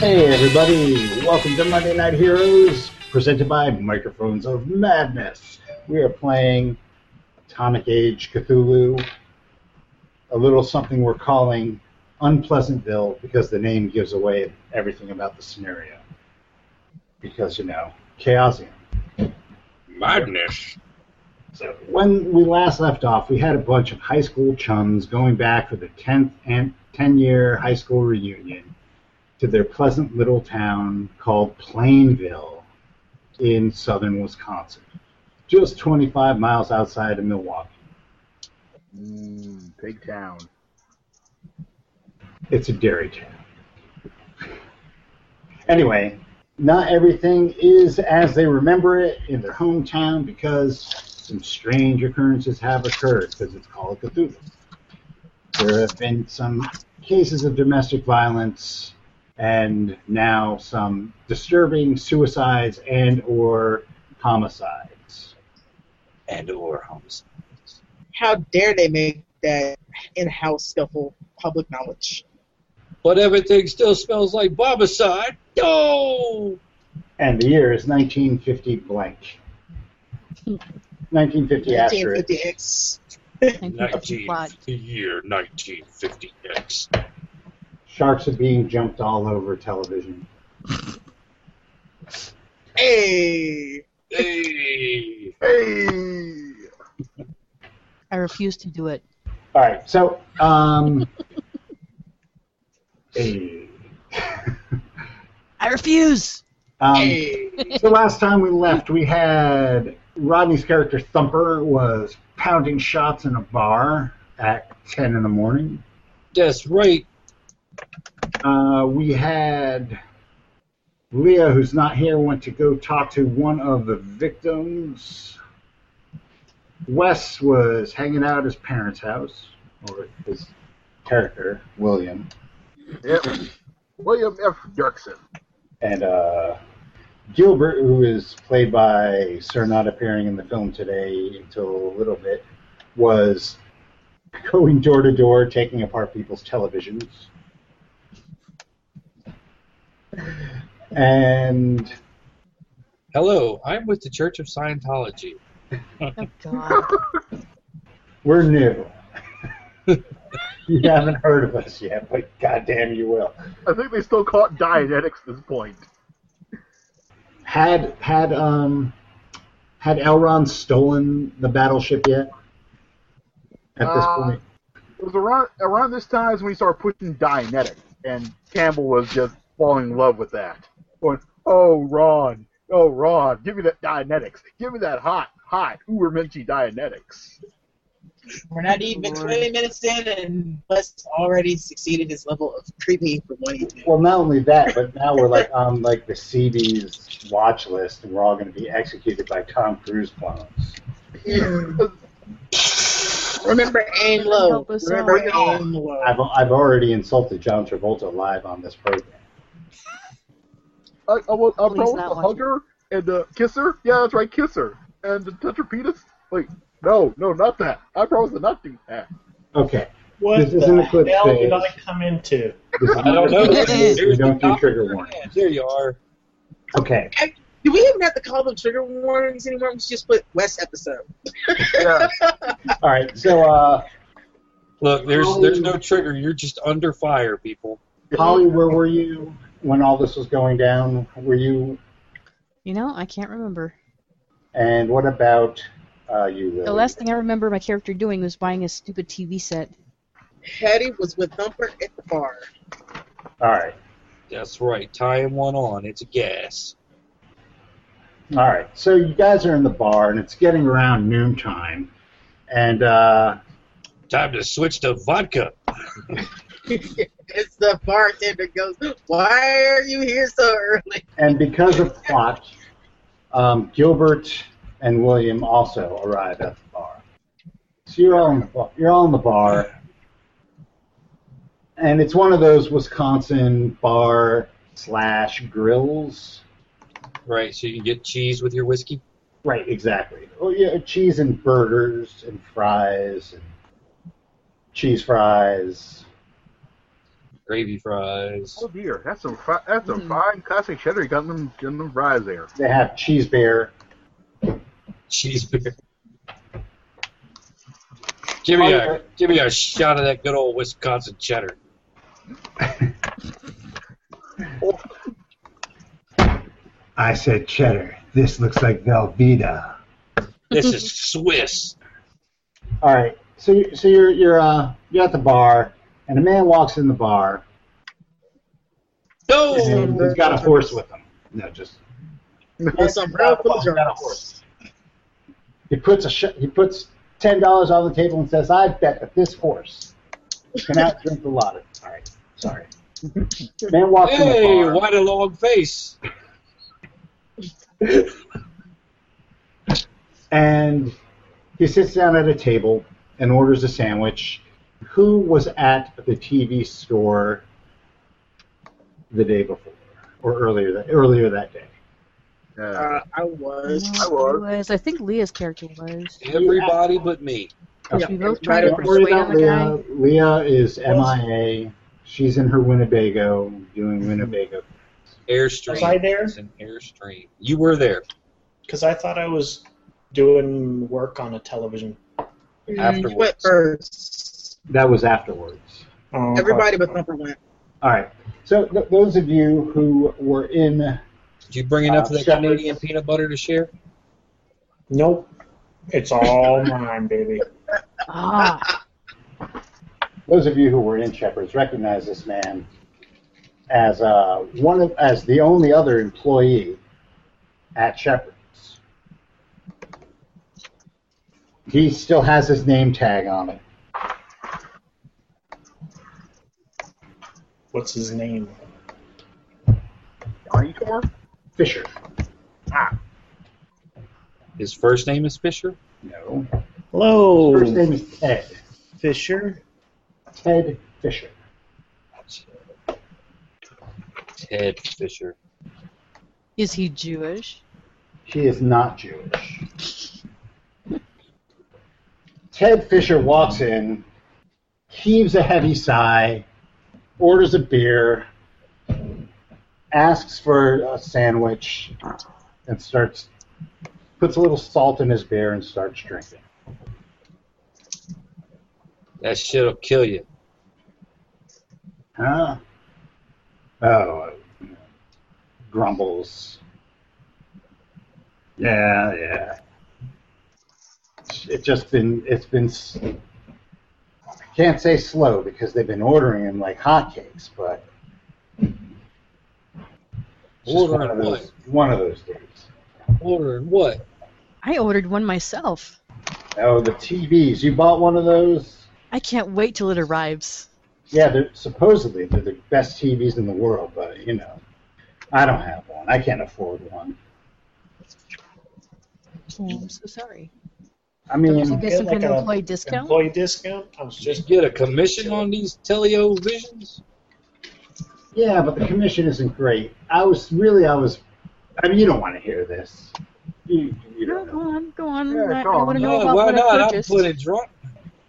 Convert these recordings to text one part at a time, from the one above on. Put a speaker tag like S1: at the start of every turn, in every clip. S1: Hey, everybody. Welcome to Monday Night Heroes, presented by Microphones of Madness. We are playing Atomic Age Cthulhu, a little something we're calling Unpleasantville because the name gives away everything about the scenario. Because, you know, Chaosium.
S2: Madness.
S1: So when we last left off, we had a bunch of high school chums going back for the 10th and 10 year high school reunion to their pleasant little town called Plainville in southern Wisconsin, just 25 miles outside of Milwaukee.
S3: Mm, big town.
S1: It's a dairy town. Anyway, not everything is as they remember it in their hometown because some strange occurrences have occurred because it's called Cthulhu. There have been some cases of domestic violence and now some disturbing suicides and or homicides.
S2: And or homicides.
S4: How dare they make that in-house scuffle public knowledge?
S2: But everything still smells like barbicide. No!
S1: And the year is 1950 blank. 1950 after it.
S4: 1950X.
S2: 19,
S5: 1950 plot.
S2: the year 1950X.
S1: Sharks are being jumped all over television.
S4: Hey!
S2: Hey!
S3: Hey!
S5: I refuse to do it.
S1: All right, so um, eh,
S5: I refuse.
S1: um,
S4: hey!
S1: so last time we left, we had Rodney's character Thumper was pounding shots in a bar at ten in the morning.
S2: That's right.
S1: Uh, we had Leah, who's not here, went to go talk to one of the victims. Wes was hanging out at his parents' house, or his character William.
S3: Yep. William F. Dirksen.
S1: and uh, Gilbert, who is played by Sir, not appearing in the film today until a little bit, was going door to door, taking apart people's televisions. And
S2: Hello, I'm with the Church of Scientology.
S5: Oh God.
S1: we're new. you haven't heard of us yet, but goddamn, you will.
S3: I think they still call it Dianetics at this point.
S1: Had had um had Elrond stolen the battleship yet? At this
S3: Uh,
S1: point.
S3: It was around around this time is when he started pushing Dianetics, and Campbell was just falling in love with that. Going, oh, Ron, oh, Ron, give me that Dianetics. Give me that hot, hot, uber minchy Dianetics.
S4: We're not even
S5: Lord.
S4: 20 minutes in, and Wes already succeeded his level of creepy for one evening.
S1: Well, not only that, but now we're like on like the CB's watch list, and we're all going to be executed by Tom Cruise clones.
S4: Remember aim low.
S5: Help us
S4: Remember
S3: all.
S4: aim low.
S1: I've I've already insulted John Travolta live on this program.
S3: I, I will, I'll
S5: Please
S3: probably
S5: not
S3: the
S5: watch it.
S3: hugger and the kisser. Yeah, that's right, kisser. And the tetrapedist. Like, no, no, not that. I promise to not do that.
S1: Okay,
S6: What
S1: This
S6: the
S1: isn't a good
S6: hell
S1: thing.
S6: did I come into?
S1: this is
S2: I don't know.
S1: We don't do trigger warnings.
S2: There you are.
S1: Okay,
S4: Do we even have to call them trigger warnings anymore? We should just put West episode.
S3: Yeah.
S1: all right. So uh,
S2: Look, there's there's no trigger. You're just under fire, people.
S1: Polly, where were you when all this was going down? Were you?
S5: You know, I can't remember.
S1: And what about uh, you? Lily?
S5: The last thing I remember my character doing was buying a stupid TV set.
S4: Hattie was with Thumper at the bar.
S1: All right,
S2: That's right. Tying one on. It's a gas.
S1: all right. So you guys are in the bar, and it's getting around noontime, and uh,
S2: Time to switch to vodka.
S4: it's the bartender goes, Why are you here so early?
S1: And because of plot, um, Gilbert and William also arrive at the bar. So you're all in the bar, you're all in the bar, and it's one of those Wisconsin bar slash grills.
S2: Right, so you can get cheese with your whiskey.
S1: Right, exactly. Oh yeah, cheese and burgers and fries and cheese fries.
S2: gravy fries.
S3: Oh dear, that's some fi- that's a
S5: Mhm.
S3: fine classic cheddar. You got them, got them fries there.
S1: They have cheese beer.
S2: Cheese beer. Give me a give me a shot of that good old Wisconsin cheddar.
S1: I said cheddar. This looks like Velveeta.
S2: This is Swiss.
S1: All right. So you so you're you're uh you're at the bar, and a man walks in the bar,
S2: No,
S1: and he's got a horse with him. No, just
S4: That's some real food journals.
S1: He puts a sh- he puts ten dollars on the table and says, "I bet that this horse can outdrink the lot of." All right, sorry. Man walks
S2: hey,
S1: in the bar.
S2: what a long face.
S1: and he sits down at a table and orders a sandwich. Who was at the TV store the day before or earlier that earlier that day?
S3: Yeah.
S4: Uh, I was.
S5: No,
S3: was.
S5: it was- I think Leah's character was.
S2: Everybody but me.
S5: She
S4: Yeah,
S5: both tried to
S1: Don't worry
S5: persuade
S1: about
S5: on the guy.
S1: Leah. Leah is MIA. She's in her Winnebago doing Winnebago.
S6: Was I
S2: Airstream.
S6: there?
S2: It's an airstream. You were there
S6: Because I thought I was doing work on a television.
S5: Mm,
S4: You went first.
S1: That was afterwards.
S6: Oh, okay.
S4: Everybody but Thumper went.
S1: All right. So th- those of you who were in,
S2: Did you bring enough
S1: Uh,
S2: of that
S1: Shepherd's.
S2: Canadian peanut butter to share?
S6: Nope. It's all mine, baby.
S5: Ah,
S1: those of you who were in Shepherds recognize this man as uh, one of, as the only other employee at Shepherds. He still has his name tag on it.
S6: What's his name?
S3: Johnny Tour?
S1: Fisher.
S2: His first name is Fisher.
S1: No. First
S7: Hello,
S1: name is Ted.
S7: Fisher.
S1: Ted Fisher.
S2: Ted Fisher.
S5: is he Jewish?
S1: He is not Jewish. Ted Fisher walks in, heaves a heavy sigh, orders a beer, asks for a sandwich, and starts puts a little salt in his beer and starts drinking.
S2: That shit'll kill you.
S1: Huh? Oh, grumbles. Yeah, yeah. It's just been it's been s- I can't say slow because they've been ordering them like hotcakes, but it's just one
S2: Ordering
S1: of
S2: what?
S1: those one of those days.
S2: Ordering what?
S5: I ordered one myself.
S1: Oh, the TVs. You bought one of those?
S5: I can't wait till it arrives.
S1: Yeah, they're supposedly they're the best TVs in the world, but you know, I don't have one. I can't afford one.
S5: Oh, I'm so sorry.
S1: I
S5: Don't
S1: mean,
S5: you get some
S6: Like
S5: kind of
S6: a-
S5: employee discount?
S6: Employee discount? I was
S2: Just
S6: just.
S2: get a commission on these televisions?
S1: Yeah, but the commission isn't great. I was really, I was. I mean, you don't want to hear this. You, you
S5: No,
S1: don't
S5: go
S1: know.
S5: on, go on.
S3: Yeah,
S5: I,
S3: go on.
S5: want to know
S2: No,
S5: about
S2: why
S5: what I
S2: not? I'm
S5: purchased.
S2: putting drunk.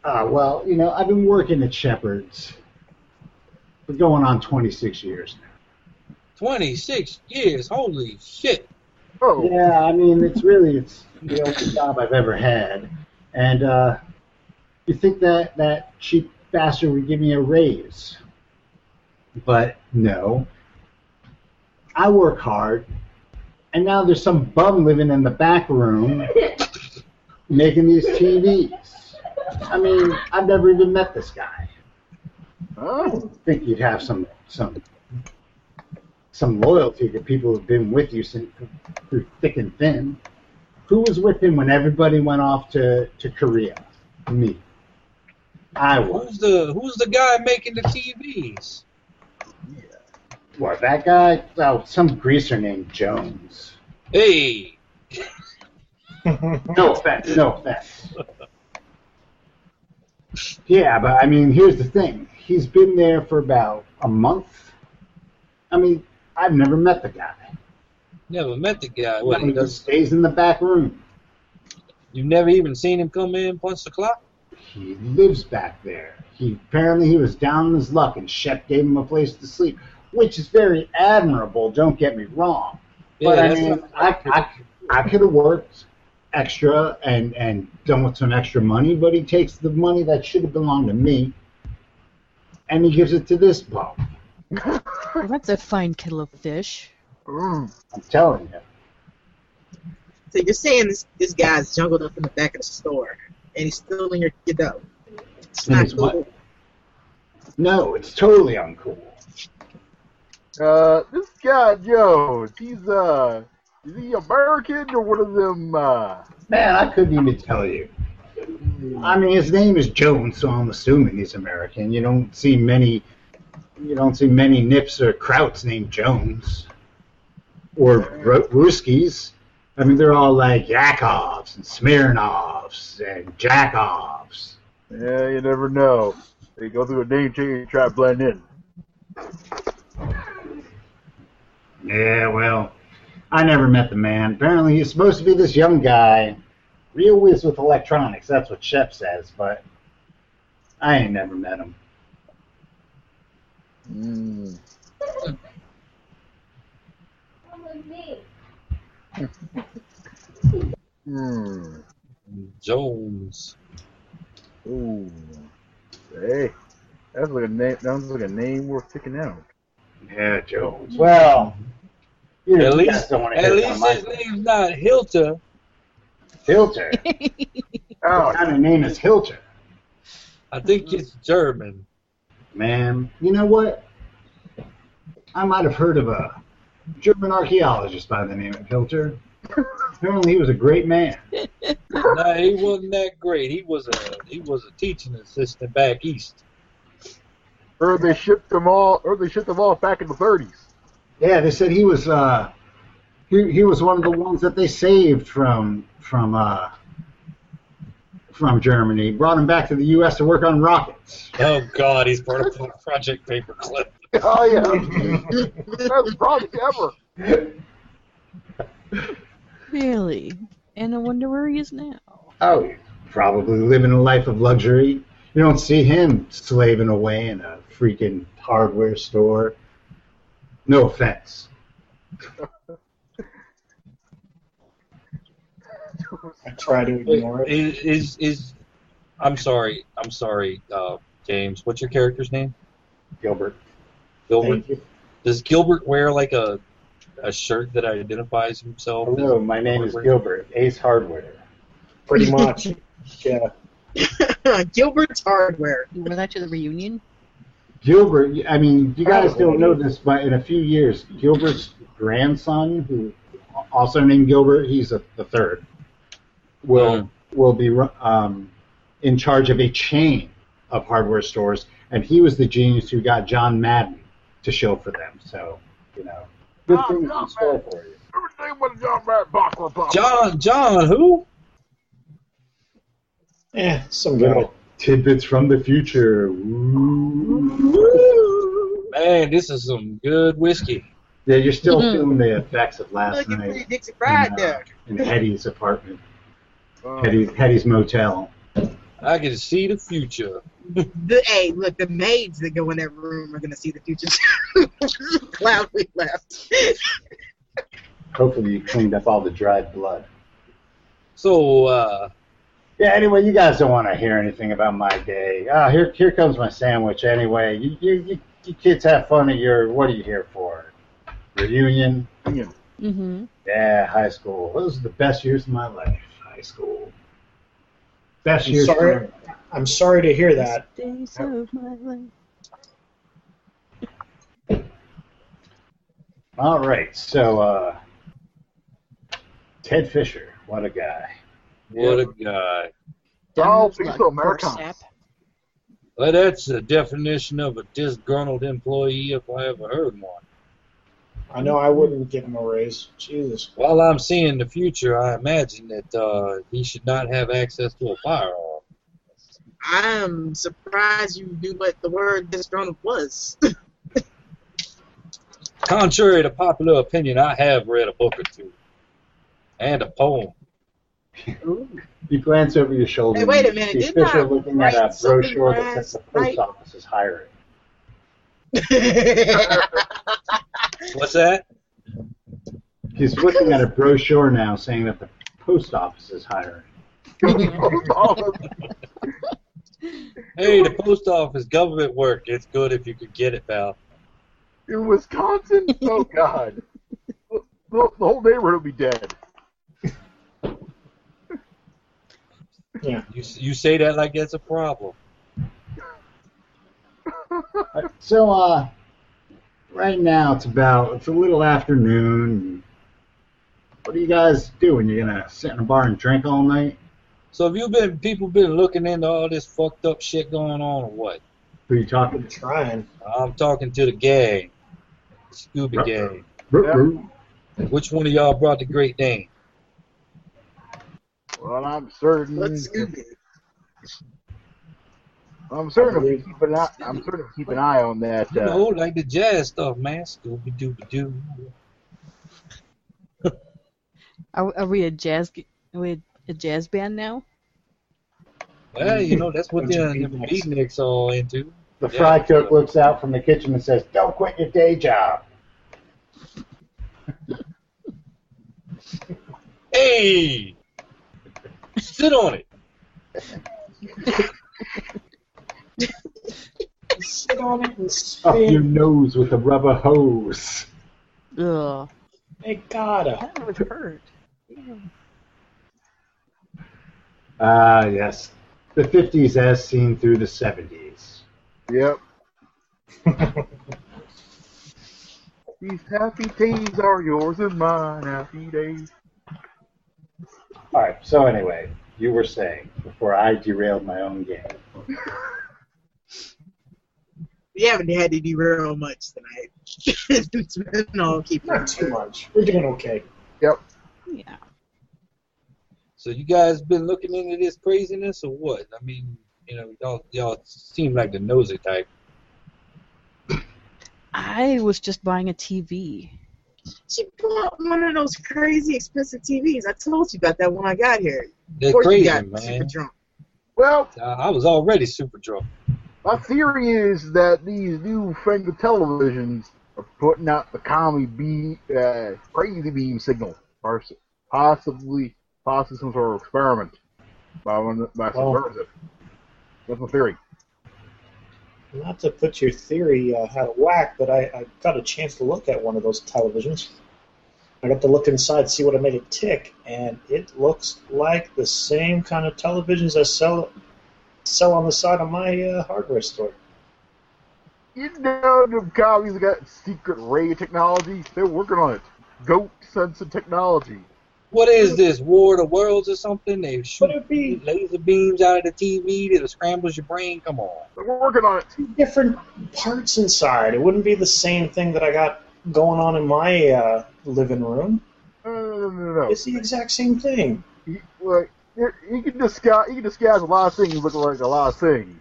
S1: Ah, well, you know, I've been working at Shepherd's for going on 26 years now.
S2: 26 years. Holy shit.
S3: Oh,
S1: Yeah, I mean, it's really it's the only job I've ever had, and uh, you think that that cheap bastard would give me a raise, but no. I work hard, and now there's some bum living in the back room making these TVs. I mean, I've never even met this guy.
S3: oh,
S1: think you'd have some some some loyalty to people who've been with you since through thick and thin. Who was with him when everybody went off to, to Korea? Me. I was.
S2: Who's the Who's the guy making the TVs?
S1: What that guy? Oh, some greaser named Jones.
S2: Hey,
S1: No offense. No offense. Yeah, but I mean, here's the thing. He's been there for about a month. I mean, I've never met the guy.
S2: never met the guy.
S1: I
S2: What, he
S1: mean, he
S2: does,
S1: stays in the back room.
S2: you've never even seen him come in, punch the clock?
S1: He lives back there. He apparently he was down on his luck, and Shep gave him a place to sleep, which is very admirable. Don't get me wrong, but I
S2: that's
S1: mean,
S2: what-
S1: I, I, I could have worked extra and and done with some extra money, but he takes the money that should have belonged to me, and he gives it to this bum.
S5: Well, that's a fine kettle of fish.
S3: Mm.
S1: I'm telling you.
S4: So you're saying this, this guy's jungled up in the back of the store, and he's stealing your kid dough. It's
S1: And
S4: not
S1: it's what?
S4: cool.
S1: No, it's totally uncool.
S3: Uh, this guy Jones, he's uh, is he American or one of them? Uh,
S1: Man, I couldn't even tell you. I mean, his name is Jones, so I'm assuming he's American. You don't see many, you don't see many Nips or Krauts named Jones, or Ru- Ruskies. I mean, they're all like Yakovs and Smirnovs and Jackovs.
S3: yeah, you never know. They go through a name change and try to blend in.
S1: Yeah, well, I never met the man. Apparently, he's supposed to be this young guy, real whiz with electronics. That's what Shep says, but I ain't never met him.
S3: Mm. Mm.
S2: Jones.
S3: Ooh. Hey, that's like a name. Sounds like a name worth picking out.
S1: Yeah, Jones. Well, you
S2: At
S1: just
S2: least,
S1: don't want to
S2: at least his name's not Hilta.
S1: Hilter.
S3: Oh,
S1: What kind of name is Hilter,
S2: I think it's German.
S1: man? You know what? I might have heard of a German archaeologist by the name of Hilter. Apparently, he was a great man.
S2: No, he wasn't that great. He was a he was a teaching assistant back east.
S3: or they shipped them all, or they shipped them all back in the 30s.
S1: Yeah, they said he was uh, he he was one of the ones that they saved from from uh, from Germany. Brought him back to the U.S. to work on rockets.
S2: Oh God, he's part of Project Paperclip.
S3: Oh yeah, that's probably ever.
S5: Really? And I wonder where he is now.
S1: Oh, he's probably living a life of luxury. You don't see him slaving away in a freaking hardware store. No offense.
S6: I try to ignore it.
S2: Is, is is I'm sorry, I'm sorry, uh, James. What's your character's name?
S1: Gilbert.
S2: Gilbert.
S1: Thank you.
S2: Does Gilbert wear like a a shirt that identifies himself? as-
S1: Hello, my name is Gilbert, Ace Hardware.
S6: Pretty much. Yeah.
S4: Gilbert's Hardware.
S5: You went out to the reunion?
S1: Gilbert, I mean, you guys don't know this, but in a few years, Gilbert's grandson, who also named Gilbert, he's a, the third, will will be ru- um, in charge of a chain of hardware stores, and he was the genius who got John Madden to show for them. So, you know, good
S3: Ah,
S1: things
S3: John
S1: in store for you.
S3: Everything was done by Bachler Pop.
S2: John. John. Who?
S6: Eh, some
S1: You
S6: good.
S1: know, tidbits from the future. Woo.
S2: Man, this is some good whiskey.
S1: Yeah, you're still
S5: Mhm.
S1: feeling the effects of last
S4: Look at pretty
S1: night
S4: Dixie Pride
S1: No.
S4: there.
S1: in Hetty's apartment.
S3: Oh.
S1: Hetty's, Hetty's motel.
S2: I can see the future.
S4: The, hey, look, the maids that go in that room are gonna see the future. Cloud we left.
S1: Hopefully, you cleaned up all the dried blood.
S2: So, uh,
S1: Yeah. Anyway, you guys don't want to hear anything about my day. Ah, here, here comes my sandwich. Anyway, you, you, you, you kids have fun at your. What are you here for? Reunion.
S5: Mm-hmm.
S1: Yeah, high school. Those are the best years of my life. High school. Best
S6: I'm
S1: years.
S6: sorry.
S1: ever.
S6: I'm sorry to hear that.
S5: Days of my life.
S1: All right. So, uh, Ted Fisher. What a guy.
S2: what a guy.
S3: Oh,
S5: Dumb
S3: please,
S5: luck,
S3: Americans.
S5: Gorsap.
S2: Well, that's the definition of a disgruntled employee if I ever heard one.
S6: I know I wouldn't give him a raise. Jesus.
S2: While I'm seeing the future, I imagine that uh, he should not have access to a firearm.
S4: I'm surprised you knew what the word disgruntled was.
S2: Contrary to popular opinion, I have read a book or two and a poem.
S1: You glance over your shoulder.
S4: Hey, wait a
S1: and you
S4: minute,
S1: see
S4: didn't
S1: Fisher
S4: I
S1: looking at a
S4: write something
S1: brochure that says
S4: last
S1: the post
S4: night?
S1: office is hiring.
S2: What's that?
S1: He's looking at a brochure now saying that the post office is hiring.
S2: Hey, the post office, government work. It's good if you could get it, pal.
S3: In Wisconsin? Oh, God. The, the whole neighborhood will be dead.
S6: Yeah.
S2: You s- you say that like that's a problem.
S1: So, uh, right now it's about, it's a little afternoon. What are you guys doing? You're going to sit in a bar and drink all night?
S2: So have you been people been looking into all this fucked up shit going on or what?
S1: Who you talking
S6: I'm
S1: to?
S6: trying.
S2: I'm talking to the gang, the Scooby
S1: Ruh-roh.
S2: Gang.
S1: Ruh-roh.
S2: Which one of y'all brought the Great Dane?
S3: Well, I'm certain.
S4: Let's Scooby.
S3: I'm certain of keep an eye, I'm certain of keep an eye on that.
S2: You know,
S3: Uh,
S2: like the jazz stuff, man. Scooby Dooby Doo.
S5: Are, are we a jazz? g- Are we a jazz band now?
S2: Well, you know that's what
S6: Bunch
S2: the,
S6: of
S2: the
S6: beatniks.
S2: beatniks are all into.
S1: The fry cook looks out from the kitchen and says, Don't quit your day job.
S2: Hey, sit on it.
S6: Sit
S1: Oh,
S6: on it and
S1: Up your
S6: spin.
S1: nose with a rubber hose.
S5: Ugh,
S6: They gotta.
S5: that would hurt. Yeah.
S1: Ah, yes. The 50s as seen through the 70s.
S3: yep. These happy days are yours and mine. Happy days.
S1: All right. So anyway, you were saying before I derailed my own game.
S4: We haven't had to derail much tonight. it's been all keep
S6: Not too much. We're doing okay.
S5: Yeah.
S2: So you guys been looking into this craziness or what? I mean, you know, y'all y'all seem like the nosy type.
S5: I was just buying a TV.
S4: She bought one of those crazy expensive TVs. I told you about that when I got here.
S2: They're
S4: Before
S2: crazy,
S4: you got super
S2: man.
S4: drunk.
S3: Well,
S2: I I was already super drunk.
S3: my theory is that these new fangled televisions are putting out the comedy beam, uh, crazy beam signal, or s- possibly, possibly some sort of experiment by one by some
S6: Oh.
S3: person. That's my theory.
S6: Not to put your theory uh, out of whack, but I, I got a chance to look at one of those televisions. I got to look inside, see what I made it tick, and it looks like the same kind of televisions I sell sell on the side of my uh, hardware store.
S3: You know, the commies got secret ray technology. They're working on it. Goat sensor technology.
S2: What is this, War of the Worlds or something? They shoot
S6: Would it be
S2: laser beams out of the TV that scrambles your brain. Come on.
S3: They're working on it.
S6: different parts inside? It wouldn't be the same thing that I got going on in my uh, living room.
S3: No, no, no, no, no.
S6: It's the exact same thing.
S3: You, like, you you can disguise, you can disguise a lot of things looking like a lot of things.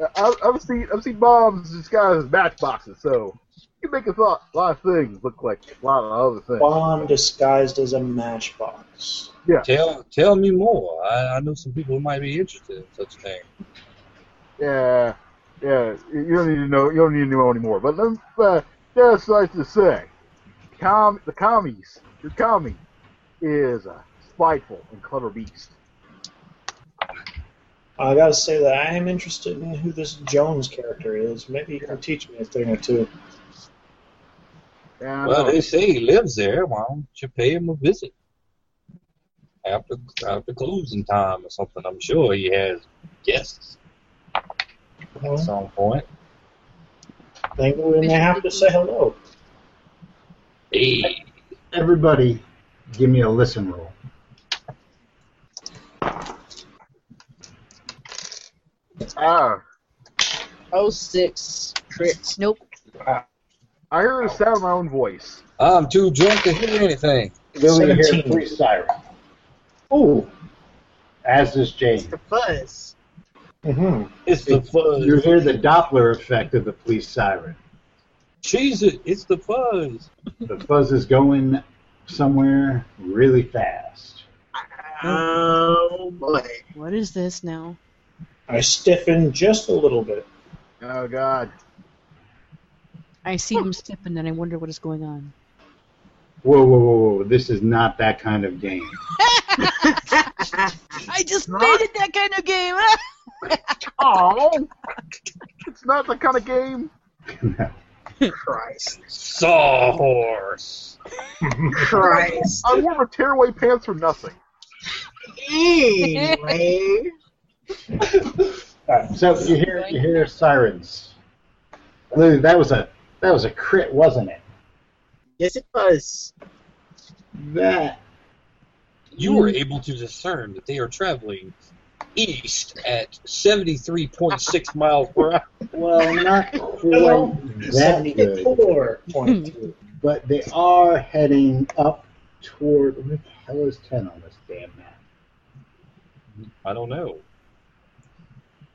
S3: Uh, I, I've seen, I've seen bombs disguised as matchboxes, so you can make a lot, lot of things look like a lot of other things.
S6: Bomb disguised as a matchbox.
S2: Tell tell me more. I, I know some people who might be interested in such a thing.
S3: Yeah, yeah. You you don't need to know. You don't need to know anymore. But let me- uh, that's nice to say. Com, the commies, the commie, is a spiteful and clever beast.
S6: I gotta say that I am interested in who this Jones character is. Maybe you can teach me a thing or two.
S3: And
S2: Well,
S3: uh,
S2: they say he lives there. Why don't you pay him a visit? After after closing time or something, I'm sure he has guests at some point.
S6: They go in, they have to say hello.
S2: Hey,
S1: Everybody, give me a listen roll.
S3: ah,
S4: Oh six crits.
S5: Nope.
S3: I heard the sound of my own voice.
S2: I'm too drunk to hear anything.
S1: Lily hears
S6: Seventeen.
S1: police siren,
S6: Oh.
S1: as does
S4: It's
S1: Jane.
S4: the fuzz.
S6: hmm
S2: It's the fuzz.
S1: You hear the Doppler effect of the police siren.
S2: Cheese it. It's the fuzz.
S1: The fuzz is going somewhere really fast.
S4: I, Oh boy.
S5: What is this now?
S6: I stiffen just a little bit.
S3: Oh God.
S5: I see him stepping and I wonder what is going on.
S1: Whoa, whoa, whoa, whoa! This is not that kind of game.
S5: I just
S3: Not-
S5: made it that kind of game.
S3: Oh. it's not the kind of game.
S4: Christ.
S2: Sawhorse.
S4: Christ.
S3: I wore my tearaway pants for nothing.
S4: anyway.
S1: So you hear you hear sirens. Lou, that was a that was a crit, wasn't it?
S4: Yes, it was.
S1: That
S2: You were able to discern that they are traveling east at 73.6 miles per hour.
S1: well, not
S6: Hello.
S1: quite that good,
S6: Seventy-four point two.
S1: but they are heading up toward. Where the hell is ten on this damn map?
S2: I don't know.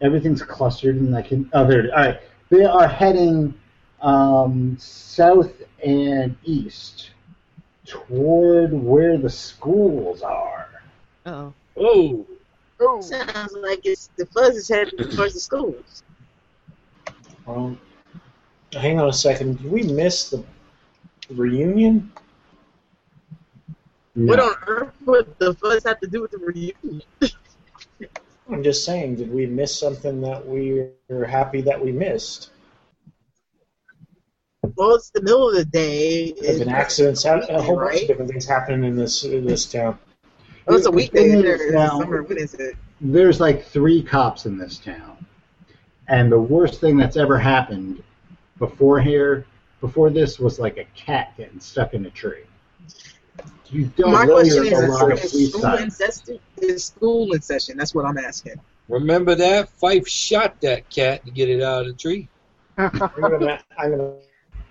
S1: Everything's clustered, and I can. Oh, there. it is. All right, they are heading um, south and east toward where the schools are.
S5: Oh,
S2: Oh,
S3: Oh.
S4: Sounds like it's the fuzz is heading towards the schools.
S6: Um, hang on a second. Did we miss the reunion?
S1: No.
S4: What on earth would the fuzz have to do with the reunion?
S6: I'm just saying, did we miss something that we are happy that we missed?
S4: Well, it's the middle of the day.
S6: There's
S4: It's,
S6: been accidents, hap- a whole bunch
S4: Right.
S6: of different things happening in this in this town.
S4: oh, it's a weekday.
S1: Thing is
S4: There,
S1: now-
S4: summer. What is it?
S1: there's like three cops in this town, and the worst thing that's ever happened before here, before this, was like a cat getting stuck in a tree. You don't
S4: My
S1: really
S4: question
S1: have a lot of
S4: is: Is
S1: police
S4: school in
S1: sirens.
S4: session? Is school in session? That's what I'm asking.
S2: remember that? Fife shot that cat to get it out of the tree.
S6: I'm gonna, I'm gonna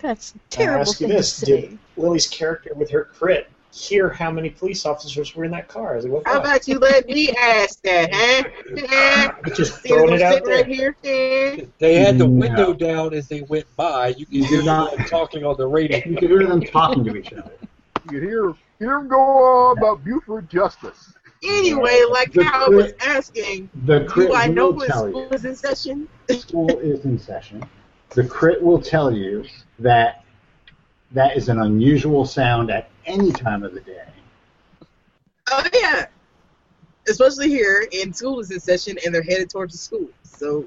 S5: that's a
S6: I'll
S5: terrible
S6: ask you
S5: thing
S6: this:
S5: to say.
S6: Did Lily's character with her crit hear how many police officers were in that car? Is it what?
S4: How about you let me ask that, huh? huh?
S6: just
S4: See,
S6: throwing
S4: I'm
S6: it out
S4: sitting
S6: there.
S4: right here. huh?
S2: They had the
S1: No.
S2: window down as they went by. You can
S1: You
S2: hear
S1: did not-
S2: them talking on the radio.
S1: You could hear them talking to each other.
S3: You hear you hear him go on about Buford Justice.
S4: Anyway, like
S1: The
S4: how I
S1: crit-
S4: was asking,
S1: The crit
S4: do I know
S1: will
S4: when
S1: tell
S4: school
S1: you.
S4: is in session?
S1: School is in session. The crit will tell you that that is an unusual sound at any time of the day.
S4: Oh yeah, especially here, and school is in session, and they're headed towards the school. So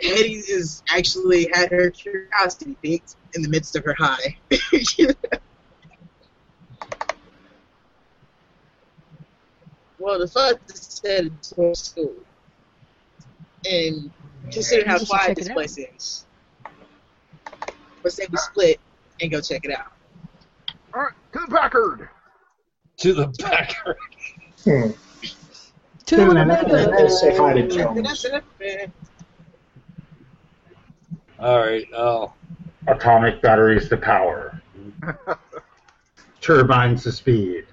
S4: Eddie is actually had her curiosity piqued in the midst of her high. well, the fuck is headed towards school, and consider how
S5: We should
S4: quiet
S5: check
S4: this
S5: it out.
S4: place is. Let's say we split and go check it out.
S3: All right, to the Packard.
S2: to the backer.
S6: Hmm.
S5: To the
S6: I'm
S5: mega.
S6: gonna say hi to Jones.
S2: All right. Oh,
S1: Atomic batteries to power. Turbines to speed.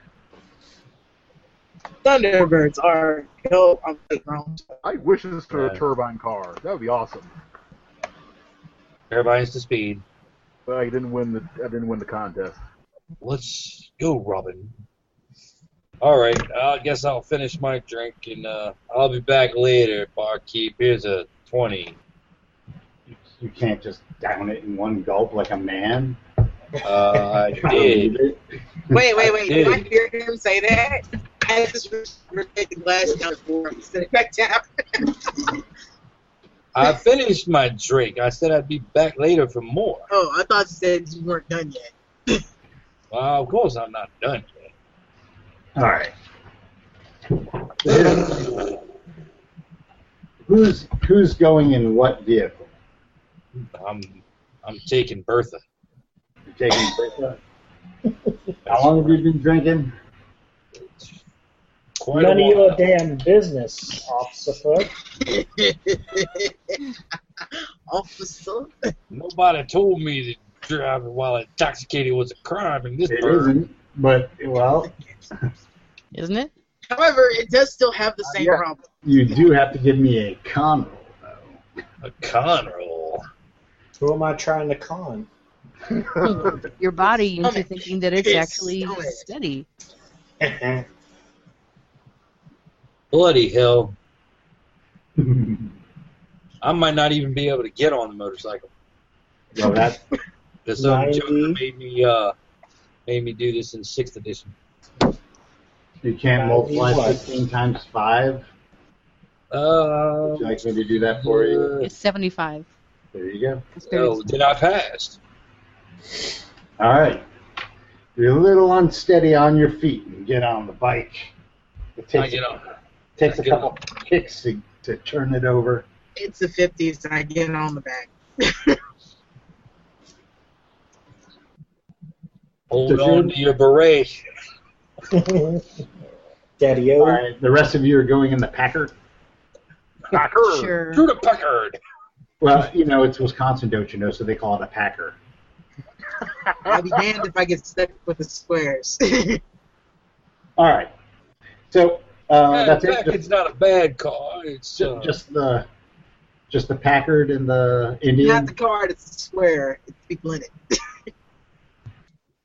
S4: Thunderbirds are no, I'm like wrong.
S3: I wish this were a
S2: Yeah.
S3: turbine car. That would be awesome.
S2: everybody's to speed.
S3: But I didn't win the I didn't win the contest.
S2: Let's go, Robin. All right. I guess I'll finish my drink and uh, I'll be back later, barkeep. Here's a twenty.
S1: You can't just down it in one gulp like a man.
S2: Uh, I did.
S4: Wait, wait, wait. Did I
S2: Dude.
S4: hear him say that? I just re- rotate the glass down the floor and set it back down.
S2: I finished my drink. I said I'd be back later for more.
S4: Oh, I thought you said you weren't done yet.
S2: Well, of course I'm not done yet.
S1: All right. who's who's going in what vehicle?
S2: I'm I'm taking Bertha.
S1: You're taking Bertha? How long have you been drinking?
S2: Quite a
S6: None of your
S2: while.
S6: damn business, officer.
S4: Officer.
S2: Nobody told me that driving while intoxicated was a crime in this
S1: It
S2: bird.
S1: isn't, but well,
S5: Isn't it?
S4: However, it does still have the same
S3: yeah.
S4: problem.
S1: you do have to give me a con roll though.
S2: A con roll.
S6: Who am I trying to con?
S5: Your body into
S4: Stomach.
S5: thinking that it's
S4: It's
S5: actually
S4: stomach.
S5: steady.
S6: I
S2: Bloody hell. I might not even be able to get on the motorcycle.
S1: well, that
S2: This um,
S6: Ninety.
S2: Jonah made me uh, made me do this in sixth edition.
S1: you can't
S6: Uh,
S1: multiply
S6: what?
S1: 15 times 5.
S2: Uh,
S1: Would you like me to do that for you?
S5: It's 75.
S1: There you go.
S2: Oh, then I passed.
S1: All right. You're a little unsteady on your feet. You get on the bike. It
S2: I
S1: takes,
S2: get on.
S1: takes a
S2: get on.
S1: couple kicks to, to turn it over.
S4: It's the 50s, and I get it on the back.
S2: Hold
S1: Did
S2: on
S1: you-
S2: to your beret.
S6: Daddy
S1: All
S6: O.
S1: right. The rest of you are going in the Packer.
S3: Packer.
S5: Sure.
S2: Through the Packard.
S1: Well, you know, it's Wisconsin, don't you know? So they call it a Packer.
S4: I'll be damned if I get stuck with the squares.
S1: All right. So uh, that's it. Just-
S2: It's not a bad car. It's
S1: Ju-
S2: uh,
S1: just the just the Packard and the Indian.
S4: Not the card, it's the square. It's people in it.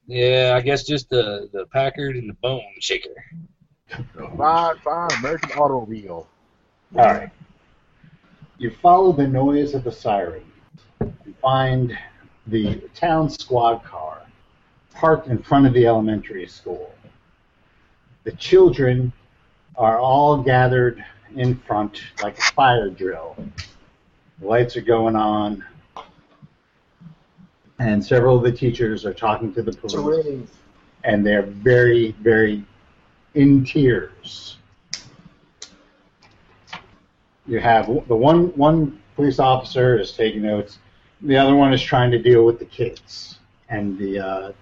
S2: yeah. I guess just the the Packard and the bone shaker.
S3: Fine, fine. American automobile.
S1: All right. You follow the noise of the siren. You find the town squad car parked in front of the elementary school. The children are all gathered in front like a fire drill. The lights are going on, and several of the teachers are talking to the police.
S6: It's a really
S1: and they're very, very in tears. You have the one one police officer is taking notes, the other one is trying to deal with the kids and the uh,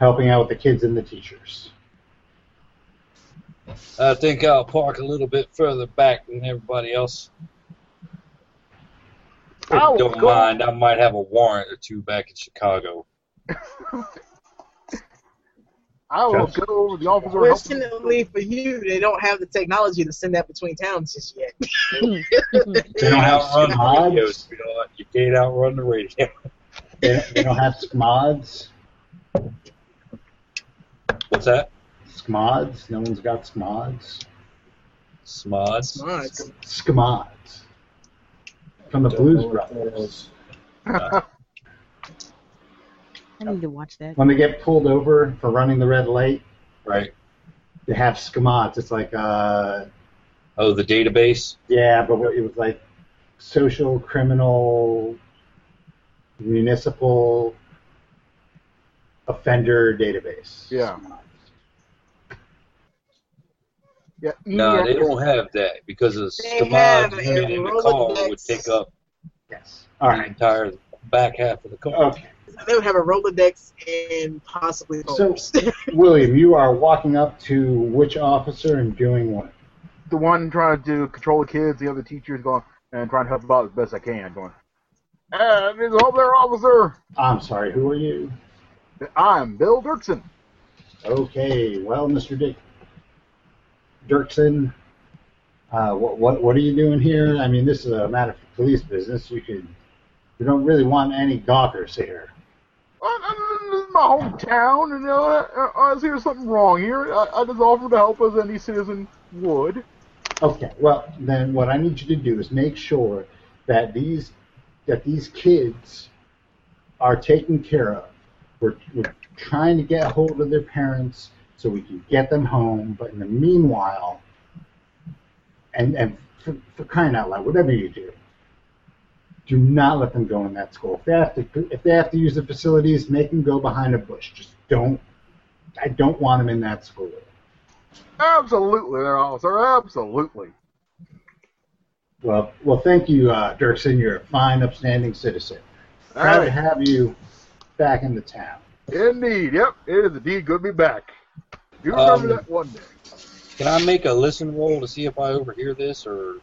S1: helping out with the kids and the teachers.
S2: I think I'll park a little bit further back than everybody else.
S3: I
S4: Oh,
S3: will
S2: Don't
S3: go-
S2: mind. I might have a warrant or two back in Chicago.
S3: I will
S1: Just-
S3: go over the officer. and help them.
S4: Fortunately for you, they don't have the technology to send that between towns just yet.
S1: They don't have
S2: outrun the radio,
S1: smods.
S2: sweetheart. You can't outrun the radio.
S1: They, they don't have smods.
S2: What's that?
S1: Smods. No one's got smods.
S2: Smods.
S4: Mods.
S1: Smods. From the
S6: don't
S1: Blues
S6: know what that
S1: Brothers.
S6: is.
S2: Uh,
S5: I need to watch that.
S1: When they get pulled over for running the red light,
S2: Right.
S1: they have smods. It's like uh,
S2: Oh, the database.
S1: Yeah, but what, it was like social, criminal, municipal offender database.
S3: Yeah. Yeah, E
S2: No,
S3: yeah.
S2: they don't have that because a
S4: They
S2: smod
S4: have
S2: unit
S4: a
S2: in the car would
S4: Rolodex.
S2: take up
S1: Yes. All
S2: the
S1: right.
S2: entire back half of the car.
S1: Okay.
S4: They would have a Rolodex and possibly
S1: So-
S4: phones.
S1: William, you are walking up to which officer and doing what?
S3: the one trying to control the kids, the other teacher's going and trying to help them out as best I can. Going, uh, there's a hope there, officer.
S1: I'm sorry, who are you?
S3: I'm Bill Dirksen.
S1: Okay, well, Mr. Dick Dirksen, uh, what, what what are you doing here? I mean, this is a matter for police business. You could, you don't really want any gawkers here.
S3: "Uh, uh, This is my hometown, and uh, uh, I see there's something wrong here. I, I just offered to help as any citizen would.
S1: Okay, well then what I need you to do is make sure that these that these kids are taken care of. We're, we're trying to get hold of their parents so we can get them home, but in the meanwhile, and and for, for crying out loud, whatever you do, do not let them go in that school. If they have to if they have to use the facilities, make them go behind a bush. Just don't. I don't want them in that school.
S3: Absolutely, there, officer. Absolutely.
S1: Well, well, thank you, uh, Dirksen. You're a fine, upstanding citizen. Proud to
S3: Alright.
S1: have you back in the town.
S3: Indeed. Yep. It is indeed good to be back. You
S2: Um,
S3: remember that one day?
S2: Can I make a listen roll to see if I overhear this, or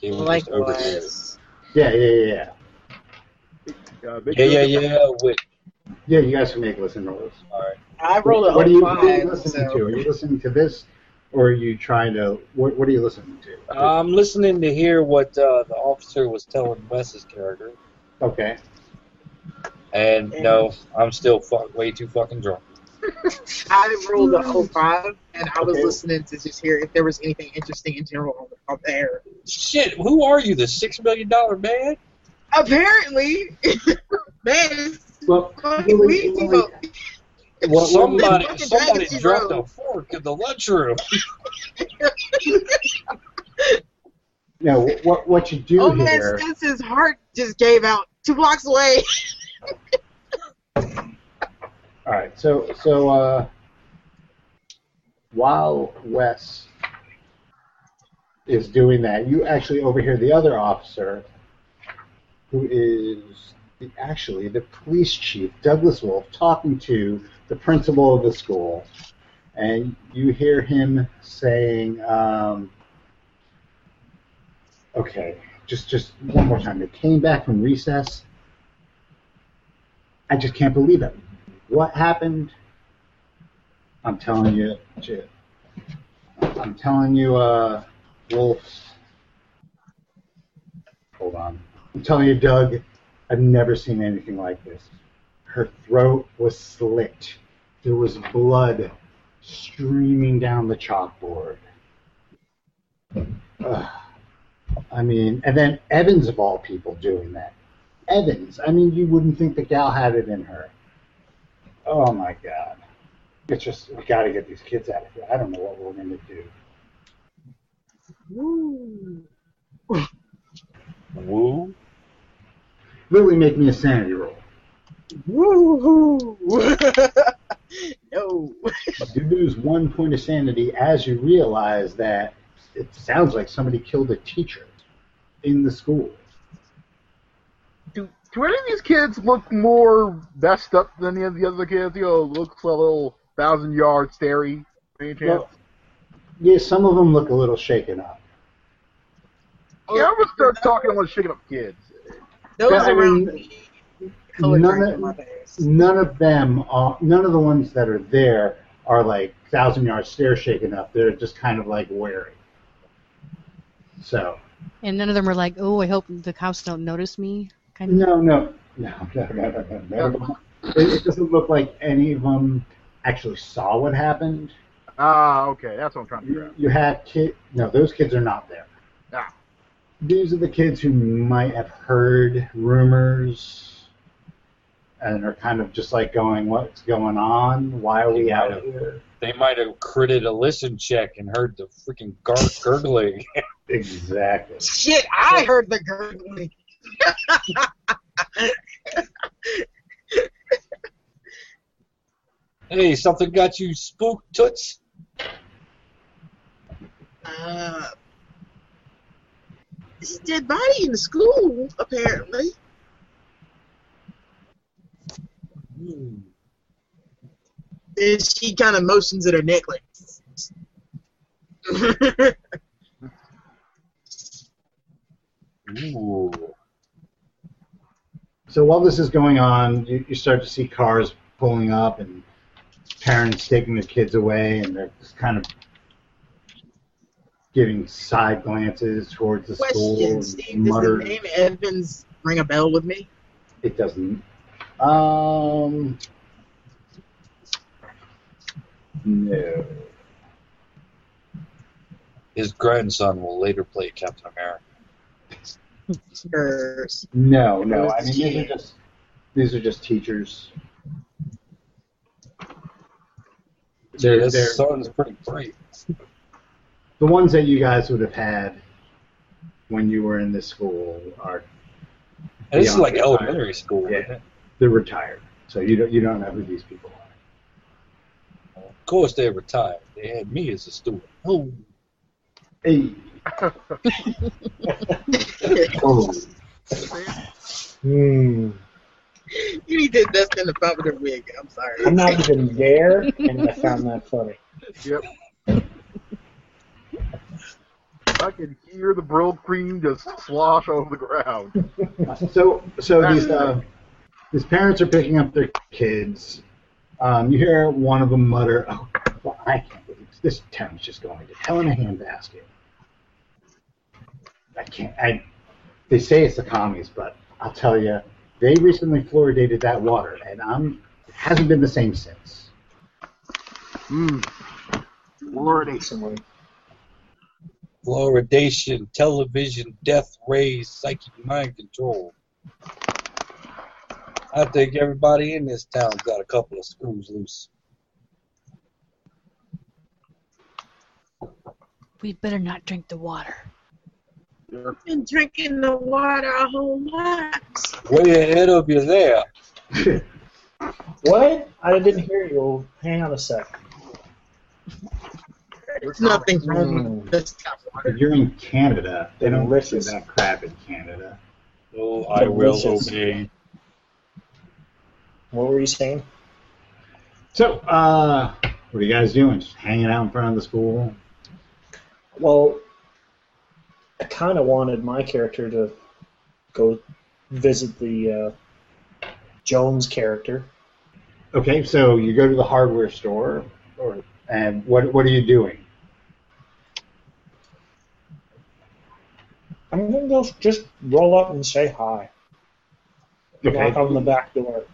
S2: can we just overhear it?
S4: Likewise.
S1: Yeah, yeah, yeah, yeah.
S3: Uh, big
S2: Yeah, yeah,
S3: good-
S2: yeah. Wait.
S1: Yeah, you guys can make listen rolls.
S2: All right.
S4: I rolled a
S1: what are you, what are you
S4: 05,
S1: listening
S4: so
S1: to? Are you listening to this, or are you trying to? What, what are you listening to?
S4: Uh,
S2: I'm listening to hear what uh, the officer was telling Wes's character,
S1: okay.
S2: and no, I'm still fuck way too fucking drunk.
S4: I rolled a 05, and I was
S1: Okay.
S4: listening to just hear if there was anything interesting in general on the, on the air.
S2: Shit, who are you, the six million dollar man?
S4: Apparently, man, it's
S1: Well,
S4: fucking
S1: Really,
S4: weak,
S1: really-
S4: people.
S1: What-
S2: somebody
S4: what-
S2: somebody
S4: Dragon
S2: dropped
S4: Zero.
S2: a fork in the lunchroom.
S1: no, what what you do
S4: Oh man,
S1: here?
S4: Spence's heart just gave out two blocks away.
S1: All right, so so uh, while Wes is doing that, you actually overhear the other officer, who is the, actually the police chief, Douglas Wolf, talking to the principal of the school, and you hear him saying, um, "Okay, just just one more time. They came back from recess. I just can't believe it." what happened, I'm telling you, shit. I'm telling you, uh, Wolf's. Hold on. I'm telling you, Doug, I've never seen anything like this. Her throat was slit. There was blood streaming down the chalkboard. Ugh. I mean, and then Evans, of all people, doing that. Evans. I mean, you wouldn't think the gal had it in her. Oh my god. It's just we gotta get these kids out of here. I don't know what we're gonna do.
S2: Woo.
S1: Literally make me a sanity roll.
S4: Woo No.
S1: You lose one point of sanity as you realize that it sounds like somebody killed a teacher in the school.
S3: Do, do any of these kids look more messed up than any of the other kids? You know, looks a little thousand yard stary. Any chance?
S1: Well, yeah, some of them look a little shaken up.
S3: yeah, I'm gonna start talking about shaking up kids.
S4: Those
S1: But, I
S4: around
S1: mean,
S4: me. Color
S1: none
S4: drink
S1: of-
S4: in my pants.
S1: None of them are none of the ones that are there are like thousand yard stare shaken up. They're just kind of like wary. So
S5: And none of them were like, "Oh, I hope the cops don't notice me." Kind of.
S1: No, no, no, no, no, no, no. None of them- It, it doesn't look like any of them actually saw what happened.
S3: Ah, okay, that's what I'm trying to figure
S1: You,
S3: out.
S1: you had kid. No, those kids are not there.
S3: Ah.
S1: These are the kids who might have heard rumors and are kind of just like going, "What's going on? Why are we out here?"
S2: They might have critted a listen check and heard the freaking gar- gurgling.
S1: Exactly.
S4: Shit, I heard the gurgling.
S2: hey, something got you spooked, toots?
S4: Uh, it's a dead body in the school, apparently.
S2: Hmm.
S4: And she kind of motions at her necklace.
S2: Ooh.
S1: So while this is going on, you, you start to see cars pulling up and parents taking their kids away, and they're just kind of giving side glances towards the
S4: Question,
S1: school.
S4: Steve.
S1: and
S4: Does the
S1: mutter.
S4: name Evans ring a bell with me?
S1: It doesn't. Um. No.
S2: His grandson will later play Captain America.
S4: Or
S1: No, no. I mean, these are just these are just teachers. They're-
S2: His
S1: they're-
S2: son's pretty bright.
S1: the ones that you guys would have had when you were in this school are
S2: And this is
S1: Beyond
S2: like
S1: the
S2: elementary school.
S1: Yeah.
S2: isn't it?
S1: they're retired, so you don't you don't know who these people are.
S2: Of course they retired. They had me as a student. Oh,
S1: Hey. oh.
S6: Hmm.
S4: you need to invest in a popular wig. I'm sorry.
S6: I'm not even there, and I found that funny.
S3: I can hear the brill cream just slosh over the ground.
S1: So, so these uh, these parents are picking up their kids. Um, you hear one of them mutter, "Oh, well, I can't believe this. this town's just going to hell in a handbasket." I can't. I. They say it's the commies, but I'll tell you, they recently fluoridated that water, and I'm it hasn't been the same since.
S3: Mm. Lordy.
S6: Somewhere.
S2: Fluoridation, television, death rays, psychic mind control. I think everybody in this town's got a couple of screws loose.
S5: We better not drink the water.
S4: Been drinking the water our whole lives.
S2: Way ahead of you there.
S6: What? I didn't hear you. Hang on a sec.
S4: There's nothing wrong
S2: mm.
S4: with this cup of water.
S1: You're in Canada. They don't listen
S6: Delicious.
S1: to that crap in Canada.
S2: Oh, I will
S6: Delicious.
S2: obey.
S6: What were you saying?
S1: So, uh, what are you guys doing? Just hanging out in front of the school?
S6: Well, I kind of wanted my character to go visit the uh, Jones character.
S1: Okay, so you go to the hardware store, or and what what are you doing?
S6: I'm gonna go just roll up and say hi.
S1: Okay,
S6: Knock on the back door.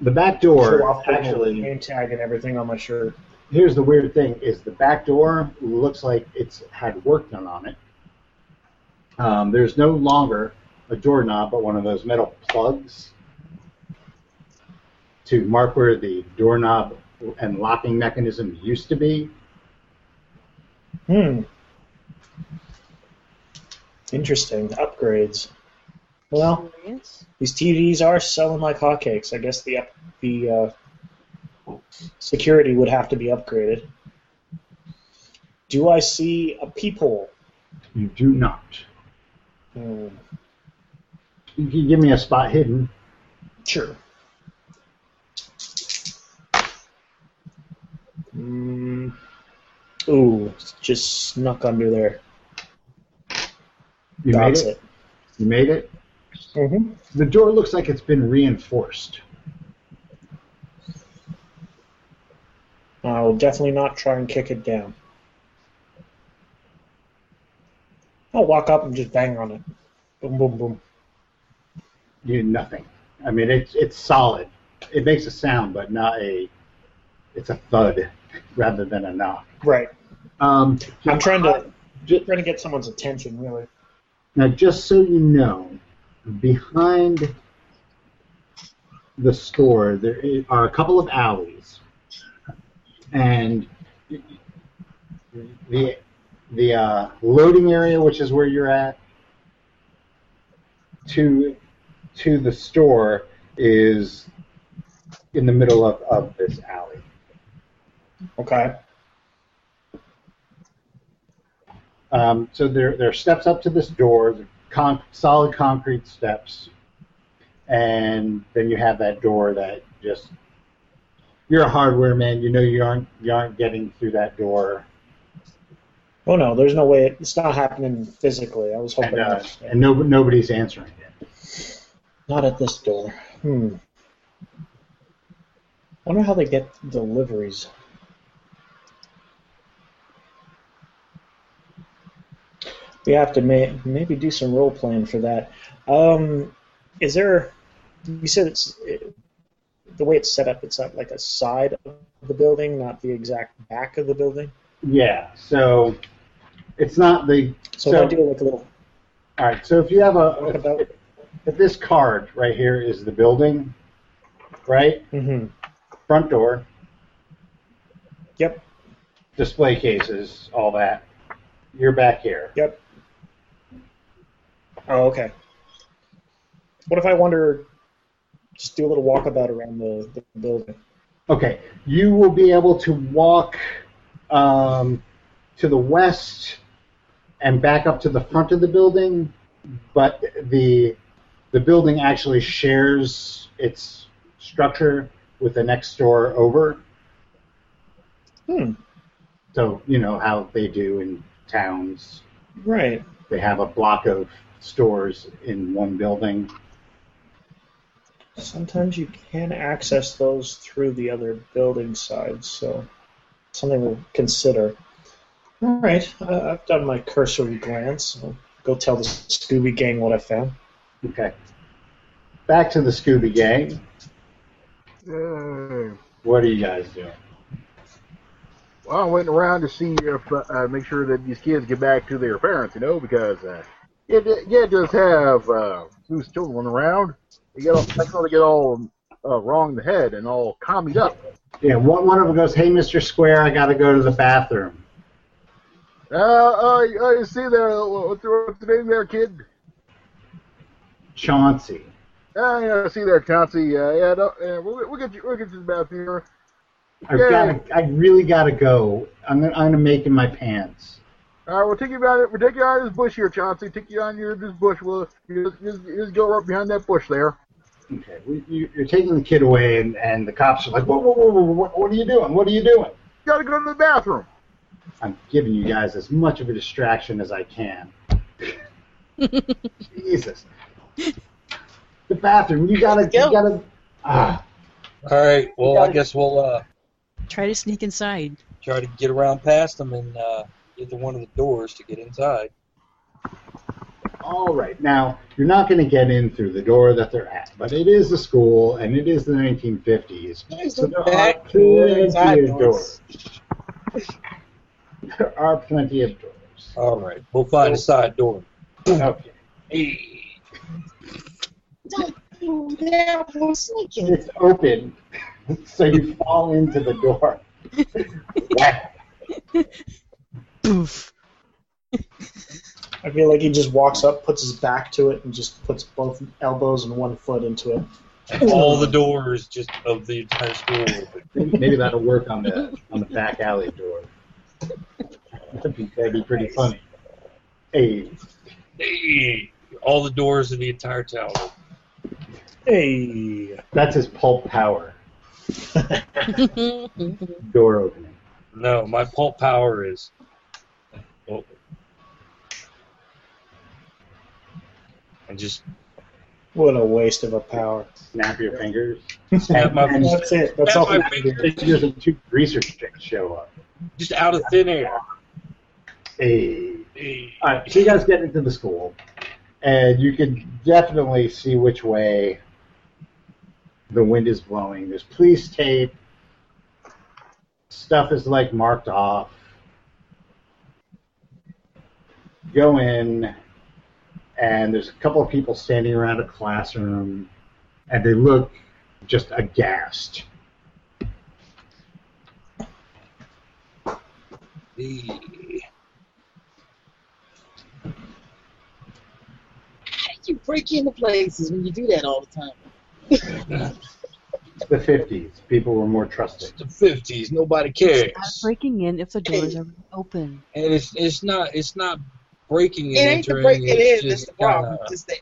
S1: the back
S6: Show
S1: door
S6: off the
S1: actually.
S6: name tag and everything on my shirt.
S1: Here's the weird thing: is the back door looks like it's had work done on it. Um, there's no longer a doorknob, but one of those metal plugs to mark where the doorknob and locking mechanism used to be.
S6: Hmm. Interesting upgrades. Well,
S5: Serious?
S6: these TVs are selling like hotcakes. I guess the up, the uh, security would have to be upgraded. Do I see a peephole?
S1: You do not.
S6: Hmm.
S1: You can give me a spot hidden.
S6: Sure. Mm. Ooh, it's just snuck under there.
S1: You
S6: That's
S1: made it. You made it.
S6: Mm-hmm.
S1: The door looks like it's been reinforced.
S6: I'll definitely not try and kick it down. I'll walk up and just bang on it. Boom, boom, boom.
S1: You nothing. I mean, it's it's solid. It makes a sound, but not a. It's a thud rather than a knock.
S6: Right.
S1: Um,
S6: I'm trying to
S1: ju-
S6: trying to get someone's attention, really.
S1: now, just so you know, behind the store there i- are a couple of alleys, and the the uh, loading area, which is where you're at, to to the store is in the middle of, of this alley.
S6: Okay.
S1: Um, so there, there are steps up to this door, they're con- solid concrete steps, and then you have that door that just you're a hardware man. You know you aren't you aren't getting through that door,
S6: Oh no, there's no way. It, it's not happening physically. I was
S1: and,
S6: hoping.
S1: uh,
S6: it was.
S1: and no, nobody's answering it.
S6: Not at this door. Hmm. Wonder how they get deliveries. We have to may- maybe do some role playing for that. Um, is there? You said it's it, the way it's set up. It's not like a side of the building, not the exact back of the building.
S1: Yeah, so it's not the
S6: So,
S1: So-
S6: if I do like a little
S1: all right. So if you have a
S6: walkabout.
S1: if this card right here is the building, right
S6: Mm-hmm.
S1: front door,
S6: Yep.
S1: display cases, all that. You're back here.
S6: Yep. Oh, okay. What if I wander, just do a little walkabout around the, the building?
S1: Okay, you will be able to walk um, to the west and back up to the front of the building, but the the building actually shares its structure with the next door over.
S6: Hmm.
S1: So you know how they do in towns;
S6: Right.
S1: they have a block of stores in one building.
S6: Sometimes you can access those through the other building sides, so something to consider. All right, uh, I've done my cursory glance. I'll go tell the Scooby Gang what I found.
S1: Okay, back to the Scooby Gang.
S3: Yay.
S1: What are you guys doing?
S3: Well, I'm waiting around to see if uh, uh, make sure that these kids get back to their parents, you know, because uh, you, ju- you just have uh, loose children around. They get all, that's how they get all uh, wrong in the head and all commied up.
S1: Yeah, one, one of them goes, "Hey, Mr. Square, I gotta go to the bathroom."
S3: Uh, uh, uh, you see there, what's the, what's the name there, kid?
S1: Chauncey.
S3: Uh, you know, see there, Chauncey. Uh, yeah, don't, yeah we'll, we'll get you, we'll get you back here.
S1: I've
S3: Yeah.
S1: gotta, I really gotta go. I'm gonna, I'm gonna make in my pants.
S3: All right, we'll take you out. We'll take you out of this bush here, Chauncey. Take you out here this bush. We'll you just, you just, you just go right behind that bush there.
S1: Okay, we, you, you're taking the kid away, and, and the cops are like, "Whoa, whoa, whoa, whoa, what, what are you doing? What are you doing?"
S3: Gotta go to the bathroom.
S1: I'm giving you guys as much of a distraction as I can. Jesus. The bathroom. You gotta.
S4: Let's go.
S1: You gotta. Ah,
S2: All right. Well, I guess we'll uh,
S5: Try to sneak inside.
S2: try to get around past them and uh, get to one of the doors to get inside.
S1: all right. Now you're not going to get in through the door that they're at, but it is a school and it is the 1950s. So there are
S4: Back door,
S1: plenty
S4: inside
S1: of doors.
S4: doors.
S1: There are plenty of doors.
S2: All right. Oh. We'll find a side door.
S1: Okay.
S4: Don't do that, we're sneaking.
S1: It's open, so you fall into the door. Whack.
S5: Poof.
S6: I feel like he just walks up, puts his back to it, and just puts both elbows and one foot into it.
S2: All the doors just of the entire school. are open.
S1: Maybe that'll work on the on the back alley door. That'd be, that'd be pretty funny. Hey,
S2: Hey, all the doors in the entire town.
S6: Hey.
S1: that's his pulp power door opening.
S2: No, my pulp power is. Oh. And just
S6: What a waste of a power.
S1: Snap your fingers.
S2: snap my
S1: And
S6: That's it. That's all.
S2: snap
S6: he
S2: my
S6: can do.
S2: fingers
S1: There's a two greaser sticks show up.
S2: just out of thin air.
S1: Hey.
S2: Hey.
S1: All right, so you guys get into the school, and you can definitely see which way the wind is blowing. There's police tape. Stuff is like marked off. Go in, and there's a couple of people standing around a classroom, and they look just aghast.
S2: Hey.
S4: You break into places when you do that all the time.
S1: The 50s, people were more trusting.
S2: It's the fifties. Nobody cares.
S5: Not breaking in if the doors are open.
S2: And it's it's not it's not breaking and
S4: It ain't the
S2: entering.
S4: break. It is.
S2: it's
S4: It's
S2: just uh,
S4: the problem.
S2: kinda-
S4: It's the egg.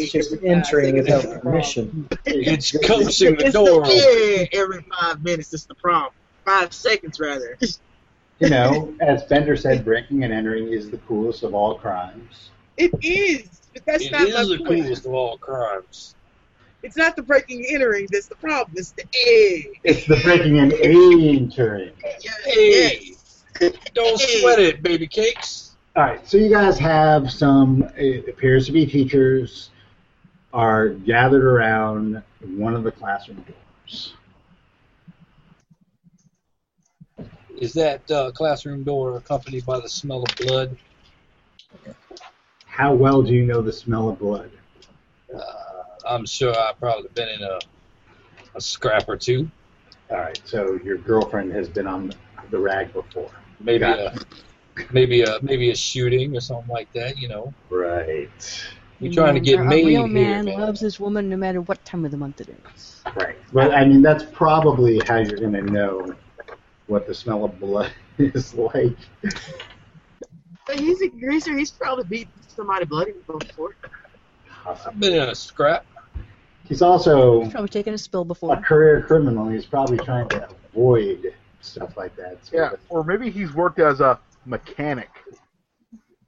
S6: It's just entering
S4: That's the
S6: without
S4: problem.
S6: permission.
S2: it's coaching the
S4: It's
S2: door.
S4: the egg every five minutes. It's the problem. Five seconds rather.
S1: You know, as Bender said, breaking and entering is the coolest of all crimes.
S4: It is, but that's
S2: It
S4: not
S2: is
S4: my
S2: the
S4: point.
S2: coolest of all crimes.
S4: It's not the breaking and entering that's the problem. It's the egg.
S1: It's the breaking and entering.
S4: Yeah,
S2: Hey. Don't
S4: Hey.
S2: sweat it, baby cakes.
S1: All right, so you guys have some. It appears to be teachers are gathered around one of the classroom doors.
S2: Is that uh, classroom door accompanied by the smell of blood?
S1: How well do you know the smell of blood?
S2: Uh, I'm sure I've probably been in a a scrap or two,
S1: All right, so your girlfriend has been on the rag before.
S2: maybe
S1: Got
S2: a maybe a maybe a shooting or something like that. You know,
S1: Right.
S2: you're trying to get
S5: Mm, a
S2: made
S5: real
S2: here.
S5: man
S2: man.
S5: loves his woman no matter what time of the month it is.
S1: Right. But I mean, that's probably how you're going to know what the smell of blood is like.
S4: But he's a greaser. He's probably beat somebody bloody before.
S2: I've been in a scrap.
S1: He's also
S5: He's probably taken a spill
S1: a
S5: before.
S1: career criminal. He's probably trying to avoid stuff like that. So
S3: Yeah, or maybe he's worked as a mechanic.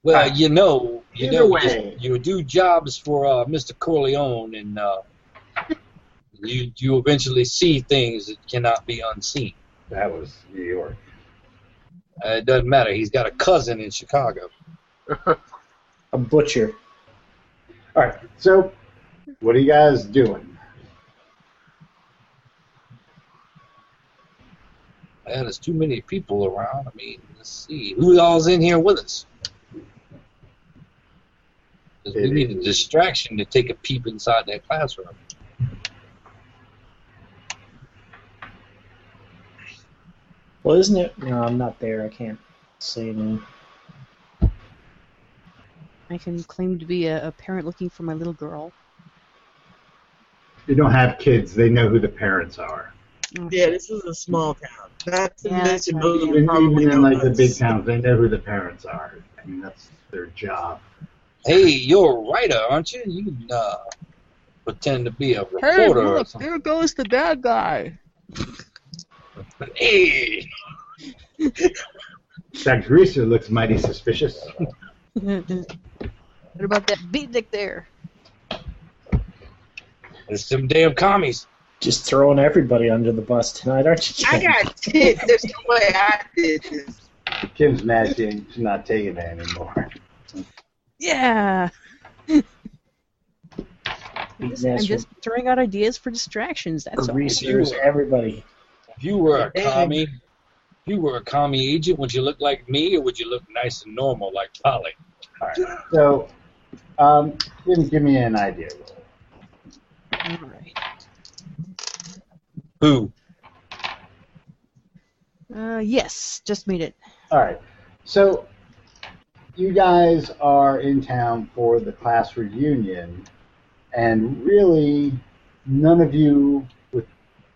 S2: Well,
S1: Uh,
S2: you know, you
S1: either
S2: know,
S1: way.
S2: you do jobs for uh, Mr. Corleone, and uh, you you eventually see things that cannot be unseen.
S1: That was New York.
S2: Uh, it doesn't matter. He's got a cousin in Chicago.
S6: A butcher.
S1: All right. So, what are you guys doing?
S2: Yeah, there's too many people around. I mean, let's see. Who all's in here with us? 'Cause we need a distraction to take a peep inside that classroom.
S6: Well, isn't it? No, I'm not there. I can't say anything.
S5: I can claim to be a, a parent looking for my little girl.
S1: They don't have kids. They know who the parents are.
S5: Oh,
S4: Yeah, this is a small town. Not to
S5: Yeah,
S4: mention
S5: that's
S4: most
S5: right.
S4: of them
S1: Even,
S4: probably
S1: even in
S4: don't
S1: like the
S4: know
S1: big
S4: us.
S1: towns, they know who the parents are. I mean, that's their job.
S2: Hey, you're a writer, aren't you? You can uh, pretend to be a reporter
S5: Hey,
S2: or
S5: look,
S2: something.
S5: there goes the bad guy.
S2: Hey!
S1: That greaser looks mighty suspicious.
S5: what about that beatnik there?
S2: It's them damn commies.
S6: Just throwing everybody under the bus tonight, aren't you?
S4: I
S6: Ken?
S4: got this. There's no way I did this.
S1: Kim's mad she ain't- she's not taking that anymore.
S5: Yeah, I'm
S6: Exasperated
S5: just throwing out ideas for distractions. That's all.
S6: greasers, everybody.
S2: If you were a
S4: Hey.
S2: commie, if you were a commie agent, would you look like me or would you look nice and normal like Polly?
S1: So, um, Kim, give me an idea.
S5: All right.
S2: Who?
S5: Uh, yes, just made it.
S1: All right. So, you guys are in town for the class reunion, and really, none of you, with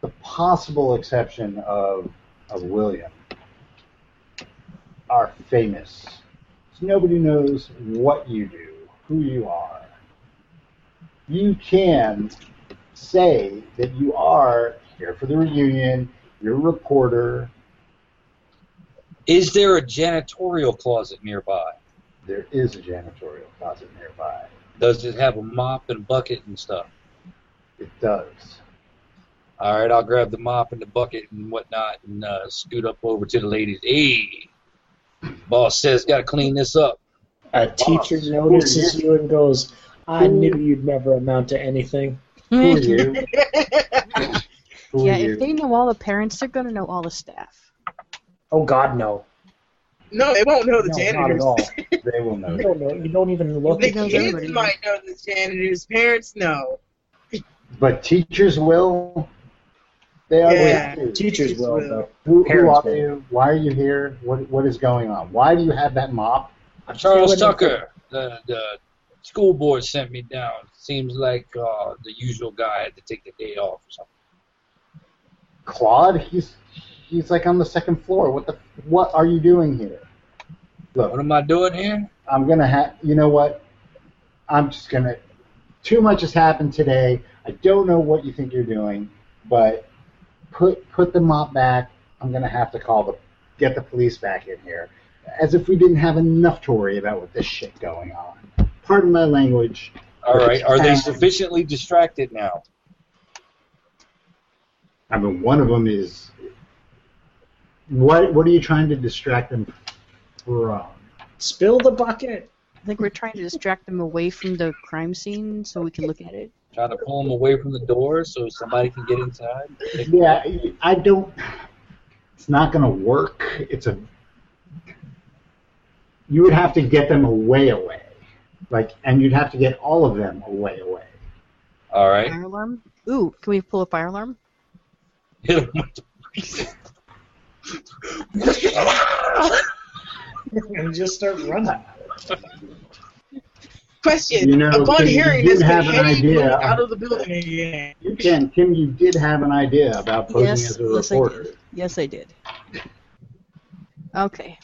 S1: the possible exception of, of William, are famous. So nobody knows what you do, who you are. You can say that you are here for the reunion, you're a reporter,
S2: Is there a janitorial closet nearby?
S1: There is a janitorial closet nearby.
S2: Does it have a mop and bucket and stuff?
S1: It does.
S2: All right, I'll grab the mop and the bucket and whatnot and uh, scoot up over to the ladies. Hey, boss says gotta clean this up.
S6: A teacher
S1: boss.
S6: notices you and goes, "I knew you'd never amount to anything."
S1: Who are you? Who are
S5: Hmm. yeah,
S1: you?
S5: if they know all the parents, they're gonna know all the staff.
S6: Oh God, no!
S4: No, it won't know the
S6: no, not at
S4: janitors.
S6: all.
S1: They will know.
S6: You don't know. You don't even look.
S4: The
S5: They
S6: At
S5: know
S6: them.
S5: everybody.
S4: kids might know the janitors. Parents know.
S1: But teachers will. They are.
S4: Yeah.
S1: with you.
S6: Teachers will. But
S1: Who, who
S6: Parents
S1: are
S6: will.
S1: you? Why are you here? What What is going on? Why do you have that mop?
S2: Charles
S6: Wouldn't-
S2: Tucker, the, the school board sent me down. Seems like uh, the usual guy had to take the day off or something.
S1: Claude? He's He's like on the second floor. What the? What are you doing here?
S2: What
S1: Look,
S2: am I doing here?
S1: I'm gonna have. You know what? I'm just gonna. Too much has happened today. I don't know what you think you're doing, but put put the mop back. I'm gonna have to call the get the police back in here, as if we didn't have enough to worry about with this shit going on. Pardon my language.
S2: All right, are they
S1: Um,
S2: sufficiently distracted now?
S1: I mean, one of them is what what are you trying to distract them from?
S6: Spill the bucket.
S5: I think we're trying to distract them away from the crime scene so we can look at it.
S2: Trying to pull them away from the door so somebody can get inside? They-
S1: Yeah, I don't. It's not going to work. It's a. You would have to get them away, away, like, and you'd have to get all of them away, away.
S2: All right,
S5: Fire alarm? Ooh, can we pull a fire alarm?
S2: hit 'em with the.
S6: and just start running.
S4: Question.
S1: You know,
S4: Upon
S1: Kim,
S4: hearing
S1: you
S4: this,
S1: have an
S4: can you
S1: idea.
S4: move out of the building again?
S1: You can, Kim. You did have an idea about posing
S5: Yes,
S1: as a
S5: yes, I
S1: reporter.
S5: did. Yes, I did. Okay.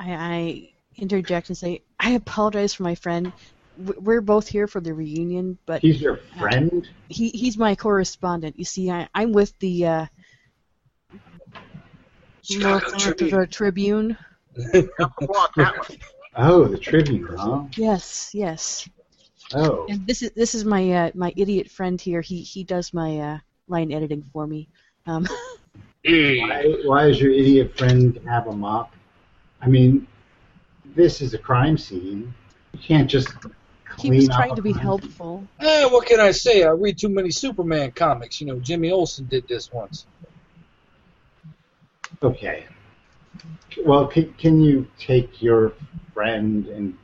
S5: I, I interject and say, I apologize for my friend. W- We're both here for the reunion, but
S1: He's your friend.
S5: he, he's my correspondent. You see, I, I'm with the uh,
S2: Chicago
S5: North
S2: Tribune.
S5: Florida Tribune.
S3: Block that one.
S1: Oh, the Tribune, huh?
S5: Yes, yes.
S1: Oh,
S5: And this is this is my uh, my idiot friend here. He he does my uh, line editing for me. Um,
S2: Hey,
S1: why, why does your idiot friend have a mop? I mean, this is a crime scene. You can't just.
S5: he
S1: Clean
S5: was
S1: up
S5: trying
S1: a
S5: to be
S1: crime scene.
S5: helpful.
S2: Eh, what can I say? I read too many Superman comics. You know, Jimmy Olsen did this once.
S1: Okay. Well, can, can you take your friend and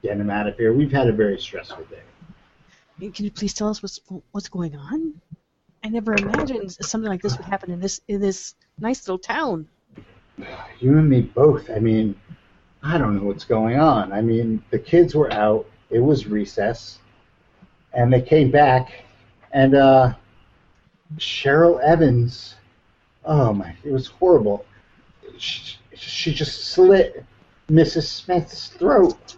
S1: get him out of here? We've had a very stressful day.
S5: Can you please tell us what's what's going on? I never imagined something like this would happen in this in this nice little town.
S1: You and me both. I mean, I don't know what's going on. I mean, the kids were out. It was recess, and they came back, and uh, Cheryl Evans. Oh my! It was horrible. She, she just slit Mrs. Smith's throat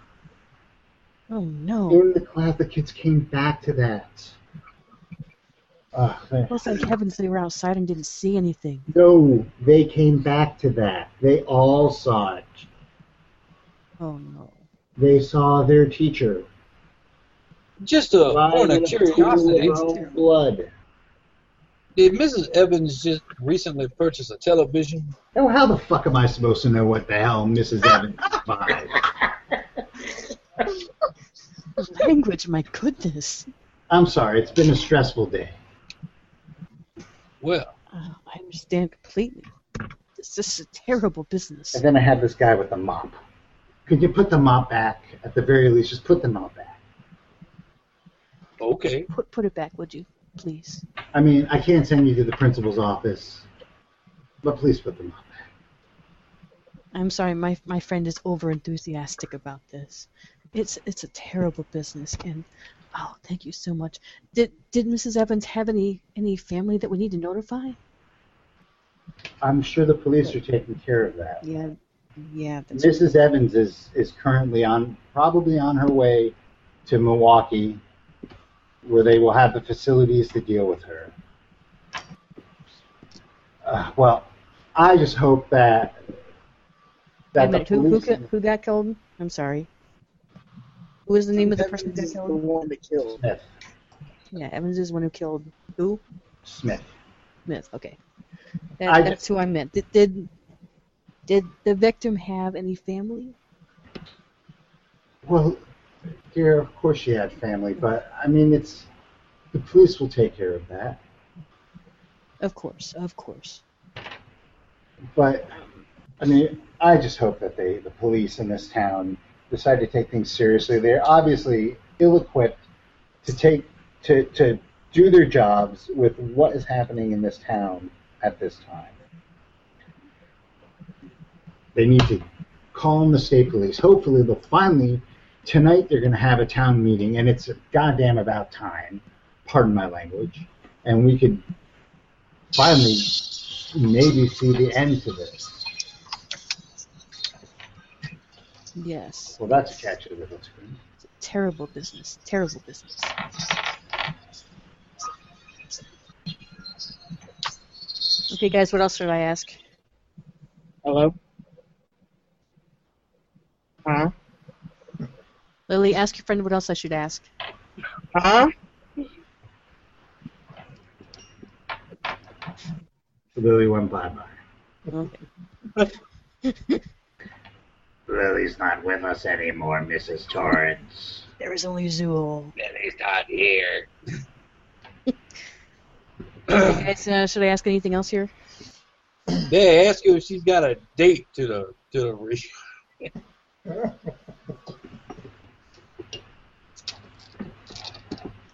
S5: Oh no!
S1: in the class. The kids came back to that. Oh, man.
S5: Well, thank heavens they were outside and didn't see anything.
S1: No, they came back to that. They all saw it.
S5: Oh no!
S1: They saw their teacher.
S2: Just a point
S1: lying in
S2: of
S1: a
S2: curiosity,
S1: pool of Blood.
S2: did Mrs. Evans just recently purchase a television?
S1: Oh, how the fuck am I supposed to know what the hell Mrs. Evans is buying?
S5: Language, my goodness.
S1: I'm sorry, it's been a stressful day.
S2: Well,
S5: Oh, I understand completely. This is a terrible business.
S1: And then I had this guy with the mop. Could you put the mop back? At the very least, just put the mop back.
S2: okay.
S5: Put put it back, would you, please?
S1: I mean, I can't send you to the principal's office, but please put the mop back.
S5: I'm sorry, my my friend is over enthusiastic about this. It's it's a terrible business, and oh, thank you so much. Did did Mrs. Evans have any any family that we need to notify?
S1: I'm sure the police are taking care of that.
S5: Yeah, yeah. That's
S1: Mrs. Evans is, is currently on probably on her way to Milwaukee, where they will have the facilities to deal with her. Uh, well, I just hope that
S5: Wait a
S1: that the
S5: minute, who, who,
S1: police-
S5: got- who got killed? I'm sorry. Who was the name of the person that
S4: Evans is
S5: got
S4: the
S5: killed?
S4: one that killed.
S1: Smith
S5: Yeah, Evans is the one who killed who?
S1: Smith.
S5: Smith.
S1: I-
S5: Okay, that, that's who I meant. Did, did did the victim have any family?
S1: Well, dear, of course she had family, but I mean it's the police will take care of that.
S5: Of course, of course.
S1: But I mean, I just hope that they, the police in this town, decide to take things seriously. They're obviously ill-equipped to take to to do their jobs with what is happening in this town at this time. They need to calm the state police. Hopefully, they'll finally tonight. They're going to have a town meeting, and it's goddamn about time. Pardon my language, and we could finally maybe see the end to this.
S5: Yes,
S1: Well, that's a catch of the little screen.
S5: terrible business, terrible business. Okay, guys, what else should I ask?
S4: Hello? Huh?
S5: Lily, ask your friend what else I should ask.
S4: Huh?
S1: Lily went bye bye.
S5: Okay.
S1: Lily's not with us anymore, Mrs. Torrance.
S5: There is only Zool.
S2: Lily's not here.
S5: Okay, guys, uh, should I ask anything else here?
S2: They ask her if she's got a date to the to the re-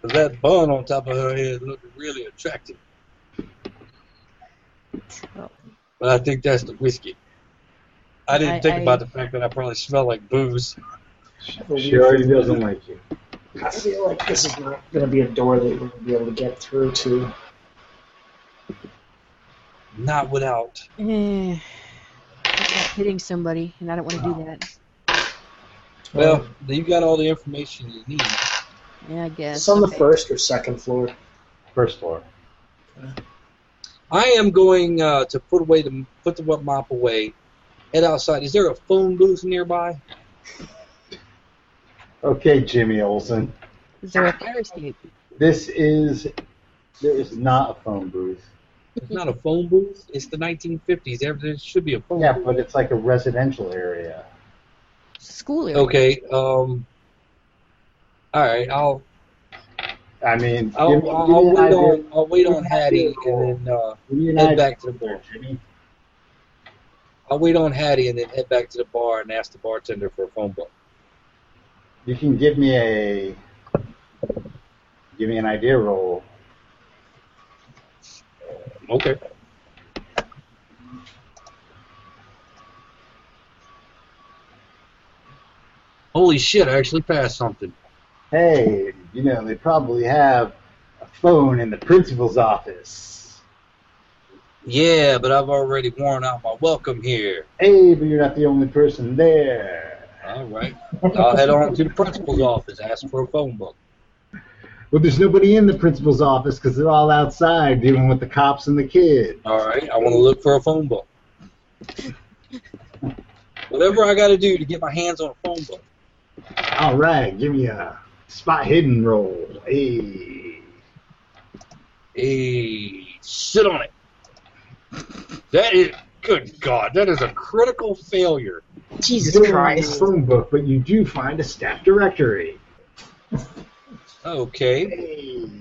S2: That bun on top of her head looked really attractive.
S5: Oh.
S2: But I think that's the whiskey. I didn't
S5: I-
S2: think
S5: I-
S2: about the fact that I probably smell like booze.
S1: She already doesn't like you.
S6: I feel like this is not going to be a door that we're going to be able to get through to.
S2: Not without.
S5: Eh, that's about hitting somebody, and I don't want to do that.
S2: Well, you got all the information you need.
S5: Yeah, I guess.
S6: it's on the
S5: okay.
S6: first or second floor.
S1: First floor.
S2: I am going uh, to put away the put the wet mop away. Head outside. Is there a phone booth nearby?
S1: Okay, Jimmy Olsen.
S5: Is there a fire escape?
S1: This is. There is not a phone booth.
S2: It's not a phone booth. It's the 1950s. There, there should be a phone
S1: Yeah,
S2: booth.
S1: but it's like a residential area.
S5: School area.
S2: Okay. Um. All right. I'll
S1: I mean,
S2: I'll,
S1: give me-
S2: I'll,
S1: give me
S2: I'll
S1: an
S2: wait
S1: idea-
S2: on I'll wait
S1: Give me
S2: on
S1: an
S2: Hattie
S1: idea.
S2: and then uh,
S1: give me an
S2: head
S1: idea
S2: back to the
S1: there,
S2: board.
S1: Jimmy.
S2: I'll wait on Hattie and then head back to the bar and ask the bartender for a phone book.
S1: You can give me a give me an idea roll.
S2: Okay. Holy shit, I actually passed something.
S1: Hey, you know they probably have a phone in the principal's office.
S2: Yeah, but I've already worn out my welcome here.
S1: Hey, but you're not the only person there.
S2: All right. I'll head on to the principal's office, ask for a phone book.
S1: Well, there's nobody in the principal's office because they're all outside dealing with the cops and the kid.
S2: All right, I want to look for a phone book. Whatever I got to do to get my hands on a phone book.
S1: All right, give me a spot hidden roll. Hey,
S2: Hey, sit on it. That is, good God, that is a critical failure.
S1: you
S4: Jesus
S1: don't find a
S4: Christ.
S1: phone book, but you do find a staff directory.
S2: Okay.
S1: Hey.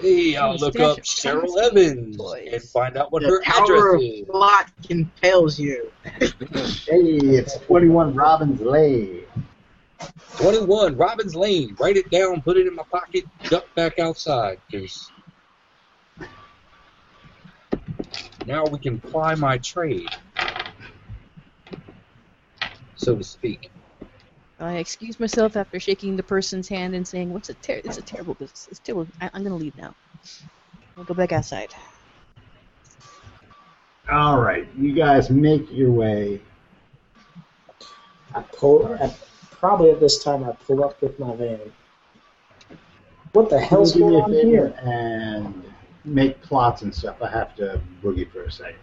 S2: Hey, I'll
S5: Ooh,
S2: look
S5: stash
S2: up
S5: of
S2: Cheryl
S5: Chinese
S2: Evans
S5: boys.
S2: and find out what
S4: The
S2: her
S4: power
S2: address
S4: of
S2: is.
S4: plot compels you.
S1: Hey, it's 21 Robbins Lane.
S2: 21, Robbins Lane. Write it down, put it in my pocket, duck back outside, because now we can ply my trade, so to speak.
S5: I excused myself after shaking the person's hand and saying, "What's a ter- It's a terrible business. It's terrible. I- I'm gonna leave now. I'll go back outside."
S1: All right, you guys make your way.
S6: I pull. I, probably at this time I pull up with my van. What the hell's
S1: Do me
S6: going
S1: a
S6: on
S1: favor
S6: here?
S1: and make plots and stuff. I have to boogie for a second.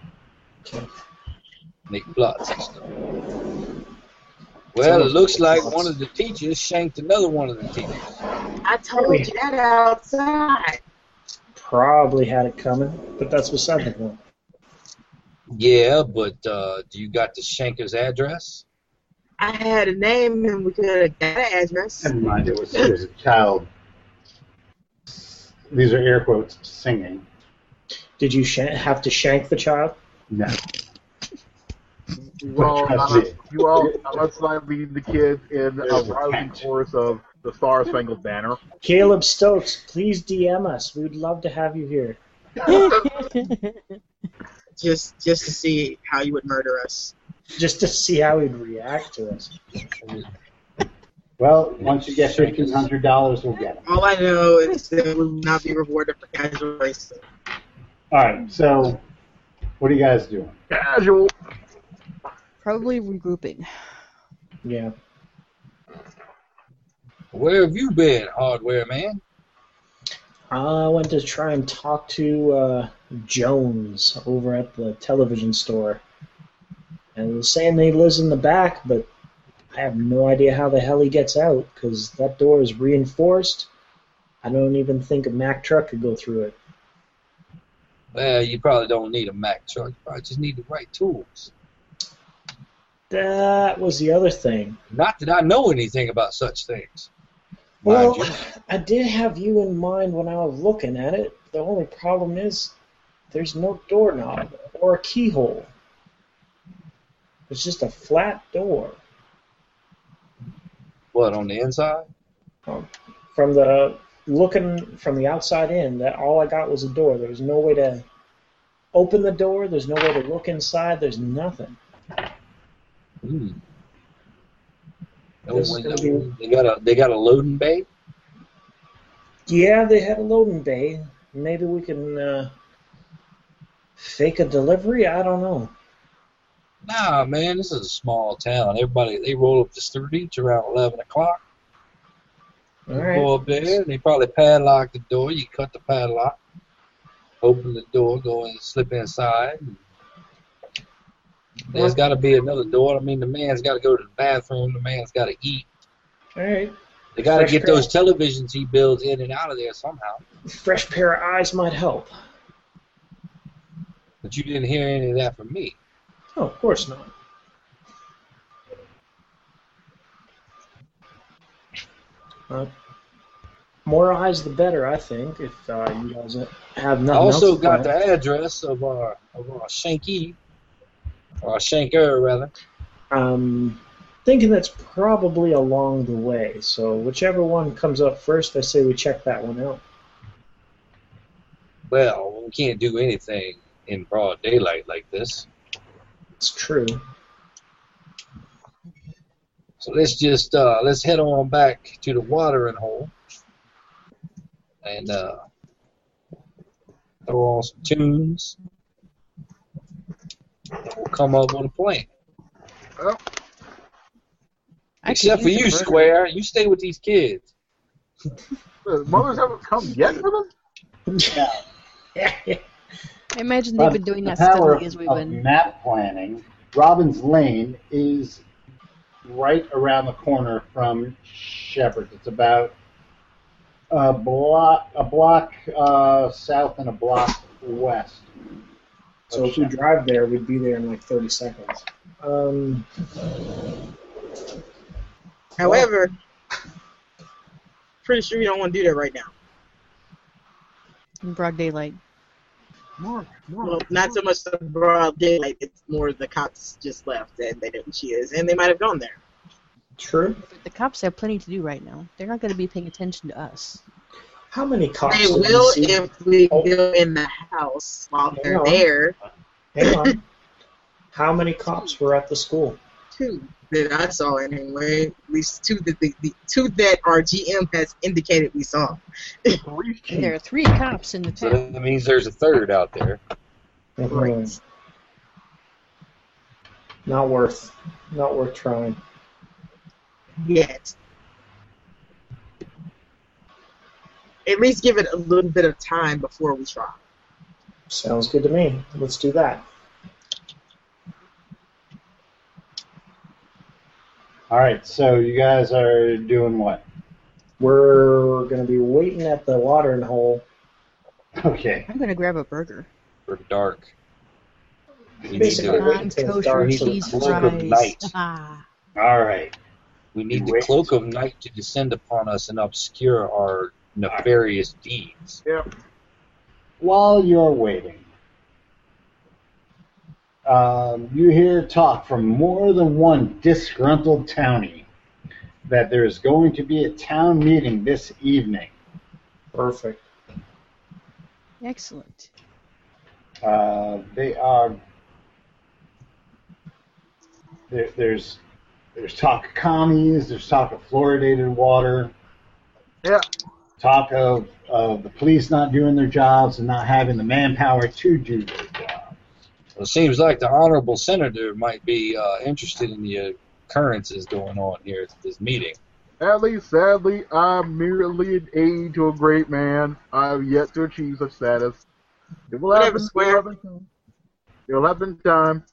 S2: Make plots and stuff. Well, it looks like one of the teachers shanked another one of the teachers.
S4: I told you that outside.
S6: Probably had it coming, but that's beside the point.
S2: Yeah, but uh, do you got the shanker's address?
S4: I had a name and we could have got an address.
S1: Never mind, it was, it was a child. These are air quotes singing.
S6: Did you shan have to shank the child?
S1: No.
S3: You all,
S1: Trust
S3: not,
S1: me.
S3: you all must not lead the kids in a
S1: There's a
S3: rousing
S1: cat.
S3: chorus of the Star Spangled Banner.
S6: Caleb Stokes, please DM us. We'd love to have you here.
S4: Just just to see how you would murder us.
S6: Just to see how he'd react to us.
S1: Well, once you get $1,500, we'll get it.
S4: All I know is that we will not be rewarded for casual racism.
S1: All right, so what are you guys doing?
S3: Casual.
S5: Probably regrouping.
S6: Yeah.
S2: Where have you been, hardware man?
S6: I went to try and talk to uh, Jones over at the television store. And he was saying that he lives in the back, but I have no idea how the hell he gets out because that door is reinforced. I don't even think a Mack truck could go through it.
S2: Well, you probably don't need a Mack truck. You probably just need the right tools.
S6: That was the other thing.
S2: Not that I know anything about such things.
S6: Well,
S2: Mind you.
S6: I did have you in mind when I was looking at it. The only problem is there's no doorknob or a keyhole. It's just a flat door
S2: What, on the inside?
S6: from the looking from the outside in. That all I got was a door. There was no way to open the door. There's no way to look inside. There's nothing.
S2: Hmm. No
S6: This is
S2: window.
S6: gonna be-
S2: They got a they got a loading bay.
S6: Yeah, they had a loading bay. Maybe we can uh, fake a delivery. I don't know.
S2: Nah, man, this is a small town. Everybody they roll up the streets around eleven o'clock.
S6: All right.
S2: Go up there. They probably padlock the door. You cut the padlock, open the door, go and slip inside. There's got to be another door. I mean, the man's got to go to the bathroom. The man's got to eat.
S6: All right.
S2: They got to
S6: Fresh
S2: get
S6: crap.
S2: those televisions he builds in and out of there somehow.
S6: Fresh pair of eyes might help.
S2: But you didn't hear any of that from me.
S6: Oh, of course not. Uh, more eyes, the better, I think. If uh, you guys have nothing
S2: I also
S6: else to
S2: got
S6: plan.
S2: the address of our of our Shanky. Or Shanker, rather.
S6: I'm Um, thinking that's probably along the way. So whichever one comes up first, I say we check that one out.
S2: Well, we can't do anything in broad daylight like this.
S6: It's true.
S2: So let's just uh, let's head on back to the watering hole and uh, throw on some tunes. And we'll come up with a plan.
S5: I could
S2: Except for
S5: use
S2: you,
S5: a break.
S2: Square. You stay with these kids.
S3: The Uh, mothers haven't come yet for them?
S5: I imagine they've been
S1: But
S5: doing
S1: the
S5: that
S1: power
S5: steadily as we've
S1: of
S5: been.
S1: map planning. Robbins Lane is right around the corner from Shepherd's. It's about a block, a block uh, south and a block west.
S6: So if we drive there, we'd be there in like 30 seconds. Um,
S4: However, pretty sure we don't want to do that right now.
S5: In broad daylight.
S3: Mark, Mark.
S4: Well, not so much the broad daylight. It's more the cops just left and they know who she is, and they might have gone there.
S6: true.
S5: But the cops have plenty to do right now. They're not going to be paying attention to us.
S6: How many cops?
S4: They
S6: did we
S4: will
S6: Oh, see?
S4: if we go in the house while
S6: Yeah.
S4: they're there
S6: Hang on. How many cops were at the school?
S4: too. That I saw anyway. At least two that the, the two that our GM has indicated we saw.
S3: Police
S5: And there
S3: chief.
S5: are three cops in the
S2: So
S5: town.
S2: that means there's a third out there.
S4: Right.
S6: Mm-hmm. Not worth. Not worth trying.
S4: Yet. At least give it a little bit of time before we try.
S6: Sounds good to me. Let's do that.
S1: All right, so you guys are doing what?
S6: We're gonna be waiting at the watering hole.
S1: Okay.
S5: I'm going to grab a burger.
S2: We're dark. We need
S6: Basically,
S2: to
S6: wait until it's dark
S5: Non-kosher
S6: so
S5: cheese
S2: cloak of
S5: fries.
S2: night.
S5: Ah,
S1: All right.
S2: we need the
S1: Wait.
S2: cloak of night to descend upon us and obscure our nefarious deeds.
S1: While you're waiting, um, you hear talk from more than one disgruntled townie that there is going to be a town meeting this evening.
S6: Perfect.
S5: excellent.
S1: Uh, they are. There, there's there's talk of commies. There's talk of fluoridated water.
S3: Yeah.
S1: Talk of, of the police not doing their jobs and not having the manpower to do their job.
S2: Well, it seems like the honorable senator might be uh, interested in the occurrences going on here at this meeting.
S3: Sadly, sadly, I'm merely an aide to a great man. I've yet to achieve such status. It will
S4: Whatever,
S3: happen. it will
S4: Square.
S3: happen soon. It will happen in time.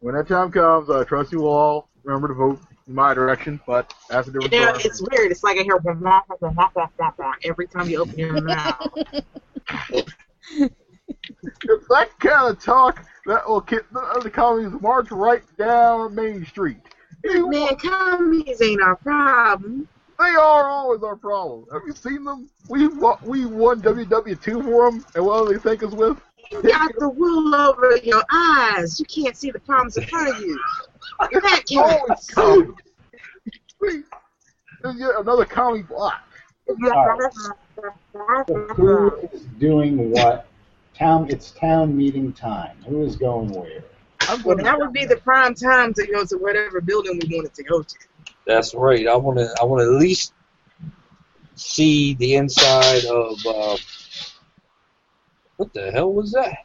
S3: When that time comes, I trust you all. Remember to vote in my direction, but that's a
S4: You
S3: different
S4: know,
S3: story.
S4: it's weird. It's like I hear wah, wah, wah, wah, wah, wah, wah, every time you open your mouth.
S3: It's that kind of talk that will get the other colonies march right down Main Street. They
S4: Man, commies ain't our problem.
S3: are always our problem. Have you seen them? We won, we won WW2 for them, and what do they think us with?
S4: You got the wool over your eyes. You can't see the problems in front of you. That can't
S3: Always comedy. We- There's yet another comedy block.
S1: So who
S4: Uh-huh.
S1: is doing what? Town. It's town meeting time. Who is going where?
S3: I'm
S4: Well,
S3: gonna-
S4: that would be the prime time to go to whatever building we wanted to go to.
S2: That's right. I want to. I want to at least see the inside of. Uh, what the hell was that?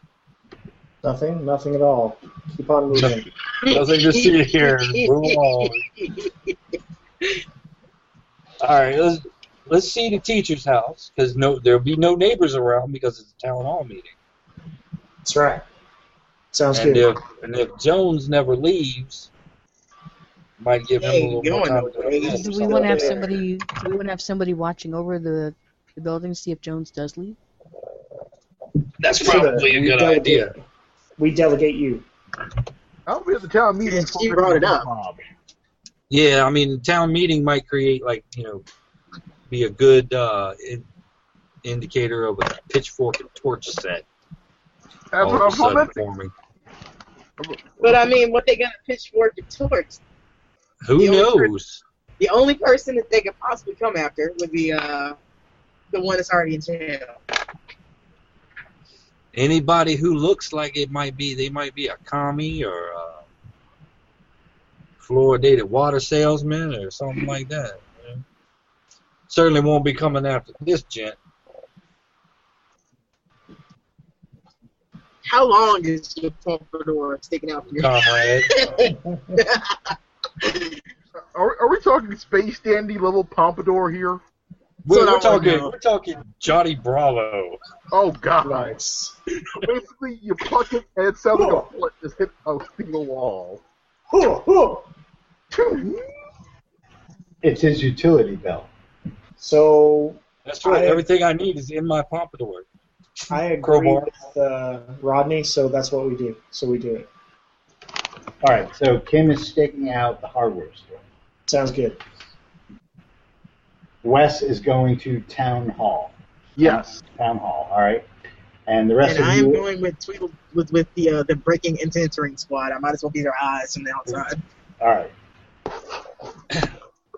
S6: Nothing. Nothing at all. Keep on moving.
S2: Nothing to see here. Move on. All right. Let's let's see the teacher's house because no, there'll be no neighbors around because it's a town hall meeting.
S6: That's right. Sounds
S2: And
S6: good.
S2: if and if Jones never leaves, might give him a
S4: Hey,
S2: little
S4: going
S2: more time.
S4: nowhere.
S2: to
S4: Yes,
S5: Do
S2: do
S5: we want to have
S4: there.
S5: somebody? Do we want to have somebody watching over the, the building to see if Jones does leave?
S2: That's
S6: Consider
S2: probably a
S6: we
S2: good
S6: delegate-
S2: idea.
S6: We delegate you.
S3: I'll be at the town meeting.
S4: She brought it up.
S3: Bob.
S2: Yeah, I mean, town meeting might create like you know, be a good uh, in, indicator of a pitchfork and torch set.
S3: That's
S2: all
S3: what
S2: of a
S3: I'm
S2: sudden
S3: commenting.
S2: forming.
S4: But I mean, what they gonna pitchfork and torch?
S2: Who
S4: The only
S2: knows?
S4: The only person that they could possibly come after would be uh, the one that's already in jail.
S2: Anybody who looks like it might be, they might be a commie or a Florida water salesman or something like that. you know. Certainly won't be coming after this gent.
S4: How long is your pompadour sticking out from your
S2: Comrade.
S3: Are, are we talking space dandy level pompadour here?
S2: We're, we're
S4: That's what I wanna
S2: talking.
S4: know.
S2: We're talking Johnny Bravo.
S3: Oh god!
S6: Nice.
S3: Basically, you pluck it and it sounds like a bullet just hit a single wall.
S6: Hoo, hoo.
S1: It's his utility belt.
S6: So
S2: That's right.
S6: I-
S2: Everything I need is in my pompadour.
S6: I agree
S2: Crowbar.
S6: with uh, Rodney, so that's what we do. So we do it.
S1: All right, so Kim is sticking out the hardware store.
S6: Sounds good.
S1: Wes is going to town hall.
S3: Yes.
S1: Town hall. All right, and the rest
S4: And I
S1: of
S4: am
S1: you.
S4: going with Tweedle with, with the uh, the breaking and entering squad. I might as well be their eyes from the outside.
S1: all right. All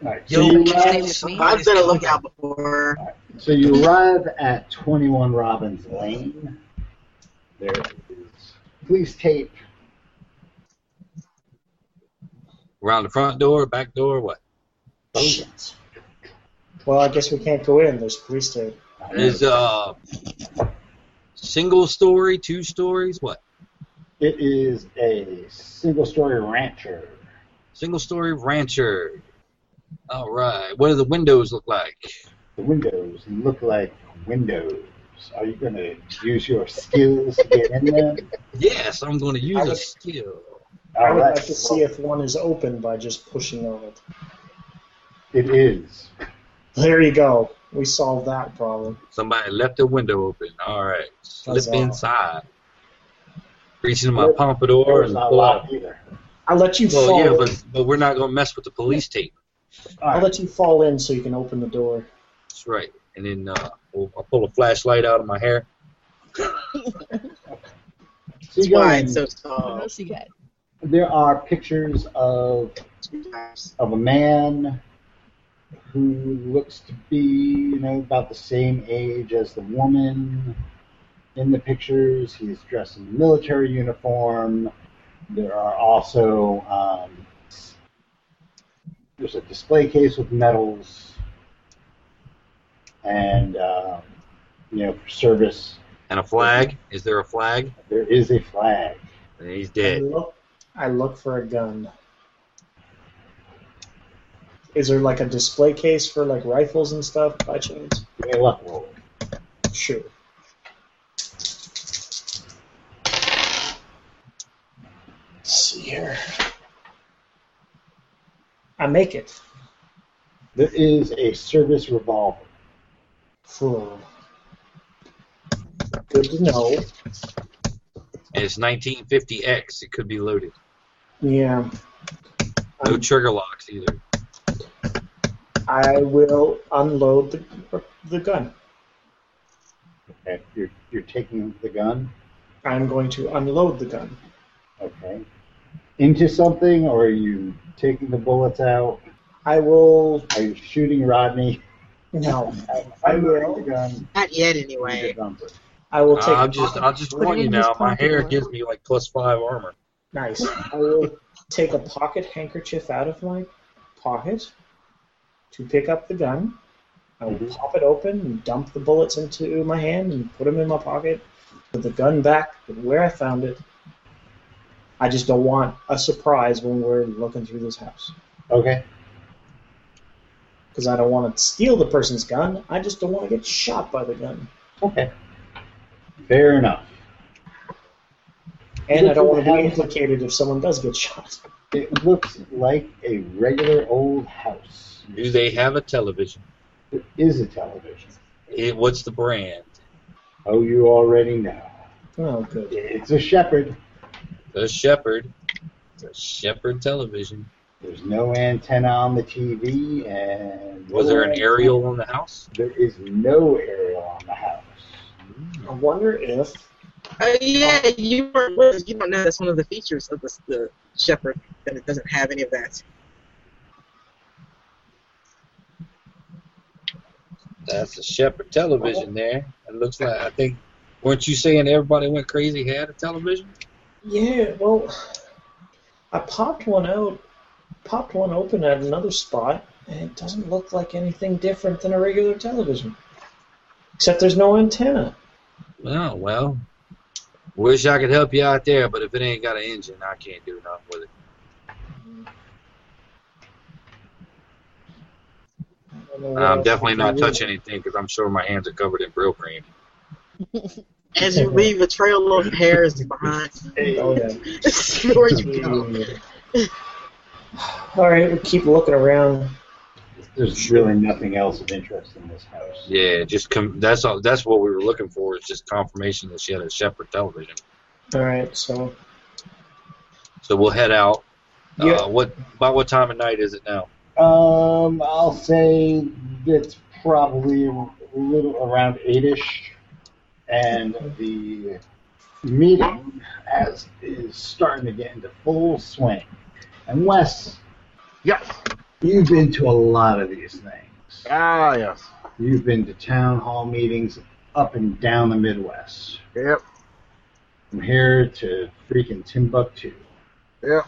S1: right. So
S2: Yo,
S1: you,
S2: can
S1: arrive,
S4: I've been a lookout before.
S1: so you arrive at 21 Robbins Lane. There is police tape.
S2: Around the front door, back door, what?
S6: Shit. Well, I guess we can't go in. There's police there.
S2: Is uh single story, two stories, what?
S1: It is a single-story rancher.
S2: Single story rancher. All right. What do the windows look like?
S1: The windows look like windows. Are you going to use your skills to get in there?
S2: Yes, I'm going to use
S6: I
S2: a
S6: would-
S2: skill.
S1: All
S6: I would
S1: right.
S6: like to see if one is open by just pushing on it.
S1: It is.
S6: There you go. We solved that problem.
S2: Somebody left the window open. All right. Slip
S6: Huzzah.
S2: inside. Reach into my pompadour
S1: Door's
S2: and
S1: not
S2: pull out.
S1: locked either.
S6: I'll let you
S2: Well,
S6: fall.
S2: yeah,
S6: in.
S2: but, but we're not going to mess with the police tape.
S1: All
S6: I'll
S1: right.
S6: let you fall in so you can open the door.
S2: That's right. And then uh, I'll, I'll pull a flashlight out of my hair.
S1: So
S4: That's
S1: you go
S4: why
S1: in.
S4: it's so tall.
S5: else you got?
S1: there are pictures of of a man who looks to be, you know, about the same age as the woman in the pictures. He's dressed in military uniform. There are also um, there's a display case with medals, and um, you know, for service
S2: And a flag. Is there a flag?
S1: there is a flag.
S2: And he's
S6: I,
S2: dead.
S6: look, I look for a gun. Is there like a display case for like rifles and stuff by chance?
S1: Give me a luck roll.
S6: Sure. Let's see here. I make it.
S1: There is a service revolver.
S6: Fool. Good to know.
S2: And it's 1950X. It could be loaded.
S6: Yeah. Um,
S2: No trigger locks either.
S6: I will unload the, the gun.
S1: Okay, you're you're taking the gun.
S6: I'm going to unload the gun.
S1: Okay. Into something, or are you taking the bullets out?
S6: I will.
S1: Are you shooting Rodney?
S6: No.
S1: I will. The gun.
S4: Not yet,
S1: into
S4: anyway.
S1: the bumper.
S6: I will take.
S2: I'll Uh, just, I'll just
S5: Put it
S2: warn you
S5: in his
S2: now. My hair
S5: pocket.
S2: gives me like plus five armor.
S6: Nice. I will take a pocket handkerchief out of my pocket to pick up the gun. I will
S1: Mhm.
S6: pop it open and dump the bullets into my hand and put them in my pocket. Put the gun back where I found it. I just don't want a surprise when we're looking through this house.
S1: Okay.
S6: Because I don't want to steal the person's gun. I just don't want to get shot by the gun.
S1: Okay. Fair enough.
S6: And I don't want to
S1: Have-
S6: be implicated if someone does get shot.
S1: It looks like a regular old house.
S2: Do they have a television?
S1: There is a television.
S2: It, what's the brand?
S1: Oh, you already know.
S6: Oh, good.
S1: It's a Shepherd.
S2: The Shepherd. The Shepherd television.
S1: There's no antenna on the TV, and
S2: Was
S1: no
S2: there an
S1: antenna-
S2: aerial in the house?
S1: There is no aerial on the house.
S6: I wonder if
S4: Uh, yeah, you weren't with us. You don't know that's one of the features of the, the Shepherd that it doesn't have any of that.
S2: That's the Shepherd television there. It looks like I think weren't you saying everybody went crazy had a television?
S6: Yeah, well, I popped one out, popped one open at another spot, and it doesn't look like anything different than a regular television. Except there's no antenna.
S2: Oh well. Wish I could help you out there, but if it ain't got an engine, I can't do nothing with it.
S6: I don't know what
S2: I'm
S6: else
S2: definitely
S6: to
S2: not
S6: do.
S2: touching anything because I'm sure my hands are covered in Brill cream.
S4: As you leave, a trail of hairs behind.
S6: Oh, yeah.
S4: Where you go.
S6: All right, we keep looking around.
S1: There's really nothing else of interest in this house.
S2: Yeah, just com- that's all. That's what we were looking for. Is just confirmation that she had a Shepherd television.
S6: All right, so
S2: So we'll head out.
S6: Yeah.
S2: Uh, what by what time of night is it now?
S1: Um, I'll say it's probably a little around eight-ish, and the meeting as is starting to get into full swing. And Wes,
S3: Yes.
S1: you've been to a lot of these things.
S3: Ah, yes.
S1: You've been to town hall meetings up and down the Midwest,
S3: Yep.
S1: from here to freaking Timbuktu.
S3: Yep.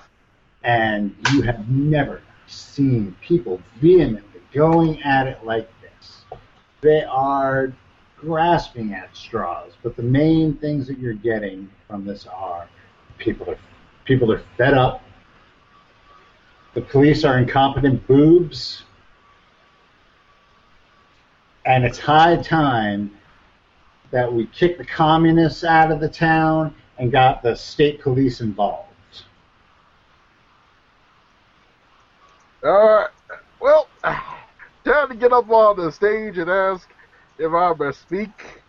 S1: and you have never seen people vehemently going at it like this. They are grasping at straws, but the main things that you're getting from this are people are people are fed up. The police are incompetent boobs. And it's high time that we kicked the communists out of the town and got the state police involved.
S3: All right. Well, time to get up on the stage and ask if I must speak.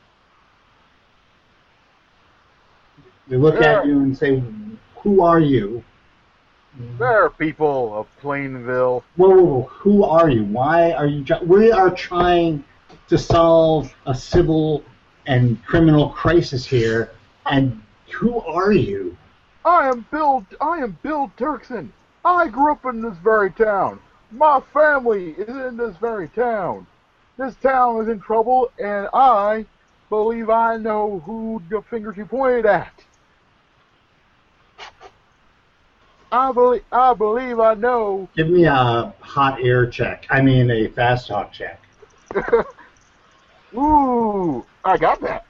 S1: They look at you and say, "Who are you?
S3: There are people of Plainville.
S1: Whoa, whoa, whoa, who are you? Why are you? jo- We are trying to solve a civil and criminal crisis here, and who are you?
S3: I am Bill. I am Bill Dirksen. I grew up in this very town. My family is in this very town. This town is in trouble, and I believe I know who the fingers you pointed at. I believe. I believe I know.
S1: Give me a hot air check. I mean, a fast talk check.
S3: Ooh, I got that.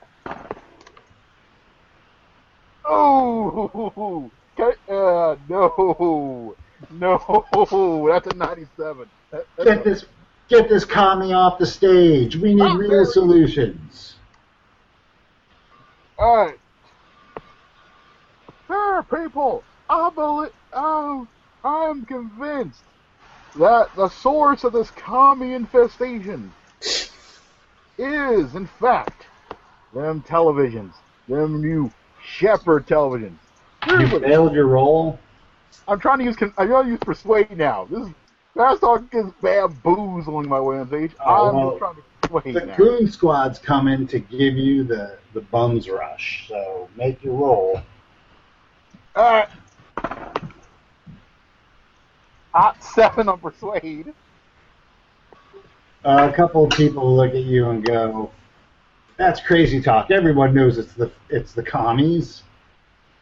S3: Oh, okay, uh, no, no, that's a 97. That- that's
S1: Get
S3: a-
S1: this, get this commie off the stage. We need real solutions."
S3: Alright. Fair people, I believe, I, I'm convinced that the source of this commie infestation is, in fact, them televisions, them new Shepherd televisions. oh.
S1: You failed your role.
S3: I'm trying to use, con- I'm trying to use persuade now. This is, fast talk is bamboozling my way on stage.
S1: Oh,
S3: I'm
S1: well,
S3: just trying to persuade
S1: The
S3: now.
S1: goon squad's coming to give you the the bums rush. So make your roll.
S3: Alright. Hot seven on persuade.
S1: Uh, a couple of people look at you and go, "That's crazy talk. Everyone knows it's the it's the commies."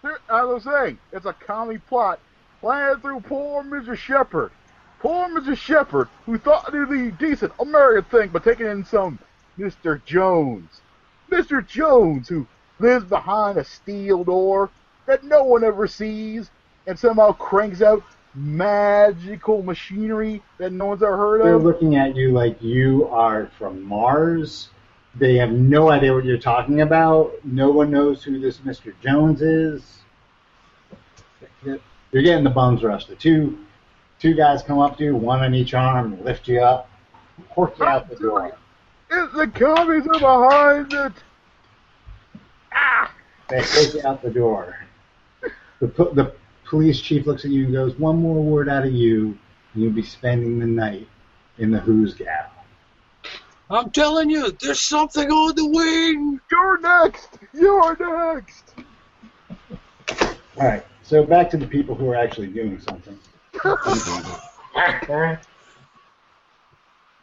S3: There- As I was saying, it's a comedy plot planned through poor Mrs. Shepard. Poor Mrs. Shepard, who thought it was a decent American thing, but taking in some Mr. Jones. Mr. Jones, who lives behind a steel door that no one ever sees, and somehow cranks out magical machinery that no one's ever heard
S1: They're
S3: of.
S1: looking at you like you are from Mars. They have no idea what you're talking about. No one knows who this Mr. Jones is. You're getting the bums rush. The two two guys come up to you, one on each arm, lift you up, pork you out the door.
S3: It's the commies are behind it!
S1: They take you out the door. The, po- the police chief looks at you and goes, "One more word out of you, and you'll be spending the night in the Who's Gal."
S2: I'm telling you, there's something on the wing.
S3: You're next. You're next.
S1: All right. So back to the people who are actually doing something.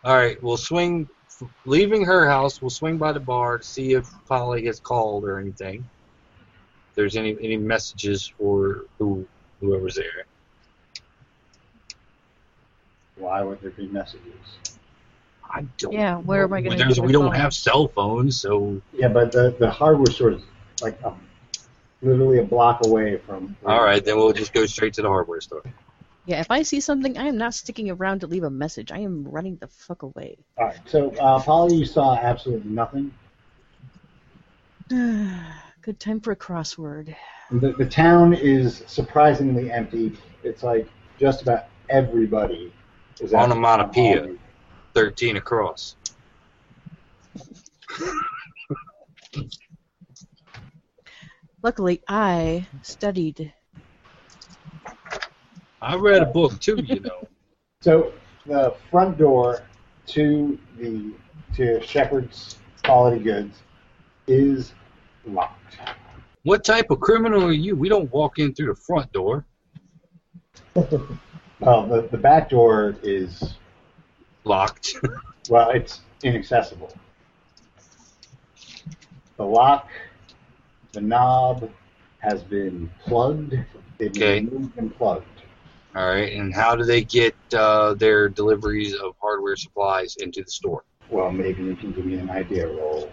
S2: All right, we'll swing, leaving her house. We'll swing by the bar to see if Polly has called or anything. If there's any any messages for who whoever's there.
S1: Why would there be messages?
S2: I don't.
S7: Yeah, where am I gonna
S2: There's-
S7: get
S2: We
S7: the
S2: don't
S7: phone?
S2: have cell phones, so
S1: Yeah, but the, the hardware store is like um, literally a block away from.
S2: all right, then we'll just go straight to the hardware store.
S5: Yeah, if I see something, I am not sticking around to leave a message. I am running the fuck away.
S1: All right. So, uh, Polly, you saw absolutely nothing.
S5: Good time for a crossword.
S1: The, the town is surprisingly empty. It's like just about everybody is out.
S2: Onomatopoeia. Thirteen across.
S5: Luckily, I studied.
S2: I read a book too, you know.
S1: So the front door to the to Shepherd's Quality Goods is locked.
S2: what type of criminal are you? We don't walk in through the front door.
S1: Well, the, the back door is
S2: Locked.
S1: well, it's inaccessible. The lock, the knob, has been plugged. They've been
S2: Okay.
S1: removed and plugged.
S2: All right, and how do they get uh, their deliveries of hardware supplies into the store?
S1: Well, maybe you can give me an idea roll.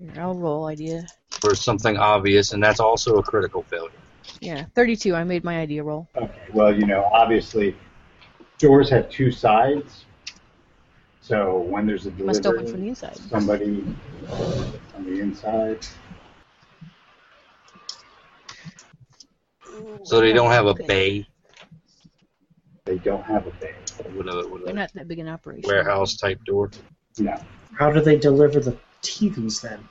S5: Here, I'll roll idea.
S2: For something obvious, and that's also a critical failure.
S5: Yeah, 32. I made my idea roll.
S1: Okay. Well, you know, obviously, doors have two sides. So when there's a delivery,
S5: Must open from the inside.
S1: somebody on the inside.
S2: So they don't have a bay
S1: They don't have a bay.
S2: with a, with
S5: They're
S2: a
S5: not that big an operation.
S2: warehouse type door.
S1: No,
S6: How do they deliver the TVs then?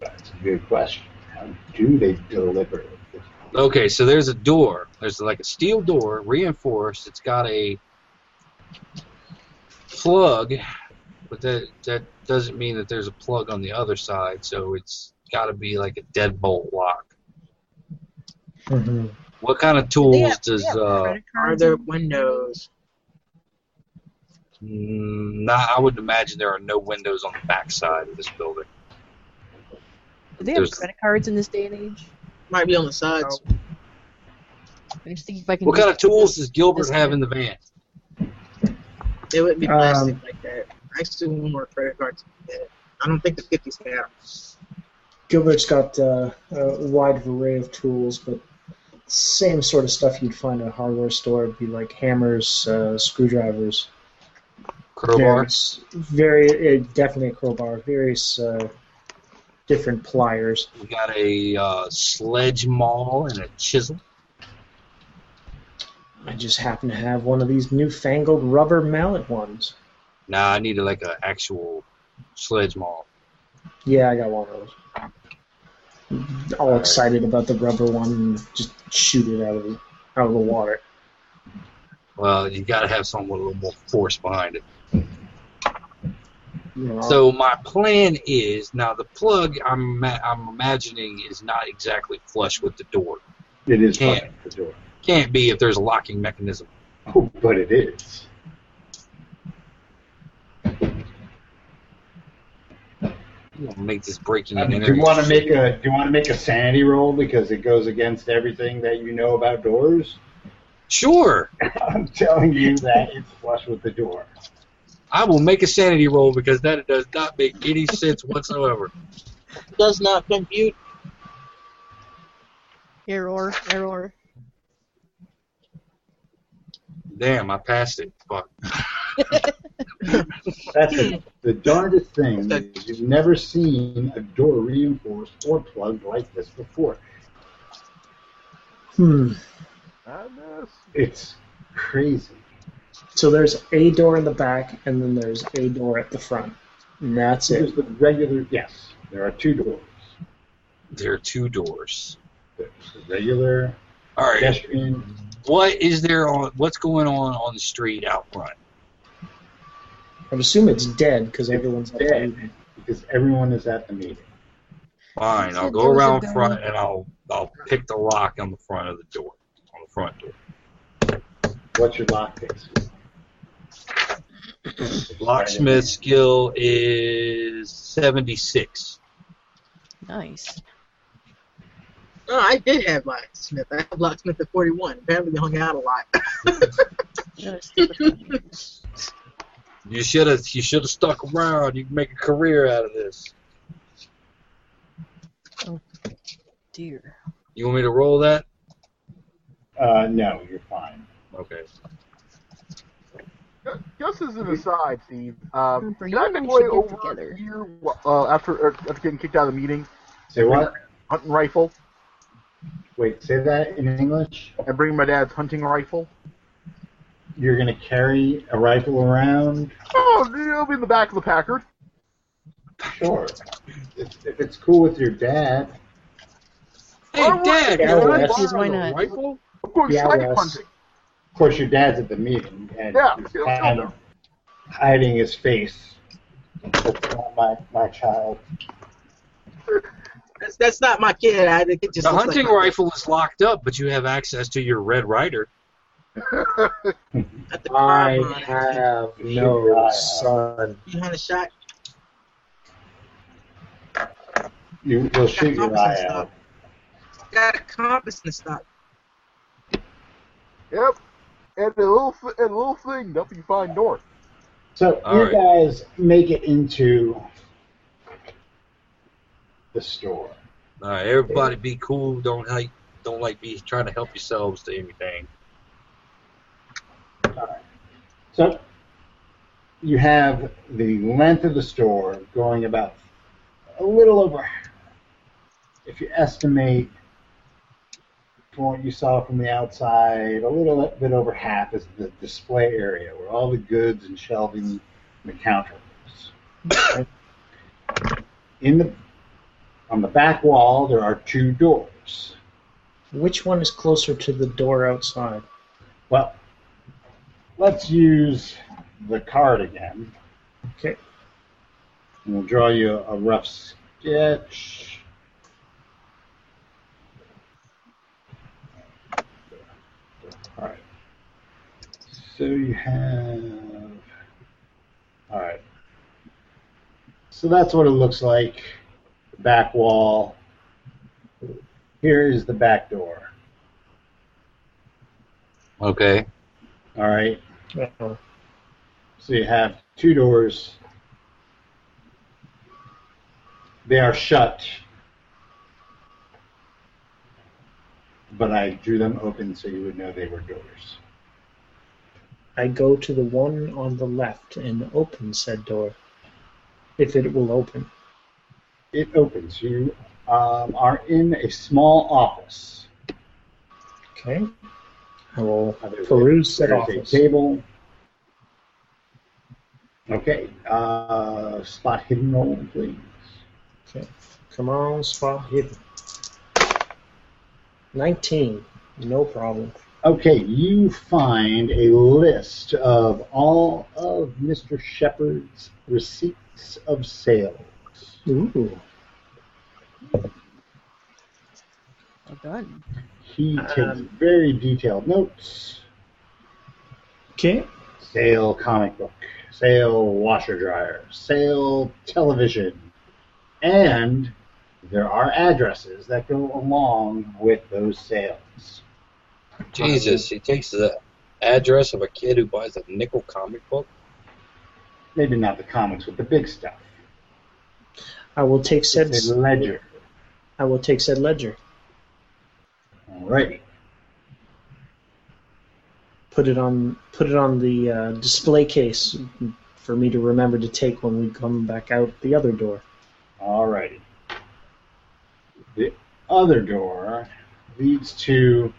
S1: that's a good question. How do they deliver it?
S2: Okay, so there's a door. There's like a steel door, reinforced. It's got a plug, but that that doesn't mean that there's a plug on the other side. So it's got to be like a deadbolt lock.
S6: Mm-hmm.
S2: What kind of tools does uh?
S4: Are there windows?
S2: mm, Nah, I would imagine there are no windows on the back side of this building.
S5: Do they have
S2: There's-
S5: credit cards in this day and age?
S4: Might be on the sides.
S5: I'm just thinking if I can.
S2: What
S5: just-
S2: kind of tools does Gilbert have in the van?
S4: They wouldn't be
S6: Um,
S4: plastic like that. I assume more credit cards. than that. I don't think the 50s have.
S6: Gilbert's got uh, a wide array of tools, but same sort of stuff you'd find in a hardware store. It'd be like hammers, uh, screwdrivers,
S2: Crowbar.
S6: various, very uh, definitely a crowbar, various uh, different pliers.
S2: We got a uh, sledge maul and a chisel.
S6: I just happen to have one of these newfangled rubber mallet ones.
S2: Nah, I needed like an actual sledge maul.
S6: Yeah, I got one of those. All
S2: right.
S6: excited about the rubber one, and just shoot it out of the, out of the water.
S2: Well, you got to have something with a little more force behind it.
S6: You know,
S2: So my plan is now the plug I'm ma- I'm imagining is not exactly flush with the door.
S1: It is
S2: Can't.
S1: fucking the door.
S2: Can't be if there's a locking mechanism.
S1: Oh, but it is.
S2: I'm gonna make this breaking
S1: Um,
S2: and
S1: do
S2: entering.
S1: you want to make a Do you want to make a sanity roll because it goes against everything that you know about doors?
S2: Sure,
S1: I'm telling you that it's flush with the door.
S2: I will make a sanity roll because that does not make any sense whatsoever.
S4: Does not compute.
S5: Error, error.
S2: Damn, I passed it. Fuck.
S1: That's the, the darndest thing. is You've never seen a door reinforced or plugged like this before.
S6: hmm.
S3: Madness.
S1: It's crazy.
S6: So there's a door in the back, and then there's a door at the front. And that's
S1: There's
S6: it.
S1: the regular. Yes, there are two doors.
S2: There are two doors.
S1: There's the regular
S2: All right.
S1: pedestrian.
S2: What is there on? What's going on on the street out front?
S6: I'm assuming it's dead because everyone's at the
S1: Dead.
S6: meeting.
S1: because everyone is at the meeting.
S2: Fine,
S5: You
S2: I'll
S5: said
S2: go
S5: there was a
S2: around
S5: guy-
S2: front and I'll I'll pick the lock on the front of the door. On the front door.
S1: What's your lock picks?
S2: Locksmith skill is seventy six.
S5: Nice.
S4: Oh, I did have locksmith. I had locksmith at 41. Apparently, we hung out a lot.
S5: Another stupid one.
S2: You should have you should have stuck around. You can make a career out of this.
S5: Dear.
S2: You want me to roll that?
S1: Uh, no, you're fine.
S2: Okay.
S3: Ju- Just as an aside, Steve, um,
S5: Remember,
S3: did
S5: you
S3: I
S5: and I
S3: deploy
S5: should get
S3: over
S5: together.
S3: a year uh, after, after getting kicked out of the meeting,
S1: Say what?
S3: hunting rifle,
S1: Wait, say that in English.
S3: and bring my dad's hunting rifle?
S1: You're gonna carry a rifle around.
S3: Oh, it'll be in the back of the Packard.
S1: Sure. If, if it's cool with your dad.
S2: Hey,
S3: Alright,
S2: Dad,
S6: yeah,
S2: can I
S6: well,
S2: borrow
S5: why
S2: the
S5: not?
S2: rifle?
S3: Of course,
S1: Yeah,
S3: snake
S1: Wes.
S3: hunting.
S1: Of course, your dad's at the meeting and
S3: Yeah,
S1: he's
S3: he'll
S1: kind
S3: tell
S1: of hiding his face. That's not my my child.
S4: That's, that's not my kid. I, it just
S2: The
S4: looks
S2: hunting
S4: like my-
S2: rifle is locked up, but you have access to your Red Rider.
S4: at the
S7: I
S4: crime line.
S7: have
S1: Sure I
S7: no
S1: have.
S7: son.
S4: You hunt a shot.
S1: You will shoot
S4: Got
S1: your
S4: compass and
S1: eye out.
S4: stuff. Got a compass and stuff.
S3: Yep. And the little, th- and the little thing to help you find north.
S1: So
S2: All
S1: you
S2: right.
S1: guys make it into the store.
S2: All right, Uh, everybody, be cool. Don't like don't like be trying to help yourselves to anything.
S1: So you have the length of the store going about a little over, if you estimate from what you saw from the outside, a little bit over half is the display area where all the goods and shelving and the counter is. In the on the back wall there are two doors.
S6: Which one is closer to the door outside?
S1: Well, let's use the card again.
S6: Okay.
S1: And we'll draw you a rough sketch. Alright. So you have. Alright. So that's what it looks like. The back wall. Here is the back door.
S2: Okay.
S1: Alright.
S6: Oh,
S1: So you have two doors. They are shut. But I drew them open so you would know they were doors.
S6: I go to the one on the left and open said door. If it will open.
S1: It opens. You um, are in a small office.
S6: Okay. I will
S1: Uh, there's a-
S6: peruse said
S1: There's
S6: office.
S1: a table. Okay. Uh, spot hidden roll, please.
S6: Okay. Come on, spot hidden. 19. No problem.
S1: Okay, you find a list of all of Mr. Shepard's receipts of sales.
S6: Ooh.
S5: Well done.
S1: He takes
S6: Um,
S1: very detailed notes.
S6: Okay.
S1: Sale comic book, sale washer dryer, sale television, and there are addresses that go along with those sales.
S2: Jesus, he takes the address of a kid who buys a nickel comic book.
S1: Maybe not the comics, but the big stuff.
S6: I will take said
S1: It's a ledger.
S6: I will take said ledger.
S1: Alrighty.
S6: Put it on put it on the uh, display case for me to remember to take when we come back out the other door.
S1: Alrighty. The other door leads to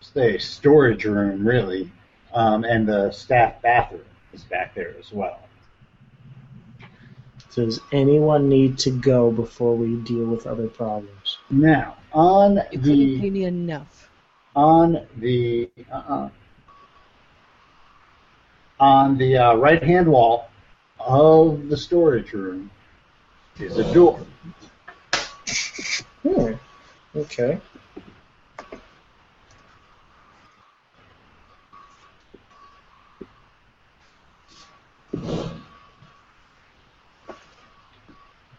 S1: say storage room really. Um, and the staff bathroom is back there as well.
S6: Does anyone need to go before we deal with other problems?
S1: Now, on
S5: You couldn't
S1: the
S5: pay me enough.
S1: on the uh, uh, uh-uh. on the uh, right hand wall of the storage room is a door.
S6: Hmm. Okay.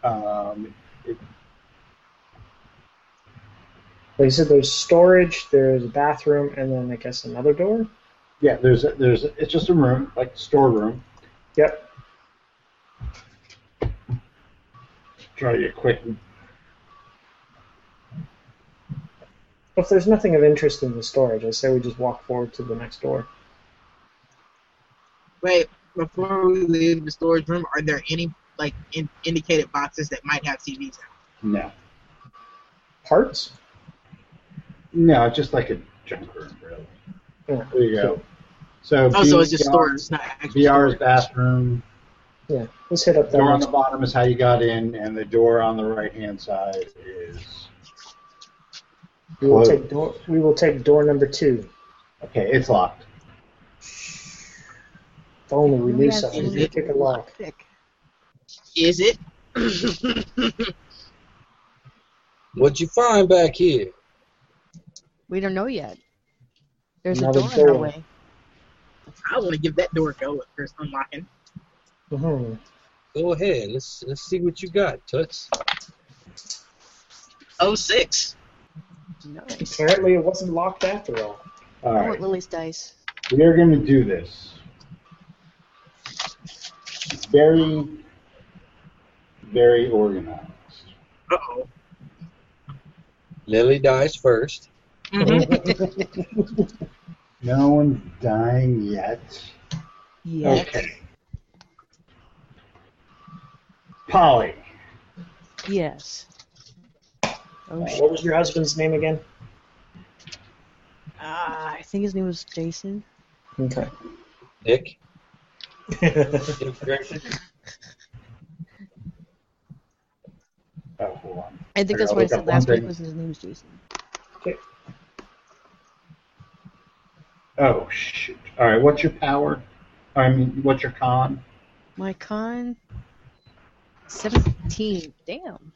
S1: Um, it-
S6: Like you said, there's storage, there's a bathroom, and then I guess another door.
S1: yeah, there's a, there's a, it's just a room like a storeroom.
S6: Yep.
S1: Try to quick.
S6: If there's nothing of interest in the storage, I say we just walk forward to the next door.
S4: Wait, before we leave the storage room, are there any like in- indicated boxes that might have TVs? Out?
S1: No,
S6: Parts?
S1: no, it's just like a junk room really.
S6: Yeah.
S1: There you go. So
S4: Oh, so it's just
S1: VR
S4: storage, it's not actual
S1: VR's
S4: storage.
S1: bathroom.
S6: Yeah. Let's hit up that
S1: Door on the
S6: one.
S1: bottom is how you got in, and the door on the right hand side is
S6: We will
S1: Close.
S6: take door. We will take door number two.
S1: okay. It's locked.
S6: If only we
S5: Yeah,
S6: knew something.
S4: it's
S6: We could pick a lock.
S5: Thick.
S4: Is it?
S2: What'd you find back here?
S5: We don't know yet. There's
S6: Another
S5: a door, in our
S6: door.
S5: way.
S4: I want to give that door a go at first unlocking.
S6: hmm
S2: Go ahead. Let's let's see what you got, Toots.
S4: Oh six.
S5: Nice.
S6: Apparently, it wasn't locked after all.
S1: All
S5: I
S1: right.
S5: want Lily's dice.
S1: We are going to do this. Very, very organized.
S4: Uh oh.
S2: Lily dies first.
S5: Mm-hmm.
S1: No one's dying yet.
S5: Yeah.
S1: Okay. Polly.
S5: Yes. Oh, sh-
S6: What was your husband's name again?
S5: ah, I think his name was Jason.
S6: Okay.
S2: Nick.
S6: That's
S1: Oh, hold on.
S5: I think that's
S1: I'll
S5: what I
S1: look up
S5: said
S1: one
S5: last week
S1: thing.
S5: was his name was Jason.
S1: Oh, shoot. All right. What's your power? I mean, what's your con?
S5: My con, 17. Damn.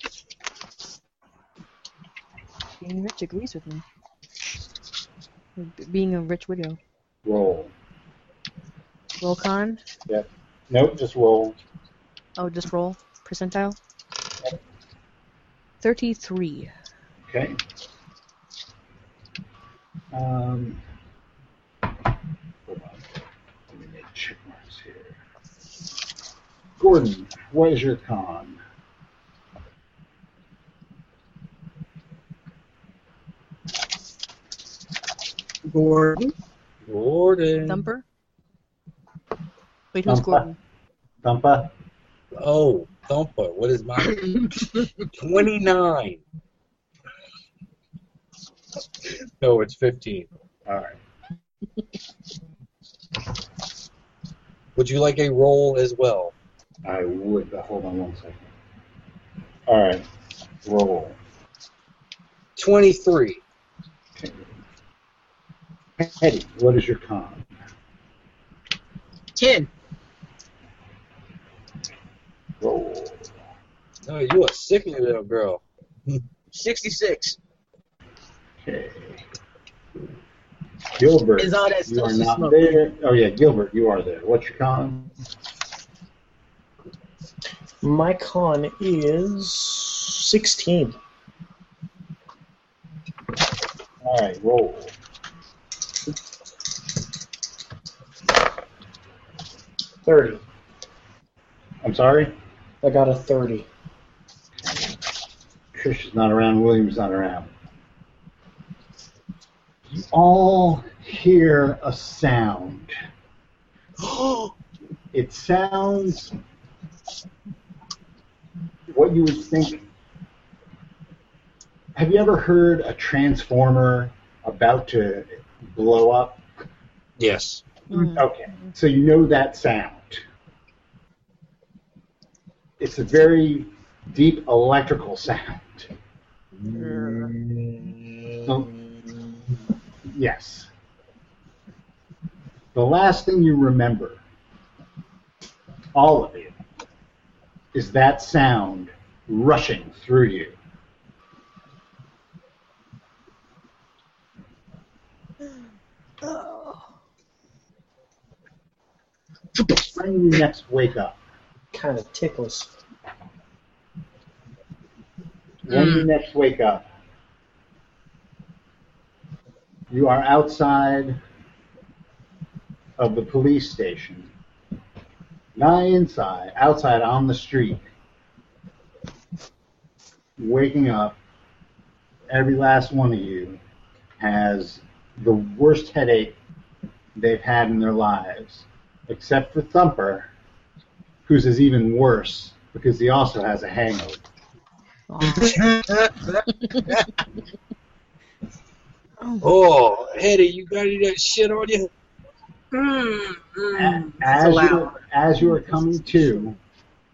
S5: Being rich agrees with me. B- Being a rich widow.
S1: Roll.
S5: Roll con?
S1: Nope, just roll.
S5: Oh, just roll. Percentile? 33.
S1: Okay. Um, hold on. Let me make check marks here. Gordon, what is your con?
S4: Oh, Gordon.
S2: Gordon.
S5: Thumper? Wait, who's
S1: Thumper.
S5: Gordon?
S1: Thumpa?
S2: Oh, Thumper. What is my twenty-nine? No, it's fifteen.
S1: Alright.
S2: Would you like a roll as well?
S1: I would, but hold on one second. Alright. Roll.
S2: Twenty-three.
S1: Okay. Hetty, what is your con?
S4: Ten.
S1: Roll.
S2: No, you a sickly little girl.
S4: Sixty-six.
S1: Okay. Gilbert,
S4: Is all that
S1: you
S4: stuff
S1: are
S4: she
S1: not
S4: smoked?
S1: there. Oh yeah, Gilbert, you are there. What's your con?
S6: My con is 16.
S1: All right, roll.
S6: Thirty.
S1: I'm sorry,
S6: I got a thirty.
S1: Trish is not around. William's not around. You all hear a sound. it sounds what you would think. Have you ever heard a transformer about to blow up?
S2: Yes.
S5: Mm.
S1: Okay, so you know that sound. It's a very deep electrical sound. Oh, Yes. The last thing you remember all of you, is that sound rushing through you.
S5: Oh,
S1: When you next wake up,
S6: Kind of tickles.
S1: when you next wake up, you are outside of the police station, not inside, outside on the street, waking up. Every last one of you has the worst headache they've had in their lives, except for Thumper, whose is even worse because he also has a hangover.
S2: Oh, Eddie, you got any of that shit on you?
S4: Hmm.
S1: A-
S4: Mm, that's
S1: as you,
S4: allowed. Mm.
S1: as you are coming to,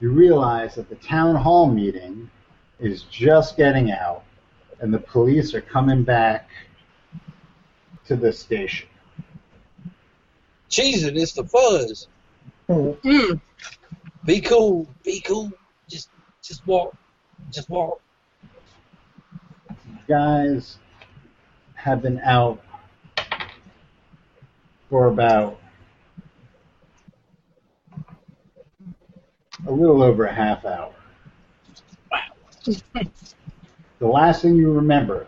S1: you realize that the town hall meeting is just getting out, and the police are coming back to the station.
S2: Jesus, it's the fuzz.
S6: Hmm.
S4: Mm.
S2: Be cool. Be cool. Just, just walk. Just walk.
S1: You guys have been out for about a little over a half hour. the last thing you remember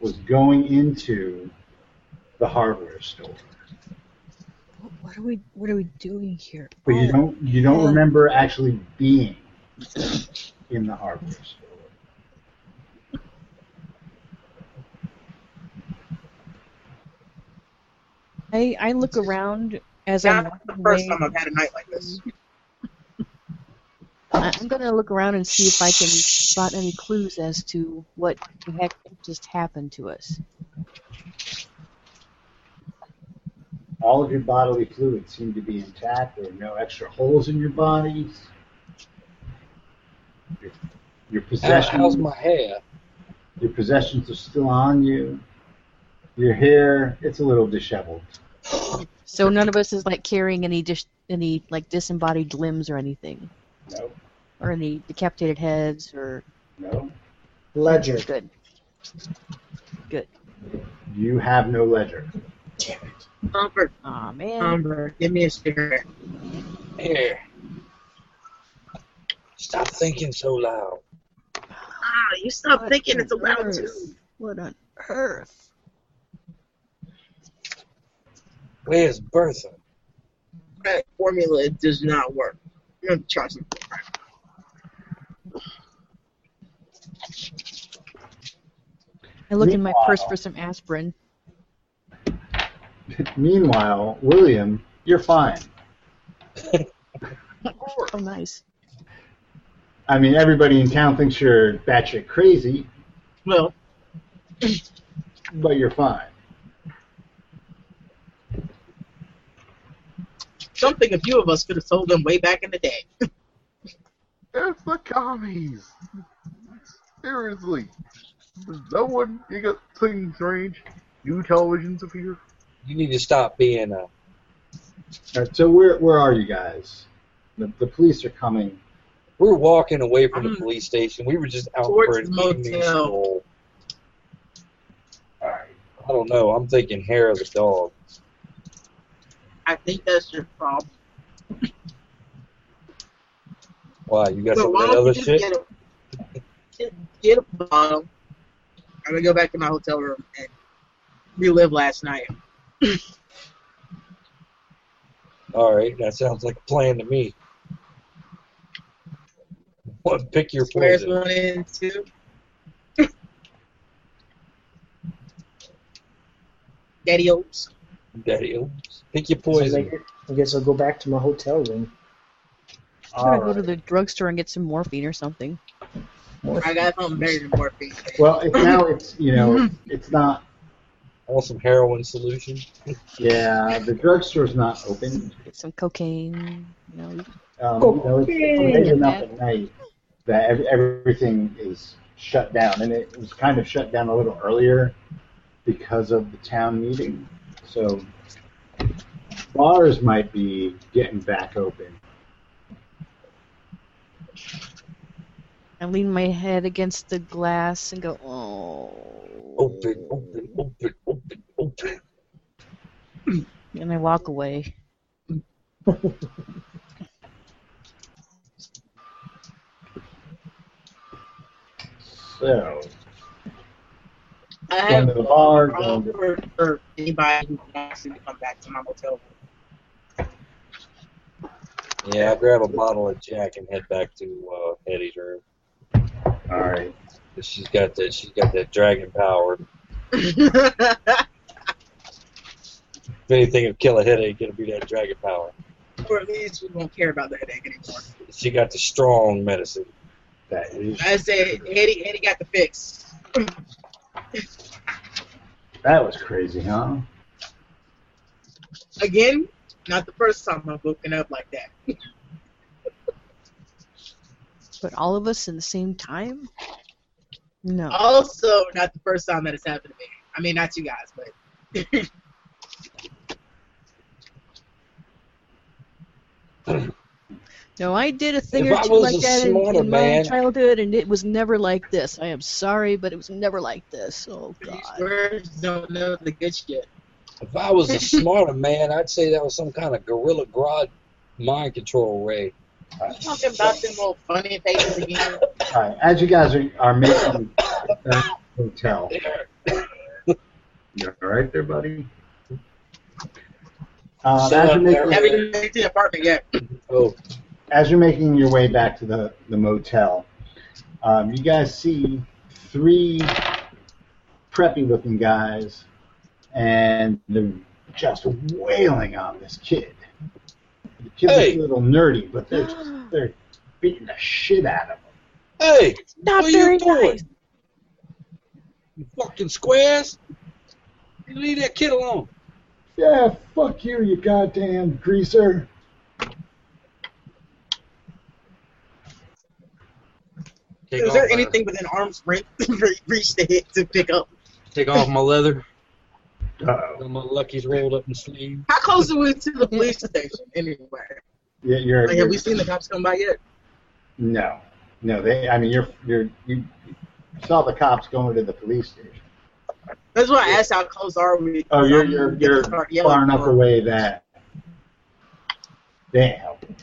S1: was going into the hardware store.
S5: Wh- What are we? What are we doing here?
S1: But you
S5: Oh,
S1: don't you don't
S5: Oh.
S1: remember actually being in the hardware store.
S5: I I look around as
S4: Not
S5: I'm walking
S4: the first
S5: away.
S4: time I've had a night like this.
S5: I- I'm gonna look around and see if I can spot any clues as to what the heck just happened to us.
S1: All of your bodily fluids seem to be intact. There are no extra holes in your bodies. Your, your
S2: How,
S1: possessions
S2: how's my hair?
S1: your possessions are still on you. Your hair it's a little disheveled.
S5: So none of us is like carrying any dis- any like disembodied limbs or anything,
S1: No,
S5: or any decapitated heads or
S1: no.
S6: Ledger.
S5: good.
S1: You have no ledger.
S6: Damn it.
S4: Comfort,
S5: Aw man.
S4: comfort. Give me a cigarette.
S2: Here. Stop thinking so loud.
S4: Ah, you stop
S5: What
S4: thinking
S5: on
S4: it's allowed to.
S5: earth? What on earth?
S2: Where's Bertha?
S4: That formula does not work. I'm gonna try something.
S5: I look in my purse
S1: Meanwhile-
S5: for some aspirin.
S1: Meanwhile, William, you're fine.
S5: Oh nice.
S1: I mean, everybody in town thinks you're batshit crazy,
S4: Well,
S1: but you're fine.
S4: something a few of us could have told them way back in the day.
S3: It's the commies. Seriously. There's no one you got things range. New televisions appear.
S2: You need to stop being uh, a.
S1: All right, so where where are you guys? The, the police are coming.
S2: We were walking away from the
S4: I'm-
S2: police station. We were just out
S4: Towards
S2: for an
S4: the
S2: evening
S4: motel.
S2: stroll. I don't know. I'm thinking hair of the dog.
S4: I think that's your problem.
S2: Why? You got
S4: So
S2: some
S4: why
S2: of that other
S4: don't you just
S2: shit?
S4: get a, just get a bottle? I'm gonna go back to my hotel room and relive last night.
S2: All right, that sounds like a plan to me. What? Pick your
S4: Squares
S2: poison.
S4: one and two. Daddy Oaks.
S2: Daddy, oops. Pick your
S6: So I
S2: poison.
S6: think- I guess I'll go back to my hotel room.
S5: I'm gonna
S1: uh,
S5: go to the drugstore and get some morphine or something.
S4: I got home better than morphine.
S1: Well, it's now it's you know
S4: Mm-hmm.
S1: it's not.
S2: I want some heroin solution.
S1: Yeah, the drugstore's not open.
S5: Get some cocaine. You know,
S1: Um, you know, it's, it's late enough at night that ev- everything is shut down, and it was kind of shut down a little earlier because of the town meeting. So bars might be getting back open,
S5: I lean my head against the glass and go, oh.
S2: Open, open, open, open, open.
S5: And I walk away.
S1: So,
S4: I
S1: going
S4: have
S1: to the bar,
S4: all
S1: going to
S4: for, for anybody who wants to come back to my hotel room.
S2: Yeah, I grab a bottle of Jack and head back to uh, Hetty's room.
S1: all right.
S2: She's got that. She's got that dragon power. If anything would kill a headache, it'll be that dragon power.
S4: or at least we won't care about the headache anymore.
S2: She got the strong medicine.
S1: That is
S4: I said Eddie, Eddie got the fix.
S1: that was crazy, huh?
S4: Again, not the first time I'm woken up like that.
S5: But all of us in the same time? No.
S2: Uh,
S4: Also, not the first time that it's happened to me. I mean, not you guys, but
S5: No, I did a thing
S2: If
S5: or
S2: I
S5: two
S2: was
S5: like
S2: a
S5: that in,
S2: smarter
S5: in my
S2: man-
S5: childhood, and it was never like this. I am sorry, but it was never like this. Oh
S4: these
S5: God.
S4: words don't know the good shit.
S2: If I was a smarter man, I'd say that was some kind of gorilla grod mind control ray.
S4: You talking about them little funny faces again?
S1: All right, as you guys are, are making the hotel. You all right there, buddy? Um,
S2: Shut
S1: as, you're
S2: up,
S1: making,
S2: Eric.
S4: Haven't even been to the apartment yet.
S2: Oh,
S1: as you're making your way back to the, the motel, um, you guys see three preppy looking guys, and they're just wailing on this kid. The kid
S2: Hey.
S1: looks a little nerdy, but they're, just, they're beating the shit out of him.
S2: hey,
S5: Not
S2: what are
S5: very
S2: you doing?
S5: nice.
S2: You fucking squares! You leave that kid alone.
S1: Yeah, fuck you, you goddamn greaser.
S2: Take
S4: Is there
S2: off my-
S4: anything within arm's reach reach to hit to pick up?
S2: Take off my leather.
S1: Uh-oh.
S2: Got my luckies rolled up in sleeve.
S4: How close are we to the police station anyway?
S1: Yeah, you're,
S4: Like, have we seen the cops come by yet?
S1: No, no. They. I mean, you're you're you saw the cops going to the police station.
S4: That's why I asked how close are we.
S1: Oh, you're
S4: I'm
S1: you're
S4: gonna
S1: you're
S4: start yelling
S1: far enough
S4: for 'em.
S1: away that they ain't helping.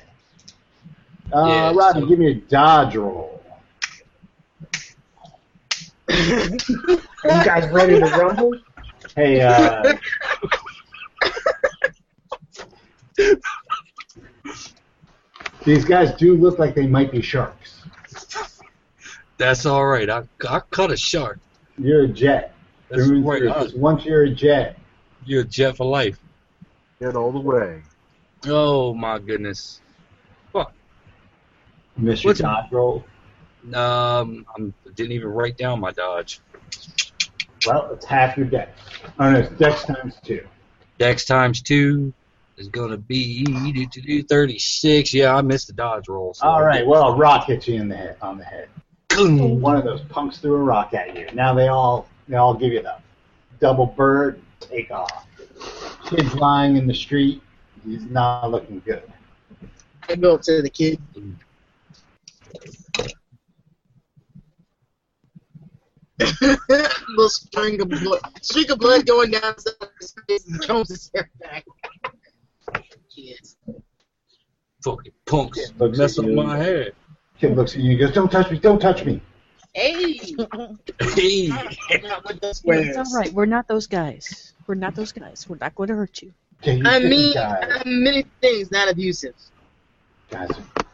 S1: Uh,
S2: Yeah,
S1: Robin,
S2: so-
S1: give me a dodge roll.
S6: Are you guys ready to rumble?
S1: Hey, uh, these guys do look like they might be sharks.
S2: That's all right. I, I cut a shark.
S1: You're a jet.
S2: That's
S1: Through and
S2: right.
S1: through.
S2: I-
S1: Once you're a jet,
S2: You're a jet for life.
S3: Get all the way.
S2: Oh my goodness.
S1: miss your
S2: What's-
S1: dodge roll.
S2: Um, I didn't even write down my dodge.
S1: Well, it's half your deck. Oh no, it's dex times two.
S2: Dex times two is gonna be do, do, do, 36. Yeah, I missed the dodge roll. so-
S1: All right. Well, a rock hits you in the head, on the head.
S2: Boom.
S1: One of those punks threw a rock at you. Now they all they all give you the double bird take off. Kid's lying in the street. He's not looking good.
S4: I go up to the kid. little string of blood, streak of blood going down his face, and Jones is staring back. Kids.
S2: Fucking punks.
S1: Looks at
S2: Mess up
S1: you.
S2: my head.
S1: Kid looks at you and goes, "Don't touch me! Don't touch me!"
S4: Hey,
S2: Hey.
S4: I'm not with those
S5: It's all
S4: squares.
S5: right. We're not those guys. We're not those guys. We're not going to hurt you.
S1: Yeah, you
S4: I
S1: different
S4: mean,
S1: guys.
S4: I'm many things, not abusive.
S1: guys, are,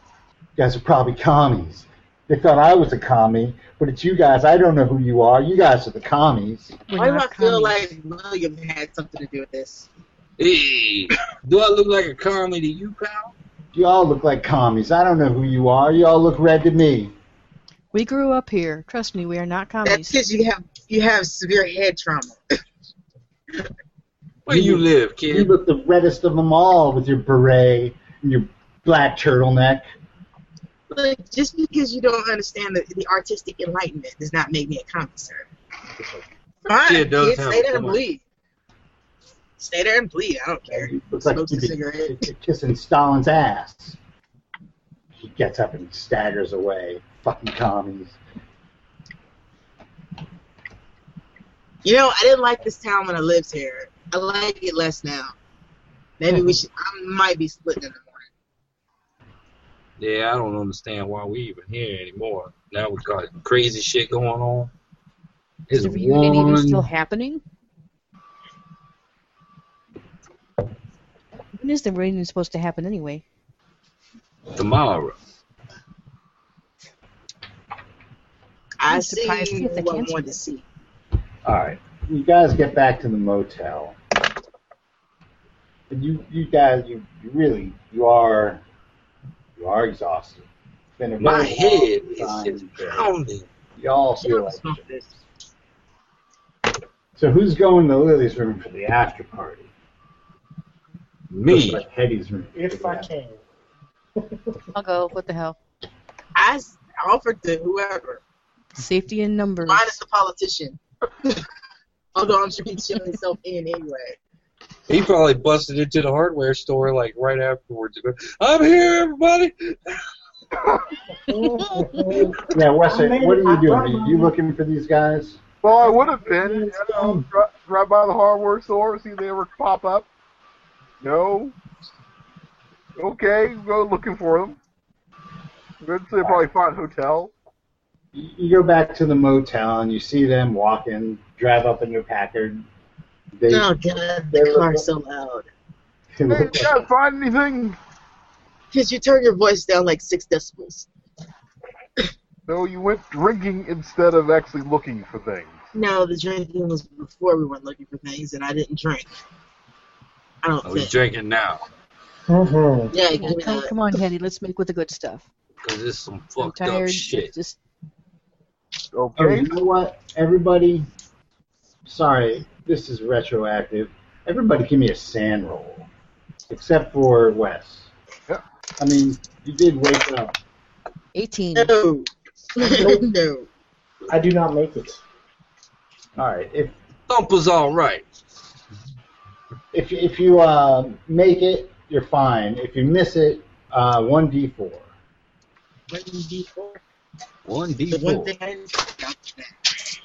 S1: guys are probably commies. They thought I was a commie, but it's you guys. I don't know who you are. You guys are the commies.
S5: We're
S4: Why do I
S5: not
S4: feel
S5: commies.
S4: like William had something to do with this?
S2: Hey. Do I look like a commie to you, pal?
S1: You all look like commies. I don't know who you are. You all look red to me.
S5: we grew up here. Trust me, we are not
S4: That's
S5: commies.
S4: because you have you have severe head trauma.
S2: Where you live,
S1: You
S2: kid?
S1: look the reddest of them all with your beret and your black turtleneck.
S4: Look, just because you don't understand the, the artistic enlightenment does not make me a comic, sir. Fine,
S2: Yeah, it does
S4: kid,
S2: have-
S4: stay there and
S2: come on.
S4: bleed. Stay there and bleed. I don't care.
S1: You look like
S4: Smokes a
S1: you've been
S4: cigarette.
S1: kissing Stalin's ass. He gets up and staggers away. Fucking commies.
S4: You know, I didn't like this town when I lived here. I like it less now. Maybe we should. I might be splitting in the morning.
S2: Yeah, I don't understand why we even here anymore. Now we got crazy shit going on.
S5: Is
S2: It's
S5: the reunion even
S2: one-
S5: still happening? When is the reunion supposed to happen anyway?
S2: tomorrow.
S4: I
S5: I'm
S4: see
S5: surprised if they
S4: what I
S5: canceled
S4: wanted to
S5: it.
S4: see.
S1: All right, you guys get back to the motel. And you, you guys, you, you really, you are, you are exhausted. It's been a
S2: My
S1: very
S2: head
S1: long
S2: is
S1: time.
S2: just pounding.
S1: Y'all feel like shit. So who's going to Lily's room for the after party?
S2: Me.
S1: Looks like Hetty's room.
S6: If I can.
S5: I'll go. What the hell?
S4: I s- offered to whoever,
S5: Safety in numbers.
S4: minus the politician. Although I'm sure he's shutting himself in anyway.
S2: He probably busted into the hardware store like right afterwards. and go, I'm here, everybody.
S1: Yeah, Wes,
S6: I made
S1: what are
S6: it.
S1: you
S6: I
S1: doing?
S6: brought
S1: Are
S6: my-
S1: you looking for these guys?
S3: Well, I would have been. I don't know, dri- drive by the hardware store, see if they ever pop up. No. Okay, go looking for them. Good, so they probably find a hotel.
S1: You you go back to the motel and you see them walking, drive up in their Packard. They,
S4: Oh god, the car's so loud.
S1: they
S3: Hey,
S1: look
S3: did you
S1: like-
S3: guys find anything?
S4: Cause you turn your voice down like six decibels.
S3: No, you went drinking instead of actually looking for things.
S4: No, the drinking was before we went looking for things, and I didn't drink. I don't
S2: Oh, he's
S4: think.
S2: drinking now.
S6: Mhm.
S4: Yeah, give
S5: Yeah,
S4: me
S5: come,
S4: that.
S5: come on, Hetty. Let's make with the good stuff.
S2: Because it's some
S5: I'm
S2: fucked
S5: tired.
S2: up shit.
S5: Just
S1: Oh,
S3: Okay?
S1: you know what? Everybody, sorry, this is retroactive. Everybody, give me a sand roll, except for Wes.
S3: Yep.
S1: I mean, you did wake up.
S5: 18.
S4: No. no.
S6: I do not make it.
S1: All right, if
S2: Thumper's alright.
S1: if if you uh, make it, you're fine. If you miss it, uh, one d four.
S4: The one
S2: 1D4.
S4: thing I didn't think about was that.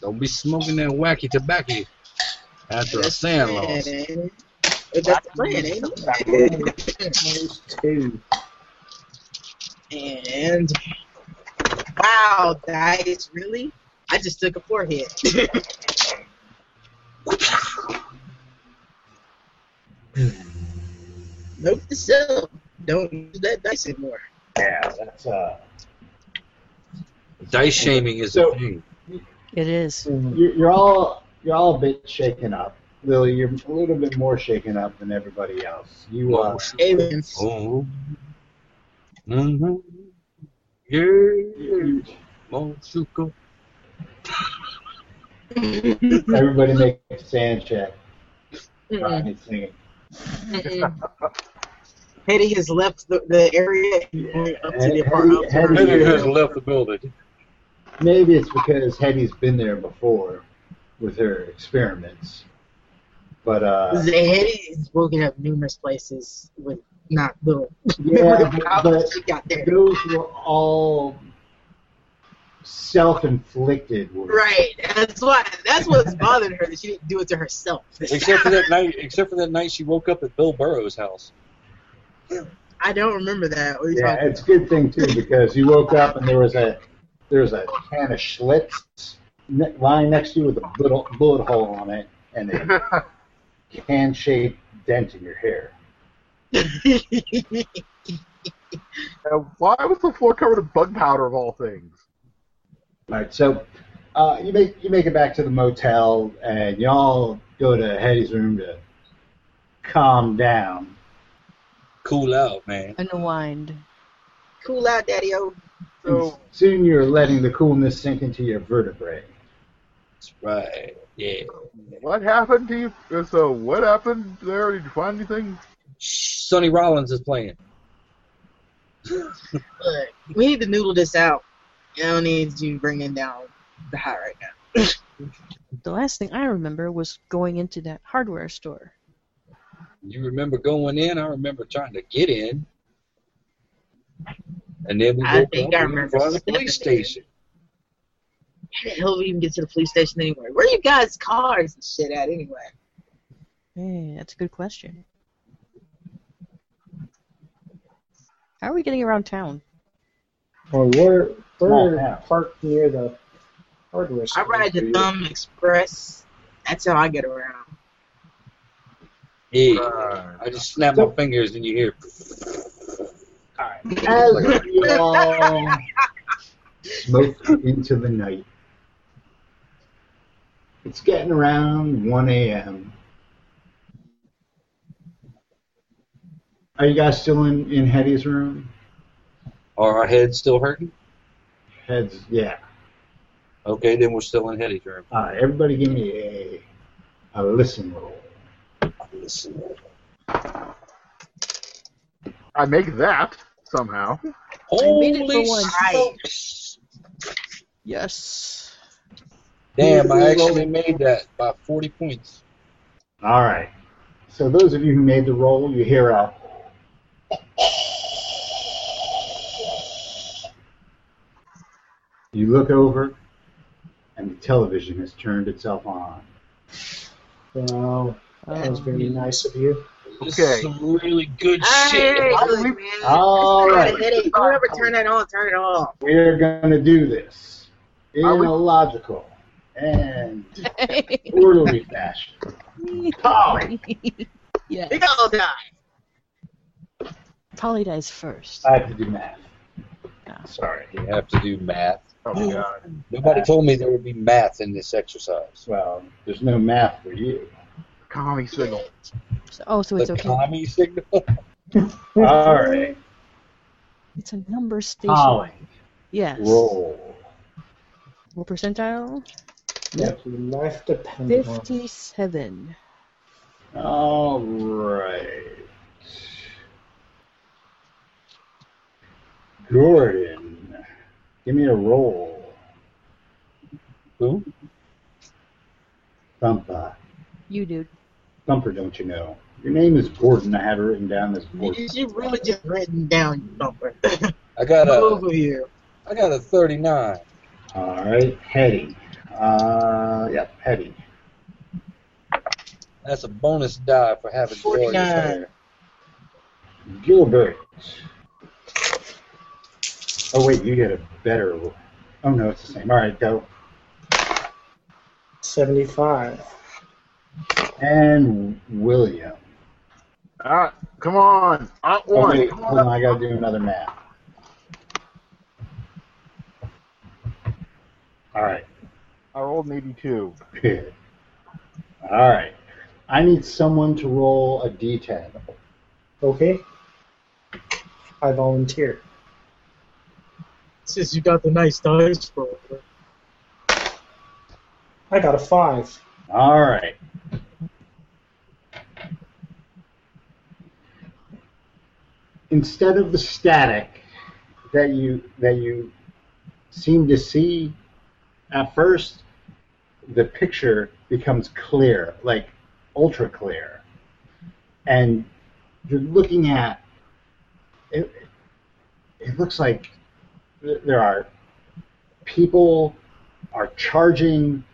S2: Don't be smoking that wacky tobacco after a
S4: That's
S2: sand
S4: the plan,
S2: loss.
S4: ain't it? But That's the plan, ain't
S6: Two.
S4: it? And wow, dice really? I just took a four hit. nope, to self. Don't use that dice anymore.
S1: Yeah, that's uh.
S2: Dice shaming is
S1: So-
S2: a thing.
S5: It is.
S6: Mhm.
S1: You're, you're all you're all a bit shaken up. Lily, you're a little bit more shaken up than everybody else. You uh,
S4: Amen.
S2: Oh. hmm Yeah.
S1: you-
S2: Monsuko.
S1: you- everybody make a sand check.
S4: Mm-mm,
S1: Rodney's singing.
S4: mm-mm. Hetty has left the, the area and going up to the apartment.
S1: Hetty- Hetty-
S2: Maybe he has left the building.
S1: Maybe it's because Hetty's been there before with her experiments. But uh,
S4: The Hetty has woken up numerous places with not little.
S1: yeah,
S4: with
S1: but- but
S4: she got there.
S1: those were all self-inflicted wounds.
S4: Right. That's why. That's what's bothering her that she didn't do it to herself.
S2: Except for that night. Except for that night she woke up at Bill Burrow's house.
S4: I don't remember that. What are you
S1: Yeah,
S4: talking
S1: it's a good thing too because you woke up and there was a there was a can of Schlitz ne- lying next to you with a bullet, bullet hole on it and a can-shaped dent in your hair.
S3: Now, why was the floor covered in bug powder of all things?
S1: All right, so uh, you make you make it back to the motel, and y'all go to Hetty's room to calm down.
S2: Cool out, man.
S5: Unwind.
S4: cool out, Daddy O.
S1: And
S2: Mm.
S3: So,
S1: soon you're letting the coolness sink into your vertebrae.
S2: That's right. Yeah.
S3: what happened to you? Uh, So, what happened there? Did you find anything?
S2: Sonny Rollins is playing.
S4: Look, we need to noodle this out. I don't need you bringing down the high right now.
S5: The last thing I remember was going into that hardware store.
S2: You remember going in? I remember trying to get in. And then we
S4: I
S2: woke
S4: think
S2: up
S4: I
S2: and we were
S4: remember
S2: in the police
S4: stepping in.
S2: station.
S4: How the hell do we even get to the police station anyway? Where are you guys' cars and shit at anyway?
S5: Hey, that's a good question. How are we getting around town?
S6: Well, we're
S1: Small
S6: we're
S1: town.
S6: parked near the hardware store.
S4: I ride the Thumb Express. That's how I get around.
S2: Yeah.
S1: Uh,
S2: I just snap my fingers and you hear.
S1: As you all smoke into the night, it's getting around 1 a.m. Are you guys still in, in Hetty's room?
S2: Are our heads still hurting?
S1: Heads, yeah.
S2: Okay, then we're still in Hetty's room.
S1: All right, everybody give me a, a listen roll.
S3: I make that somehow.
S5: made it for
S2: Holy
S5: once.
S2: smokes!
S5: Yes.
S2: Damn, I actually made that by 40 points.
S1: All right. So those of you who made the roll, you hear a You look over and the television has turned itself on.
S6: Wow, that
S4: Oh.
S6: was very nice of you.
S2: This
S3: Okay.
S2: is some really good shit.
S4: man.
S1: All
S4: I
S1: right.
S4: got a headache. Whoever turn that on, turn it off.
S1: We're gonna do this in
S3: Are we-
S1: a logical and orderly fashion. Polly,
S5: yeah.
S4: We all die.
S5: Polly dies first.
S1: I have to do math.
S5: Yeah.
S1: Sorry.
S2: You have to do math.
S3: Oh god.
S2: Nobody told me there would be math in this exercise.
S1: Well, there's no math for you.
S3: Commie signal.
S5: So- oh, so it's
S2: the
S5: okay.
S2: commie signal.
S1: All right.
S5: It's a number station.
S1: Polly,
S5: Yes.
S1: roll.
S5: What percentile?
S6: Yep, your life depended on it.
S5: Fifty-seven.
S1: All right. Gordon, give me a roll.
S2: Who?
S1: Thumper.
S5: You dude.
S1: Thumper, don't you know? Your name is Gordon. I have it written down as Gordon.
S4: You you really just written down, you bumper.
S2: I got a,
S4: over here.
S2: I got a 39.
S1: All right. Hetty. Uh, yeah, Hetty.
S2: That's a bonus die for having glorious
S4: 49.
S2: hair.
S1: Gilbert. Oh, wait, you get a better roll. Oh, no, it's the same. All right, go.
S6: 75.
S1: And William.
S3: Alright, come on. Out
S1: Oh,
S3: one.
S1: wait,
S3: Come
S1: hold on,
S3: on.
S1: I gotta do another math. Alright,
S3: I rolled an 82.
S1: good. Alright. I need someone to roll a d10.
S6: Okay. I volunteer.
S4: Since you got the nice dice roll.
S6: I got a 5.
S1: Alright. Instead of the static that you that you seem to see at first, the picture becomes clear, like ultra clear. And you're looking at it it looks like th- there are people are charging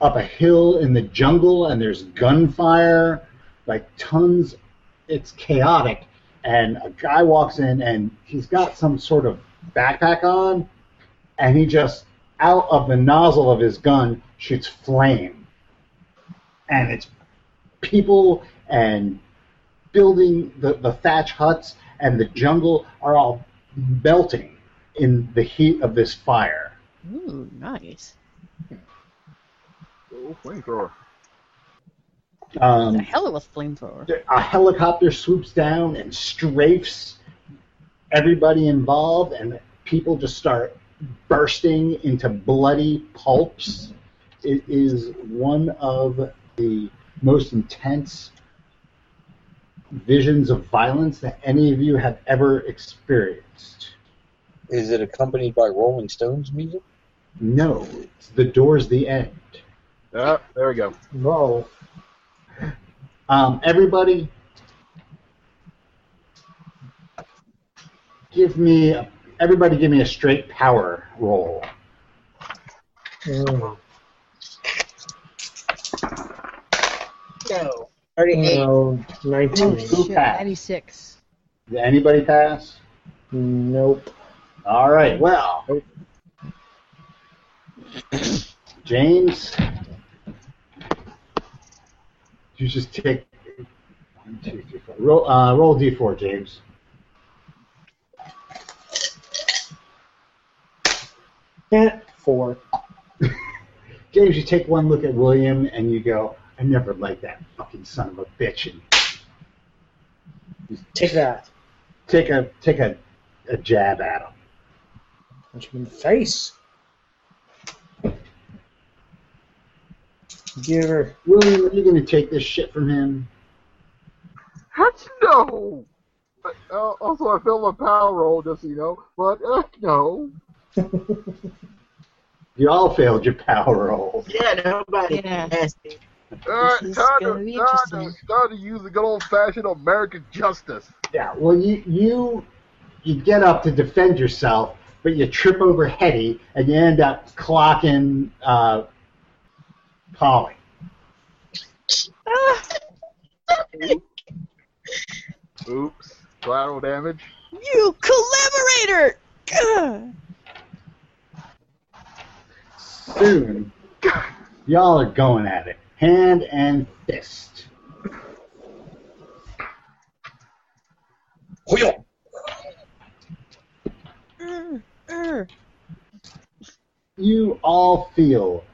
S1: up a hill in the jungle and there's gunfire, like tons. It's chaotic. And a guy walks in and he's got some sort of backpack on, and he just, out of the nozzle of his gun, shoots flame. And it's people and building, the, the thatch huts and the jungle are all melting in the heat of this fire.
S5: Ooh, nice.
S3: Oh, flamethrower.
S1: Um,
S5: the hell of a flamethrower.
S1: a helicopter swoops down and strafes everybody involved, and people just start bursting into bloody pulps. It is one of the most intense visions of violence that any of you have ever experienced.
S2: Is it accompanied by Rolling Stones music?
S1: No, it's the door's the end.
S3: Ah, there we go.
S6: Roll.
S1: Um, everybody, give me a, everybody give me a straight power roll.
S6: Oh,
S4: No. 38.
S6: oh, 19.
S1: Who passed?
S5: 96.
S1: Did anybody pass?
S6: Nope.
S1: All right. Well, James, you just take one, two, three, four. Roll, uh, roll d4, James.
S6: Eh, Four.
S1: James, you take one look at William and you go, "I never liked that fucking son of a bitch." And
S6: Take that.
S1: take a take a, a jab at him.
S6: Punch him in the face. Give her.
S1: William, are you going to take this shit from him?
S3: Heck no! But, uh, also, I feel a power roll, just so you know, but heck no.
S1: You all failed your power roll.
S4: Yeah, nobody
S5: Yeah.
S4: asked it.
S3: Uh, time,
S5: This is gonna
S3: to,
S5: be
S3: time, to,
S5: interesting.
S3: time to use the good old fashioned American justice.
S1: Yeah. Well, you you you get up to defend yourself, but you trip over Hetty and you end up clocking uh, Polly.
S5: Ah,
S3: Oops. Collateral damage.
S5: You collaborator! Gah!
S1: Soon, y'all are going at it, hand and fist.
S2: Wheel!
S5: Err, err.
S1: You all feel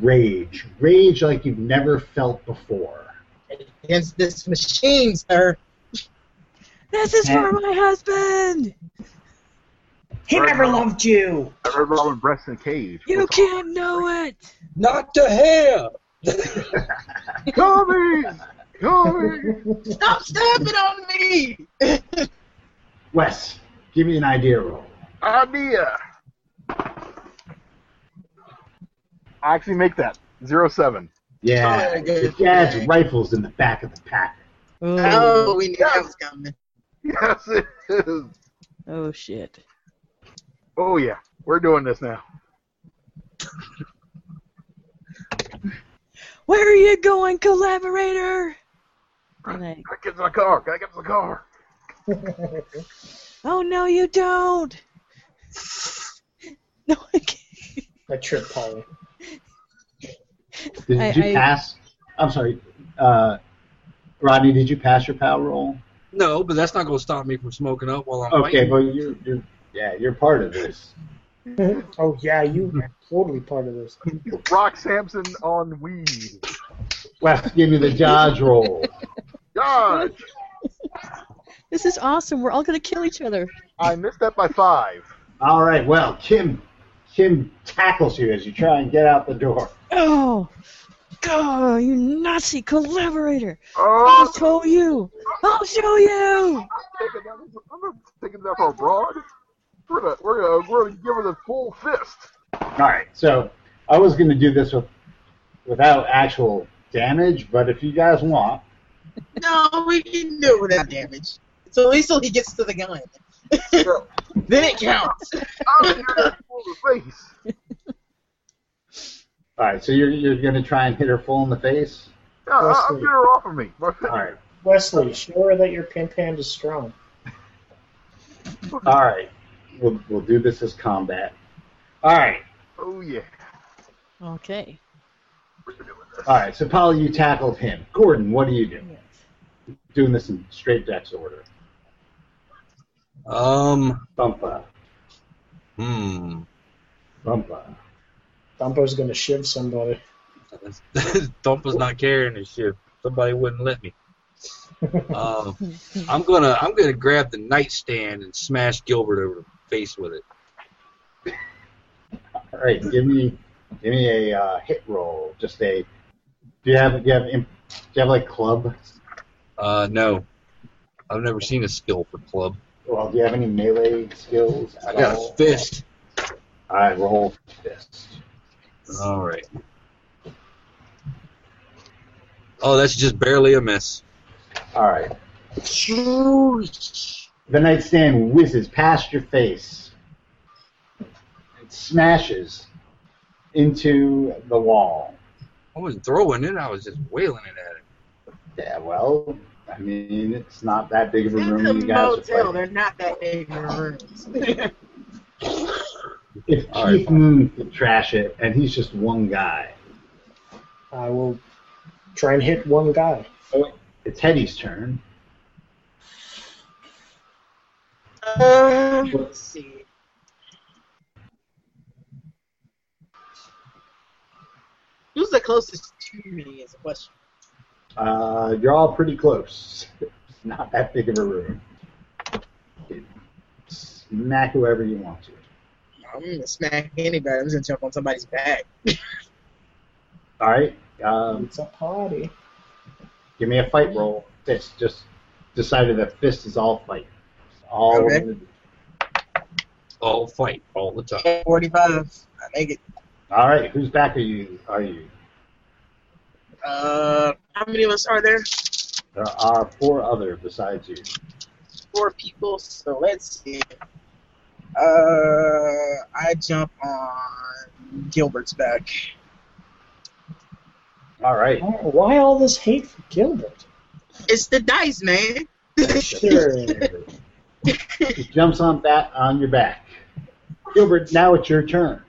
S1: rage, rage like you've never felt before.
S4: Against this machine, sir.
S5: This is for my husband!
S6: He never loved you!
S3: I heard Robin Breast in a cage.
S5: You can't know it!
S2: Not the hair!
S3: Coming! Coming!
S4: Stop stamping on me!
S1: Wes, give me an idea roll.
S3: Idea! I actually make that. Zero seven.
S1: Yeah,
S4: Oh, good.
S1: the dad's rifles in the back of the pack.
S4: Oh, we knew that was coming.
S3: Yes, it is.
S5: Oh, shit.
S3: Oh, yeah. We're doing this now.
S5: Where are you going, collaborator? And I,
S3: Gotta get to the car. Gotta get to the car.
S5: oh, no, you don't! No, I can't.
S6: I tripped Polly.
S1: Did
S5: I-
S1: you
S5: I-
S1: pass? I'm sorry, uh, Rodney. Did you pass your power roll?
S2: No, but that's not going to stop me from smoking up while I'm
S1: Okay,
S2: fighting.
S1: but you're, you're yeah, you're part of this.
S6: Oh, yeah, you are totally part of this.
S3: Rock Sampson on weed.
S1: Wes, give me the dodge roll.
S3: Dodge!
S5: This is awesome. We're all gonna kill each other.
S3: I missed that by five.
S1: All right. Well, Kim, Kim tackles you as you try and get out the door.
S5: Oh, go, you Nazi collaborator!
S3: Oh,
S5: I'll show you. I'll show you.
S3: taking that, I'm not taking that for a broad. We're gonna, we're gonna, we're gonna give her the full fist.
S1: All right. So I was going to do this with without actual damage, but if you guys want,
S4: No, we can do it without damage. So at least till he gets to the gun. then it counts.
S3: I'm gonna full the face.
S1: all right. So you're you're going to try and hit her full in the face.
S3: Yeah, I, I'm getting her off of me.
S1: All right.
S6: Wesley, show her that your pimp hand is strong.
S1: All right. We'll we'll do this as combat. All right.
S3: Oh yeah.
S5: Okay.
S1: All right, so Polly, you tackled him. Gordon, what do you do? Doing this in straight dex order.
S2: Um,
S1: Bumpa,
S2: hmm.
S1: bumpa.
S6: Dumbo's gonna shiv somebody.
S2: Thumpa's not carrying this shit. Somebody wouldn't let me. Um, I'm gonna I'm gonna grab the nightstand and smash Gilbert over the face with it.
S1: All right, give me give me a uh, hit roll. Just a. Do you have do you have imp, do you have like club?
S2: Uh, no, I've never seen a skill for club.
S1: Well, do you have any melee skills?
S2: I
S1: at
S2: got
S1: all?
S2: a fist.
S1: All right, roll fist.
S2: All right. Oh, that's just barely a miss.
S1: All right. The nightstand whizzes past your face. It smashes into the wall.
S2: I wasn't throwing it, I was just wailing it at it.
S1: Yeah, well, I mean, it's not that big of a room.
S4: It's
S1: You
S4: a
S1: guys are
S4: motel.
S1: playing.
S4: They're not that big of rooms.
S1: If
S2: All right,
S1: Chief Moon could trash it, and he's just one guy,
S6: I will try and hit one guy.
S1: it's Hetty's turn.
S4: Uh, let's see. Who's the closest to me is a question.
S1: Uh, you're all pretty close. It's not that big of a room. Smack whoever you want to.
S4: I'm gonna smack anybody. I'm just gonna jump on somebody's back.
S1: All right. Um,
S6: It's a party.
S1: give me a fight roll. Fist. Just decided that fist is all fight. All
S4: Okay.
S2: All fight, all the time.
S4: 45. I make it.
S1: all right. Whose back are you? Are you?
S4: Uh, how many of us are there?
S1: There are four other besides you.
S4: Four people. So let's see. Uh, I jump on Gilbert's back.
S1: All right.
S6: Oh, Why all this hate for Gilbert?
S4: It's the dice, man.
S6: Sure.
S1: He jumps on back on your back. Gilbert, now it's your turn.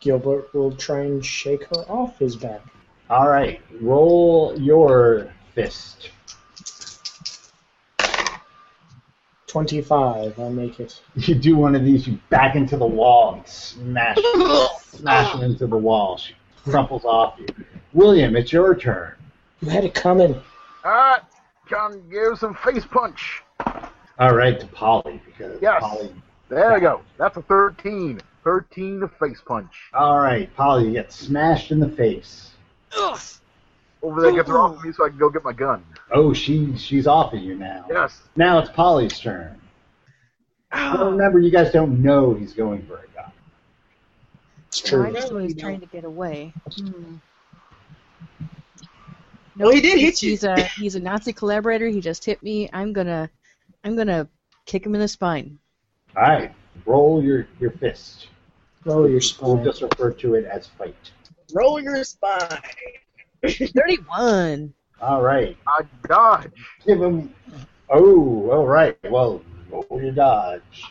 S6: Gilbert will try and shake her off his back.
S1: All right. Roll your fist.
S6: 25, I'll make it.
S1: You do one of these, you back into the wall and smash, smash her into the wall. She crumples off you. William, it's your turn.
S6: You had it coming.
S3: Alright, John gives him face punch.
S1: All right, to Polly because
S3: Yes.
S1: Polly.
S3: There you go. That's a 13. 13 to face punch.
S1: All right, Polly, you get smashed in the face.
S5: Ugh.
S3: Over there, gets her off of me so I can go get my gun.
S1: Oh, she she's off of you now.
S3: Yes.
S1: Now it's Polly's turn. But
S6: Ah.
S1: remember, you guys don't know he's going for a gun.
S6: It's
S5: Well,
S6: true.
S5: I just was trying to get away.
S4: Hmm. No, he did hit you.
S5: He's a he's a Nazi collaborator. He just hit me. I'm gonna I'm gonna kick him in the spine.
S1: All right, roll your your fist.
S6: Roll your
S1: We'll
S6: spine.
S1: just refer to it as fight.
S4: Roll your spine.
S5: Thirty-one.
S1: All right,
S3: I dodge.
S1: give him. Oh, all right. Well, roll your dodge.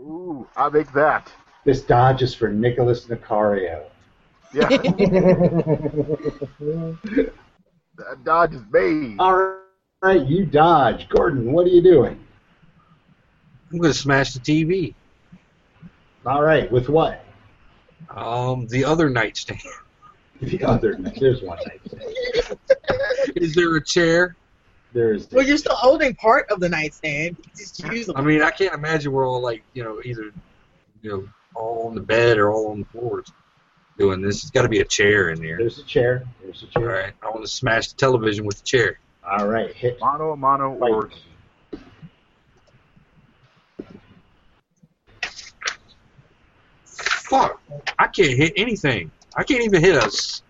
S3: Ooh, I make that.
S1: This dodge is for Nicholas Nicario.
S3: Yeah, that dodge is made.
S2: Uh,
S1: All right, you dodge. Gordon, what are you doing?
S2: I'm gonna smash the TV.
S1: All right, with what?
S2: Um, the other nightstand.
S1: The other. There's one.
S2: Is there a chair?
S1: There's.
S4: Well, you're still holding part of the nightstand. Just use
S2: I
S4: them.
S2: mean, I can't imagine we're all like, you know, either, you know, all on the bed or all on the floors doing this. It's got to be a chair in there.
S1: There's a chair. There's a
S2: All
S1: chair.
S2: right, I want to smash the television with the chair.
S1: All right, hit
S3: Mono a mono or
S1: fight.
S2: Fuck, I can't hit anything. I can't even hit a s-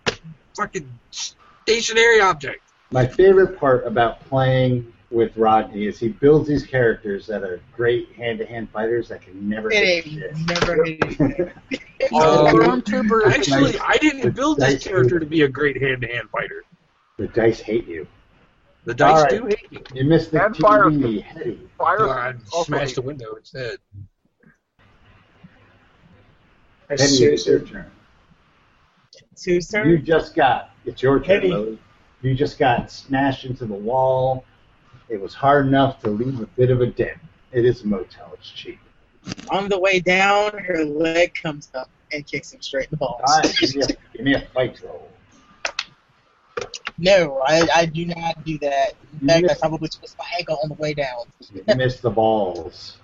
S2: fucking stationary object.
S1: My favorite part about playing with Rodney is he builds these characters that are great hand-to-hand fighters that can never hit
S4: It
S1: shit.
S4: ain't never hit you.
S5: He's
S2: Oh.
S5: a stormtrooper.
S2: Actually, I didn't build this character to be a great hand-to-hand fighter.
S1: The dice hate you.
S2: The dice
S1: All right.
S2: do hate me.
S1: You missed the
S3: And fire.
S1: TV. Hey,
S2: So
S3: fire.
S2: I
S3: also
S2: smashed the
S3: hit.
S2: window instead.
S6: I
S1: Hetty, it's your
S6: seriously,
S1: turn.
S4: Two
S1: You
S4: turns.
S1: just got. It's your turn.
S6: Hetty.
S1: Lily. You just got smashed into the wall. It was hard enough to leave a bit of a dent. It is a motel. It's cheap.
S4: On the way down, her leg comes up and kicks him straight in the balls.
S1: All right, Ah, give me a, give me a fight roll.
S4: No, I, I do not do that. In
S1: You
S4: fact, I
S1: missed,
S4: probably twist my ankle on the way down.
S1: you missed the balls.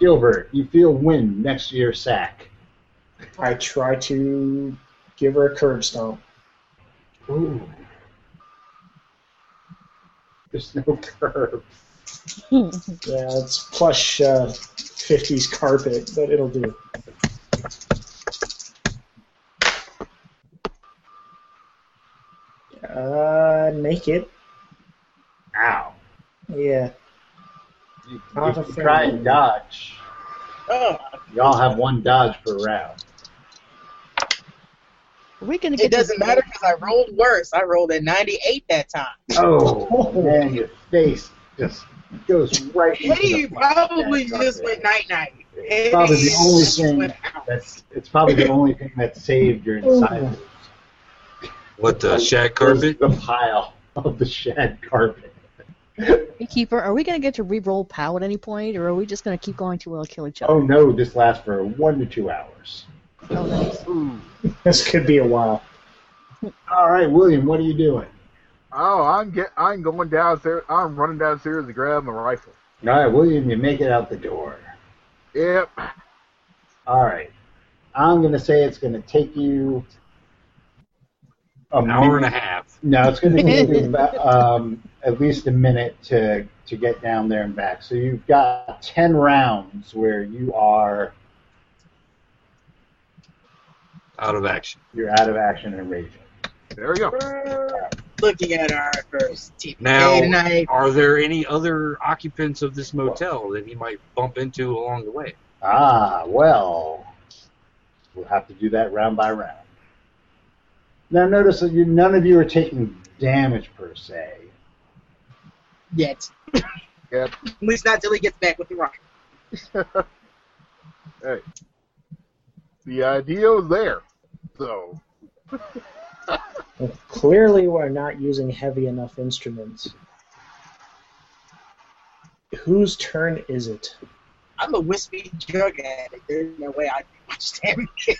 S1: Gilbert, you feel wind next to your sack.
S6: I try to give her a curb stomp.
S1: Ooh. There's no curb.
S6: Yeah, it's plush uh, 50s carpet, but it'll do. Uh, make it.
S1: Ow.
S6: Yeah.
S1: You,
S6: Not
S1: you
S6: a
S1: can try
S6: fan.
S1: and dodge.
S4: Oh,
S1: Y'all have one dodge per round.
S5: Are we gonna get
S4: it doesn't
S5: this-
S4: matter because I rolled worse. I rolled a 98 that time.
S1: Oh, man, your face just goes right into
S4: He
S1: the fucking
S4: probably
S1: back
S4: just
S1: of it.
S4: went night night.
S1: It's probably the only thing that's. It's probably the only thing that saved your inside.
S2: What the shag
S1: was
S2: carpet?
S1: The pile of the shag carpet.
S5: Keeper, are we gonna get to re-roll POW at any point, or are we just gonna keep going to we'll kill each other?
S1: Oh no, this lasts for one to two hours.
S5: Oh, nice.
S3: Ooh.
S6: This could be a while.
S1: All right, William, what are you doing?
S3: Oh, I'm get I'm going downstairs. I'm running downstairs to grab my rifle.
S1: All right, William, you make it out the door.
S3: Yep.
S1: All right, I'm gonna say it's gonna take you a
S2: An hour and
S1: minute-
S2: a half.
S1: No, it's going to take you about, um, at least a minute to to get down there and back. So you've got ten rounds where you are
S2: Out of action.
S1: you're out of action and raging.
S3: There we go.
S4: Looking at our first TV
S2: Now-
S4: tonight.
S2: Are there any other occupants of this motel that he might bump into along the way?
S1: Ah, well, we'll have to do that round by round. Now notice that you, none of you are taking damage per se.
S4: Yet.
S3: Yep.
S4: At least not till he gets back with the rock.
S3: The idea is there. So
S6: Clearly, we're not using heavy enough instruments. Whose turn is it?
S4: I'm a wispy drug addict. There's no way I do much damage.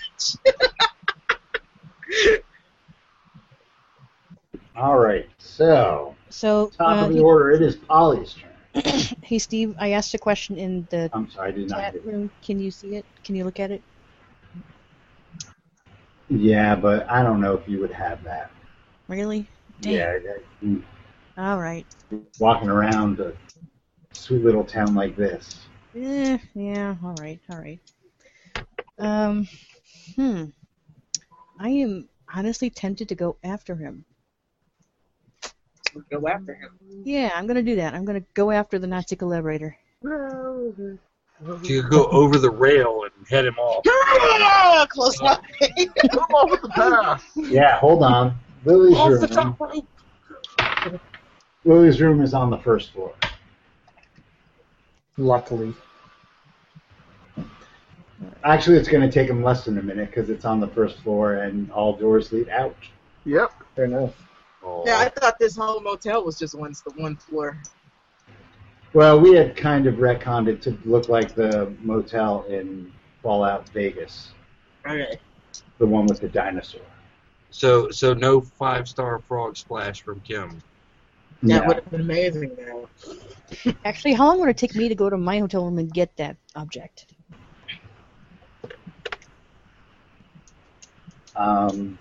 S1: All right, so
S5: So,
S1: top
S5: uh,
S1: of the
S5: he,
S1: order, it is Polly's turn.
S5: hey, Steve, I asked a question in the
S1: I'm sorry, I did not
S5: chat
S1: hear.
S5: room. Can you see it? Can you look at it?
S1: Yeah, but I don't know if you would have that.
S5: Really? Damn.
S1: Yeah, yeah. mm.
S5: All right.
S1: walking around a sweet little town like this.
S5: Eh, yeah. All right. All right. Um. Hmm. I am honestly tempted to go after him.
S4: Go after him.
S5: Yeah, I'm gonna do that. I'm gonna go after the Nazi collaborator.
S2: You could go over the rail and head him off.
S4: Ah, Close
S1: Oh,
S4: enough.
S3: come off with the pass.
S1: Yeah, hold on. Lily's
S2: Off the
S1: room.
S2: top rope.
S1: Lily's room is on the first floor.
S6: Luckily.
S1: Actually, it's going to take him less than a minute because it's on the first floor and all doors lead out.
S3: Yep.
S6: Fair enough.
S4: Yeah, I thought this whole motel was just one, one floor.
S1: Well, we had kind of retconned it to look like the motel in Fallout Vegas,
S4: Okay.
S1: the one with the dinosaur.
S2: So, so no five star frog splash from Kim.
S4: That
S1: No.
S4: would have been amazing, though.
S5: Actually, how long would it take me to go to my hotel room and get that object?
S1: Um,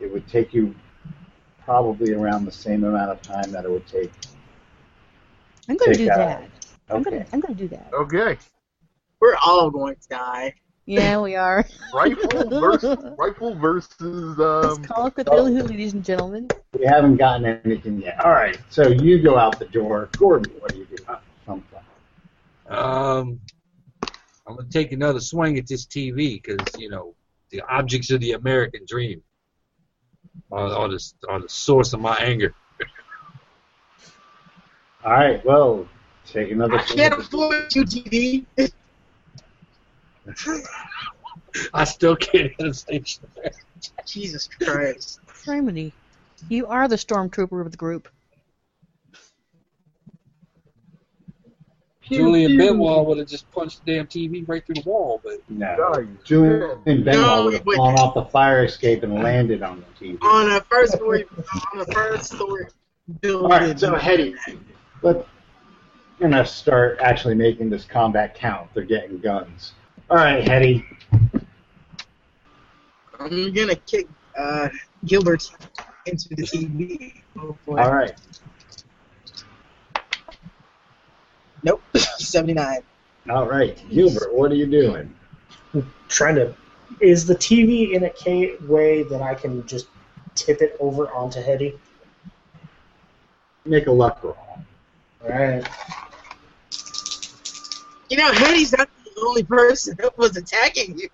S1: it would take you probably around the same amount of time that it would take.
S5: I'm gonna
S1: Take
S5: do
S1: that.
S5: that. I'm
S1: Okay.
S5: gonna. I'm gonna do that.
S3: Okay.
S4: We're all going to die.
S5: Yeah, we are.
S3: Rifle versus rifle versus
S5: It's
S3: um
S5: Call of Cthulhu, ladies and gentlemen.
S1: We haven't gotten anything yet. All right, so you go out the door. Gordon, what do you do? Uh, Something.
S2: Um, I'm gonna take another swing at this TV because you know the objects of the American dream are, are, the, are the source of my anger.
S1: All right, well, take another.
S4: I can't
S1: swing.
S4: afford you, TV.
S2: I still can't hit a station.
S4: Jesus Christ.
S5: Criminy, you are the stormtrooper of the group.
S2: Julian Benwall would have just punched the damn TV right through the wall, but
S1: No.
S3: guy.
S1: Julian Benwell
S4: No,
S1: would
S4: he
S1: have
S4: wouldn't.
S1: fallen off the fire escape and landed on the TV.
S4: On a first story, on a first story
S1: All
S4: building.
S1: right, so Hetty, but I'm gonna start actually making this combat count. They're getting guns. All right, Hetty.
S4: I'm gonna kick uh, Gilbert into the TV. Oh boy.
S1: All right.
S4: Nope. 79.
S1: All right, Gilbert, what are you doing?
S6: Trying to. Is the TV in a ca- way that I can just tip it over onto Hetty?
S1: Make a luck roll.
S6: All right.
S4: You know, Hetty's not the only person that was attacking you.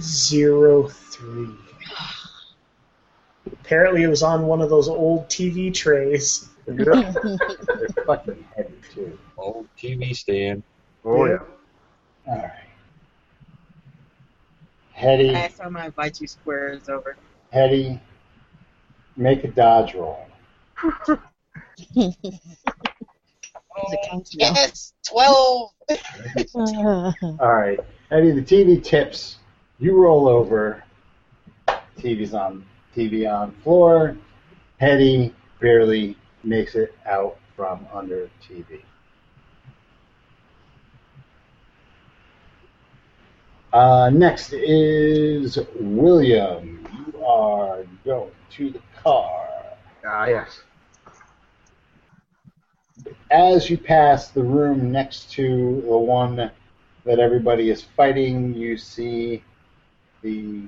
S6: Zero three. Apparently, it was on one of those old TV trays.
S3: Yeah.
S1: They're fucking heavy too.
S2: Old TV stand.
S3: Oh yeah.
S6: Yeah.
S1: All right. Hetty,
S4: Last time I invite you squares over.
S1: Hetty, make a dodge roll.
S4: Oh,
S5: Does it count now?
S7: Yes, 12.
S1: All right, Hetty, the TV tips. You roll over. TV's on TV on floor. Hetty barely makes it out from under TV. Uh, next is William. You are going to the car.
S3: Ah yes.
S1: as you pass the room next to the one that everybody is fighting, you see the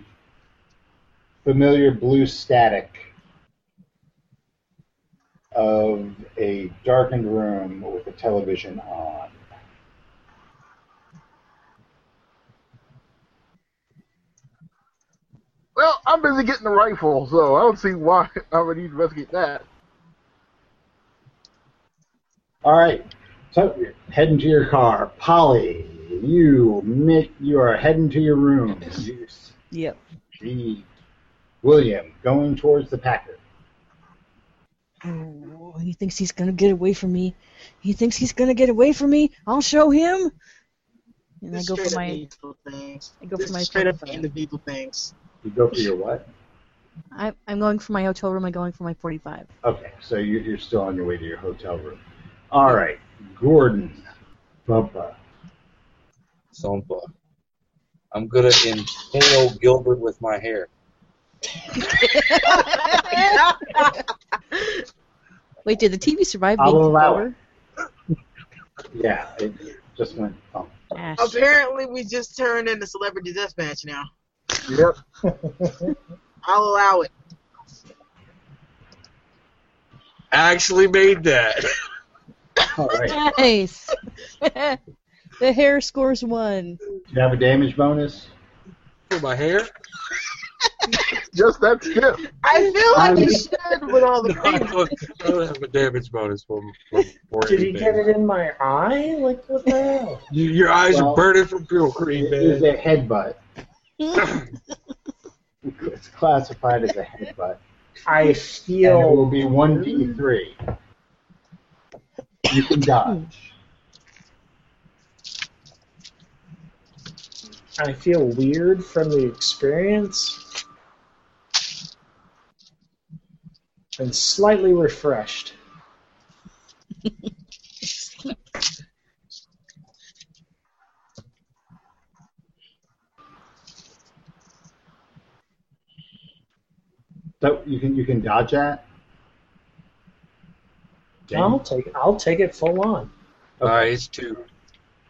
S1: familiar blue static of a darkened room with a television on.
S3: Well, I'm busy getting the rifle, so I don't see why I would need to investigate that.
S1: All right, so you're heading to your car, Polly. You make you are heading to your room. You
S5: Yep.
S1: see William going towards the Packard.
S5: Oh, he thinks he's gonna get away from me. He thinks he's gonna get away from me. I'll show him. And I
S4: Just
S5: go for
S4: straight up
S5: my.
S4: evil things.
S5: I go
S4: Just
S5: for my
S4: straight up
S5: phone.
S4: individual things.
S1: You go for your what?
S5: I, I'm going for my hotel room. I'm going for my 45.
S1: Okay, so you- you're still on your way to your hotel room. All right, Gordon, Bubba.
S2: So uh, I'm gonna impale Gilbert with my hair.
S5: Wait, did the TV survive?
S1: I'll
S5: being
S1: allow
S5: over?
S1: Yeah, it just went. Oh,
S5: Ash.
S4: Apparently, we just turned into Celebrity Deathmatch now.
S3: Yep.
S4: I'll allow it.
S8: Actually made that.
S1: all right.
S5: Nice. the hair scores one.
S1: Do you have a damage bonus?
S8: For my hair?
S3: Just that skip.
S4: I feel like
S1: I'm-
S4: you should with all the
S8: No, I
S4: crazy.
S8: don't, I don't have a damage bonus for, for, for
S6: Did he
S8: anything.
S6: get it in my eye? Like what the hell?
S8: You, your eyes
S1: Well,
S8: are burning from pure cream,
S1: It is
S8: man.
S1: a headbutt. It's classified as a headbutt.
S6: I
S1: And it will
S6: feel
S1: be 1d3. You can dodge.
S6: I feel weird from the experience, and slightly refreshed.
S1: So you can you can dodge that.
S6: I'll take I'll take it full on.
S2: Uh, it's two.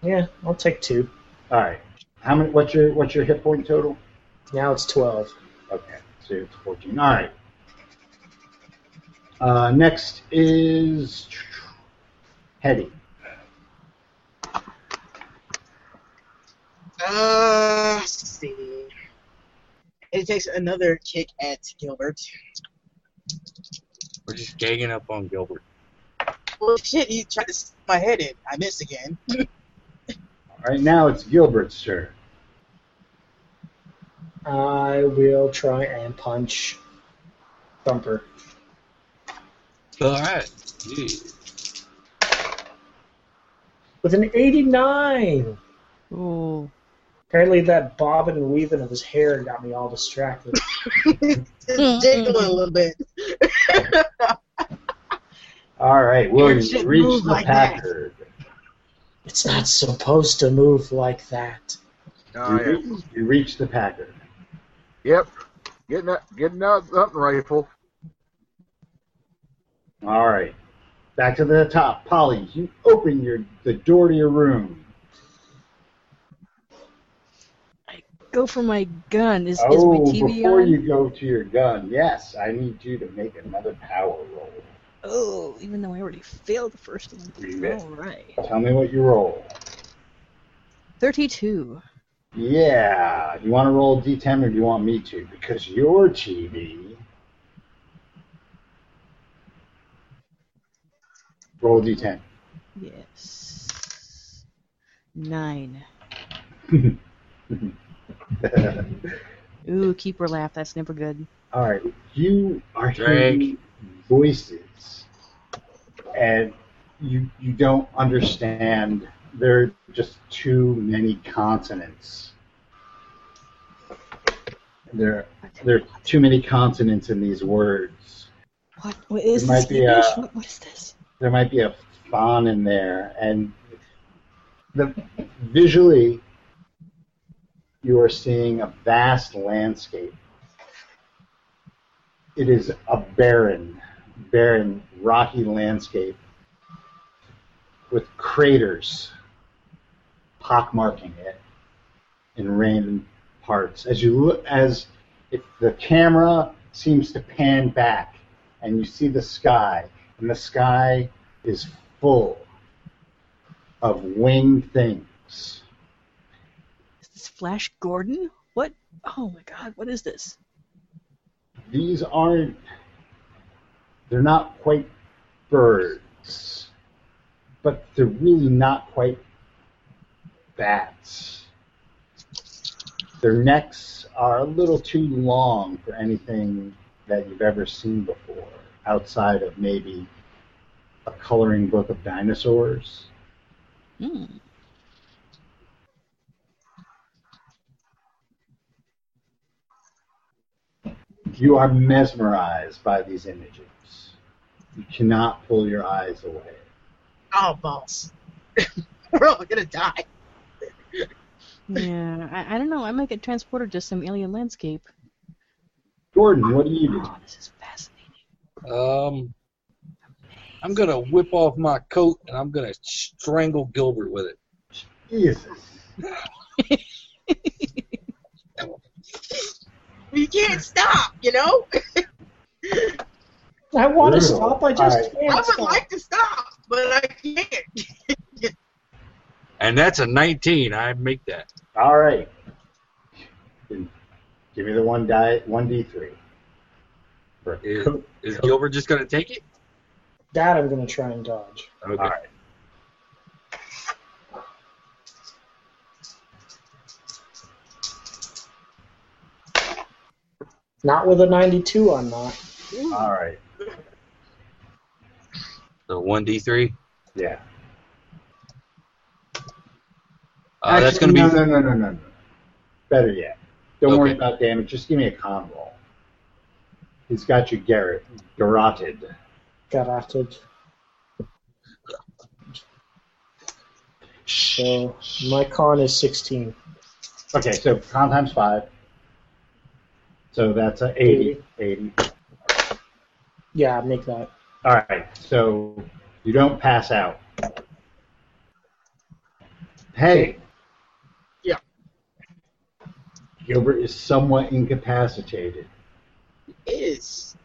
S6: Yeah, I'll take two.
S1: All right. How many? What's your what's your hit point total?
S6: Now it's twelve.
S1: Okay, so it's 14. All right. Uh, next is Hetty.
S4: Uh, let's see. It takes another kick at Gilbert.
S2: We're just ganging up on Gilbert.
S4: Well, shit, he tried to stick my head in. I missed again.
S1: All right, now it's Gilbert's turn.
S6: I will try and punch Thumper.
S2: All right. Yeah.
S6: With an 89!
S5: Ooh.
S6: Apparently, that bobbing and weaving of his hair got me all distracted.
S4: Just jiggling a little bit.
S1: All right, William,
S4: shit
S1: you reach
S4: moves
S1: the
S4: like that.
S1: Packard.
S6: It's not supposed to move like that.
S3: Oh,
S1: You,
S3: yeah.
S1: reach, you reach the Packard.
S3: Yep. Getting that getting out the hunting rifle.
S1: All right, back to the top. Polly, you open your the door to your room.
S5: Go for my gun. Is, is my
S1: oh,
S5: TV
S1: before
S5: on?
S1: you go to your gun, yes, I need you to make another power roll.
S5: Oh, even though I already failed the first one.
S1: Reroll.
S5: All right.
S1: Tell me what you roll.
S5: 32.
S1: Yeah. You want to roll a d10 or do you want me to? Because your TV. Roll a d10.
S5: Yes. 9. Ooh, keeper laugh. That's never good.
S1: All right, you are hearing
S8: Drink.
S1: voices, and you you don't understand. There are just too many consonants. There there are too many consonants in these words.
S5: What? what is
S1: It
S5: this?
S1: might be,
S5: English?
S1: uh,
S5: What, what is this?
S1: There might be a fawn in there, and the visually, you are seeing a vast landscape. It is a barren, barren, rocky landscape with craters pockmarking it in random parts. As you look, as if the camera seems to pan back, and you see the sky, and the sky is full of winged things.
S5: Is this Flash Gordon? What? Oh my God! What is this?
S1: These aren't. They're not quite birds, but they're really not quite bats. Their necks are a little too long for anything that you've ever seen before, outside of maybe a coloring book of dinosaurs.
S5: Hmm.
S1: You are mesmerized by these images. You cannot pull your eyes away.
S4: Oh, balls. We're all gonna die.
S5: Yeah, I, I don't know. I might get transported to some alien landscape.
S1: Jordan, what do you do?
S5: Oh, this is fascinating.
S2: Um, I'm gonna whip off my coat and I'm gonna strangle Gilbert with it.
S1: Jesus.
S4: We can't stop, you know?
S6: I want to
S1: Brutal.
S6: stop. I just
S1: Alright.
S6: can't
S4: I would
S6: stop.
S4: like to stop, but I can't.
S8: And that's a 19. I make that.
S1: All right. Give me the one die, one d three. For
S8: Is,
S1: coat.
S8: is Gilbert just going to take it?
S6: that I'm going to try and dodge.
S8: Okay.
S1: All
S6: Not with a 92, I'm not.
S1: All right.
S2: So one d three.
S1: Yeah.
S2: Uh, that's gonna
S1: Actually,
S2: be
S1: no, no, no, no, no, no. Better yet. Don't worry
S2: Okay.
S1: about damage. Just give me a con roll. He's got you, Garrett. Garroted.
S6: Got acted. So my con is 16.
S1: Okay, so con times five. So that's a 80. 80.
S6: Yeah, I make that.
S1: All right, so you don't pass out. Hey.
S4: Yeah.
S1: Gilbert is somewhat incapacitated.
S4: Is.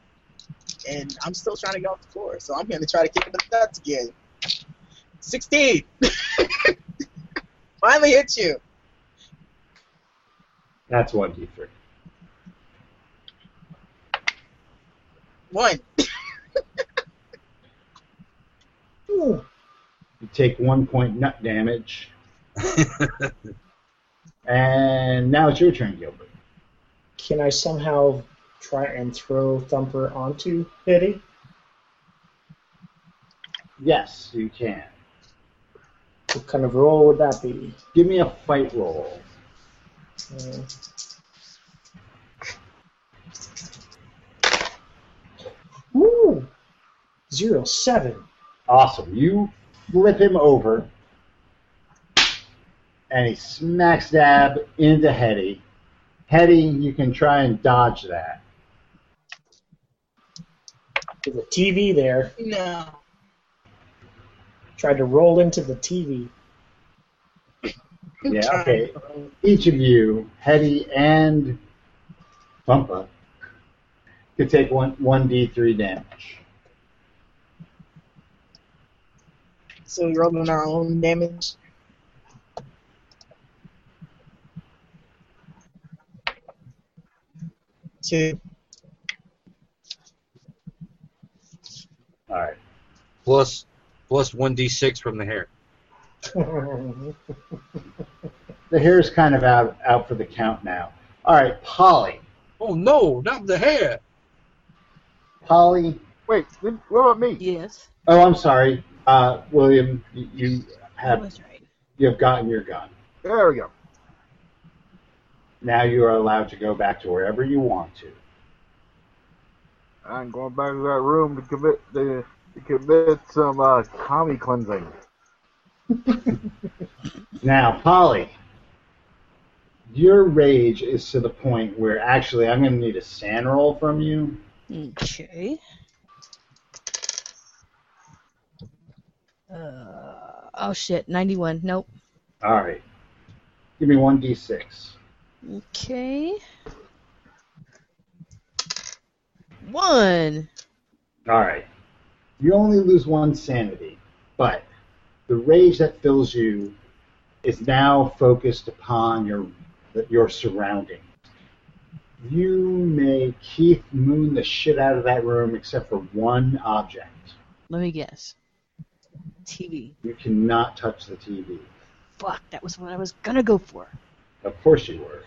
S4: And I'm still trying to get off the floor, so I'm gonna try to kick him in the nuts again. 16! Finally hit you.
S1: That's 1d3.
S4: One.
S6: Ooh,
S1: You take one point nut damage. and now it's your turn, Gilbert.
S6: Can I somehow try and throw Thumper onto Biddy?
S1: Yes, you can.
S6: What kind of roll would that be?
S1: Give me a fight roll.
S6: Uh, Ooh, zero seven.
S1: Awesome. You flip him over, and he smacks dab into Hetty. Hetty, you can try and dodge that.
S6: With the TV there,
S4: No.
S6: tried to roll into the TV.
S1: Yeah, okay. Each of you, Hetty and Bumpa, could take one one d three damage.
S4: so we're rolling our own damage. Two.
S1: All right.
S8: Plus plus one d six from the hair.
S1: The hair's kind of out out for the count now. All right, Polly.
S8: Oh no, not the hair.
S1: Polly.
S3: Wait, then what about me?
S5: Yes.
S1: Oh, I'm sorry, uh, William. You, you
S5: That
S1: have
S5: was right.
S1: you have gotten your gun.
S3: There we go.
S1: Now you are allowed to go back to wherever you want to.
S3: I'm going back to that room to commit the to commit some uh, commie cleansing.
S1: Now, Polly, your rage is to the point where actually I'm going to need a sand roll from you.
S5: Hmm. Okay. Uh, oh shit, 91. Nope.
S1: All right. Give me 1d6.
S5: Okay. One.
S1: All right. You only lose one sanity, but the rage that fills you is now focused upon your your surrounding. You may Keith moon the shit out of that room except for one object.
S5: Let me guess. TV.
S1: You cannot touch the TV.
S5: Fuck, that was what I was gonna go for.
S1: Of course you were.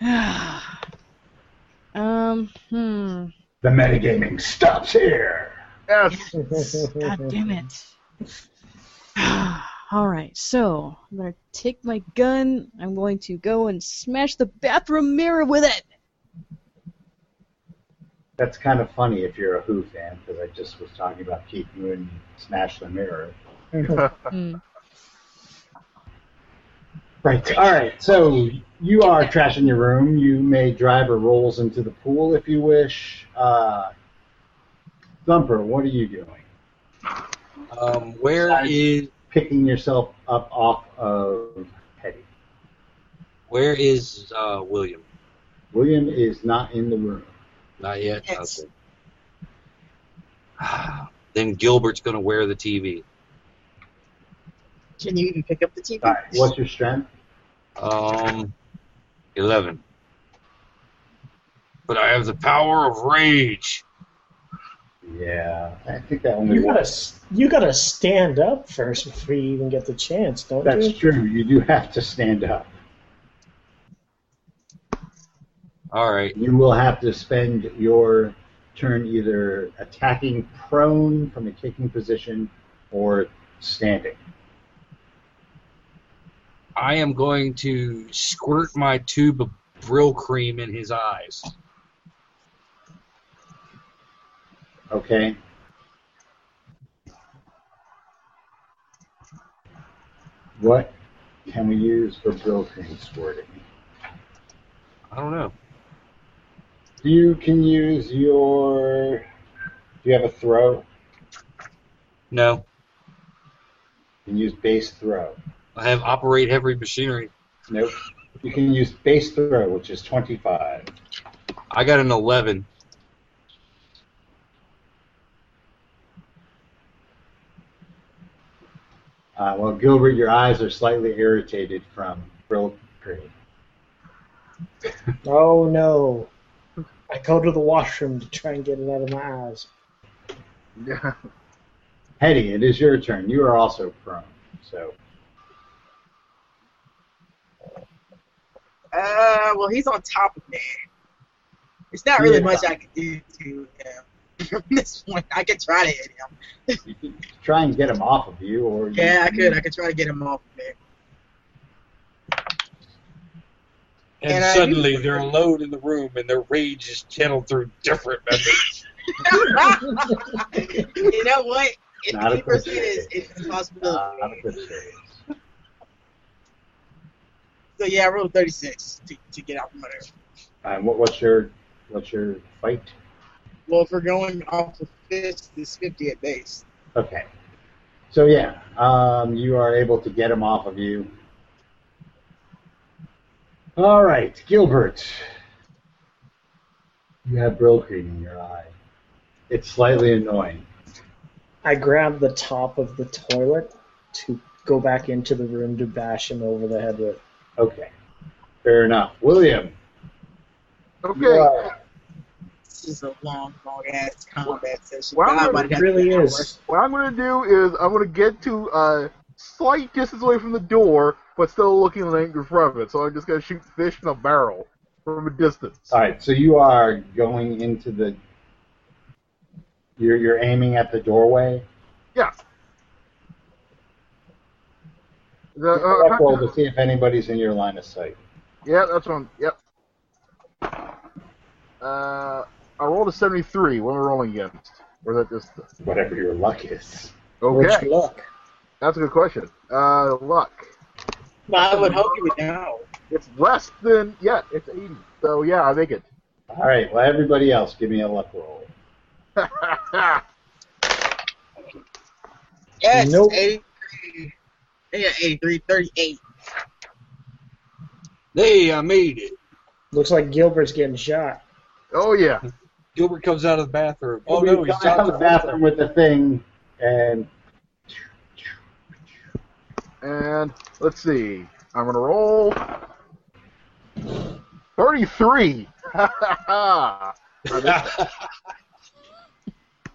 S5: um, hmm.
S1: The metagaming stops here.
S3: Yes.
S5: God damn it. Alright, so I'm gonna take my gun. I'm going to go and smash the bathroom mirror with it.
S1: That's kind of funny if you're a Who fan, because I just was talking about Keith Moon smash the mirror.
S5: Hmm.
S1: Right. All right. So you are trashing your room. You may drive or rolls into the pool if you wish. Uh, Thumper, what are you doing?
S8: Um, where
S1: Besides-
S8: is
S1: Picking yourself up off of Hetty.
S8: where is uh, William?
S1: William is not in the room.
S8: Not yet.
S4: Yes.
S8: Okay. then Gilbert's gonna wear the TV.
S4: Can you even pick up the TV?
S1: All right. What's your strength?
S8: Um, eleven. But I have the power of rage.
S1: Yeah, I think that only
S6: You
S1: works.
S6: gotta s- you gotta stand up first before you even get the chance, don't
S1: That's
S6: you?
S1: true. You do have to stand up.
S8: All right.
S1: You will have to spend your turn either attacking prone from a kicking position or standing.
S8: I am going to squirt my tube of Brill cream in his eyes.
S1: Okay? What can we use for Brill Cream squirting?
S8: I don't know.
S1: You can use your. Do you have a throw? You
S8: No,
S1: can use base throw.
S8: I have operate heavy machinery.
S1: Nope. You can use base throw, which is 25.
S8: I got an eleven.
S1: Uh, well, Gilbert, your eyes are slightly irritated from Brill Cream.
S6: Oh no. I go to the washroom to try and get it out of my eyes.
S3: Yeah.
S1: Hetty, it is your turn. You are also prone. So
S4: Uh, well, he's on top of that. There's not really
S1: Yeah.
S4: much I can do to him. this point, I could try to hit him.
S1: you can try and get him off of you, or you-
S4: Yeah, I could. I could try to get him off of there.
S8: And,
S4: And I-
S8: suddenly they're alone in the room and their rage is channeled through different methods.
S4: you know what? If
S1: Not a
S4: he proceeds,
S1: question.
S4: it's a
S1: Uh,
S4: possibility.
S1: not a good choice.
S4: so yeah, I rolled 36 to, to get out from under.
S1: Um, what, what's your what's your fight?
S4: Well, if we're going off the fist, it's 50 at base.
S1: Okay. So yeah, um, you are able to get him off of you. All right, Gilbert. You have brill cream in your eye. It's slightly annoying.
S6: I grab the top of the toilet to go back into the room to bash him over the head with.
S1: Okay. Fair enough. William.
S3: Okay.
S6: You are-
S4: This is a long, long ass combat session.
S3: Well,
S4: God,
S3: it
S4: might have
S6: it
S4: had to
S6: really
S4: be an
S6: is.
S3: What I'm gonna do is I'm gonna get to a slight distance away from the door, but still looking like in front of it. So I'm just gonna shoot fish in a barrel from a distance.
S1: All right. So you are going into the. You're you're aiming at the doorway.
S3: Yeah. The, uh,
S1: Roll to see if anybody's in your line of sight.
S3: yeah, that's one. Yep. Uh, I rolled a 73. What am I rolling against? Or is that just
S1: Whatever your luck is.
S3: okay?
S6: Which luck?
S3: That's a good question. Uh, luck.
S4: hour. Well, I would hope you would know.
S3: It's less than yeah. It's 80. So yeah, I make it.
S1: All right. Well, everybody else, give me a luck roll.
S4: Yes,
S6: Nope.
S4: 83. Yeah, 83, 38.
S8: Hey, I made it.
S6: Looks like Gilbert's getting shot.
S3: oh yeah.
S8: Gilbert comes out of the bathroom. Oh no, he's
S1: he's out of the bathroom with the thing, and
S3: And let's see. I'm gonna roll. Thirty-three. I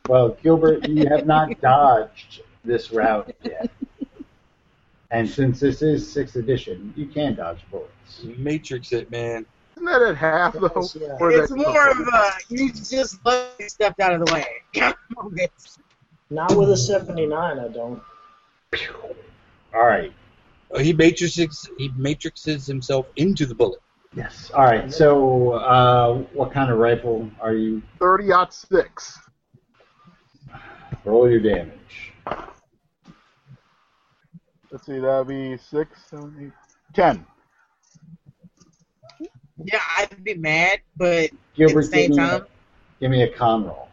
S1: well, Gilbert, you have not dodged this route yet. And since this is sixth edition, you can dodge bullets.
S8: Matrix it, man.
S3: Isn't that at half though?
S6: Yes, yeah.
S3: Or
S4: It's
S3: is that-
S4: more of a you just let it stepped out of the way. Come on, bitch.
S6: Not with a 79, I don't.
S1: All right.
S8: Uh, He matrices he matrixes himself into the bullet.
S1: Yes. All right. So, uh, what kind of rifle are you?
S3: thirty out six.
S1: Roll your damage.
S3: Let's see. That'd be six, seven, eight, ten.
S4: Yeah, I'd be mad, but
S1: Gilbert,
S4: At the same
S1: give, me
S4: time?
S1: A, give me a con roll.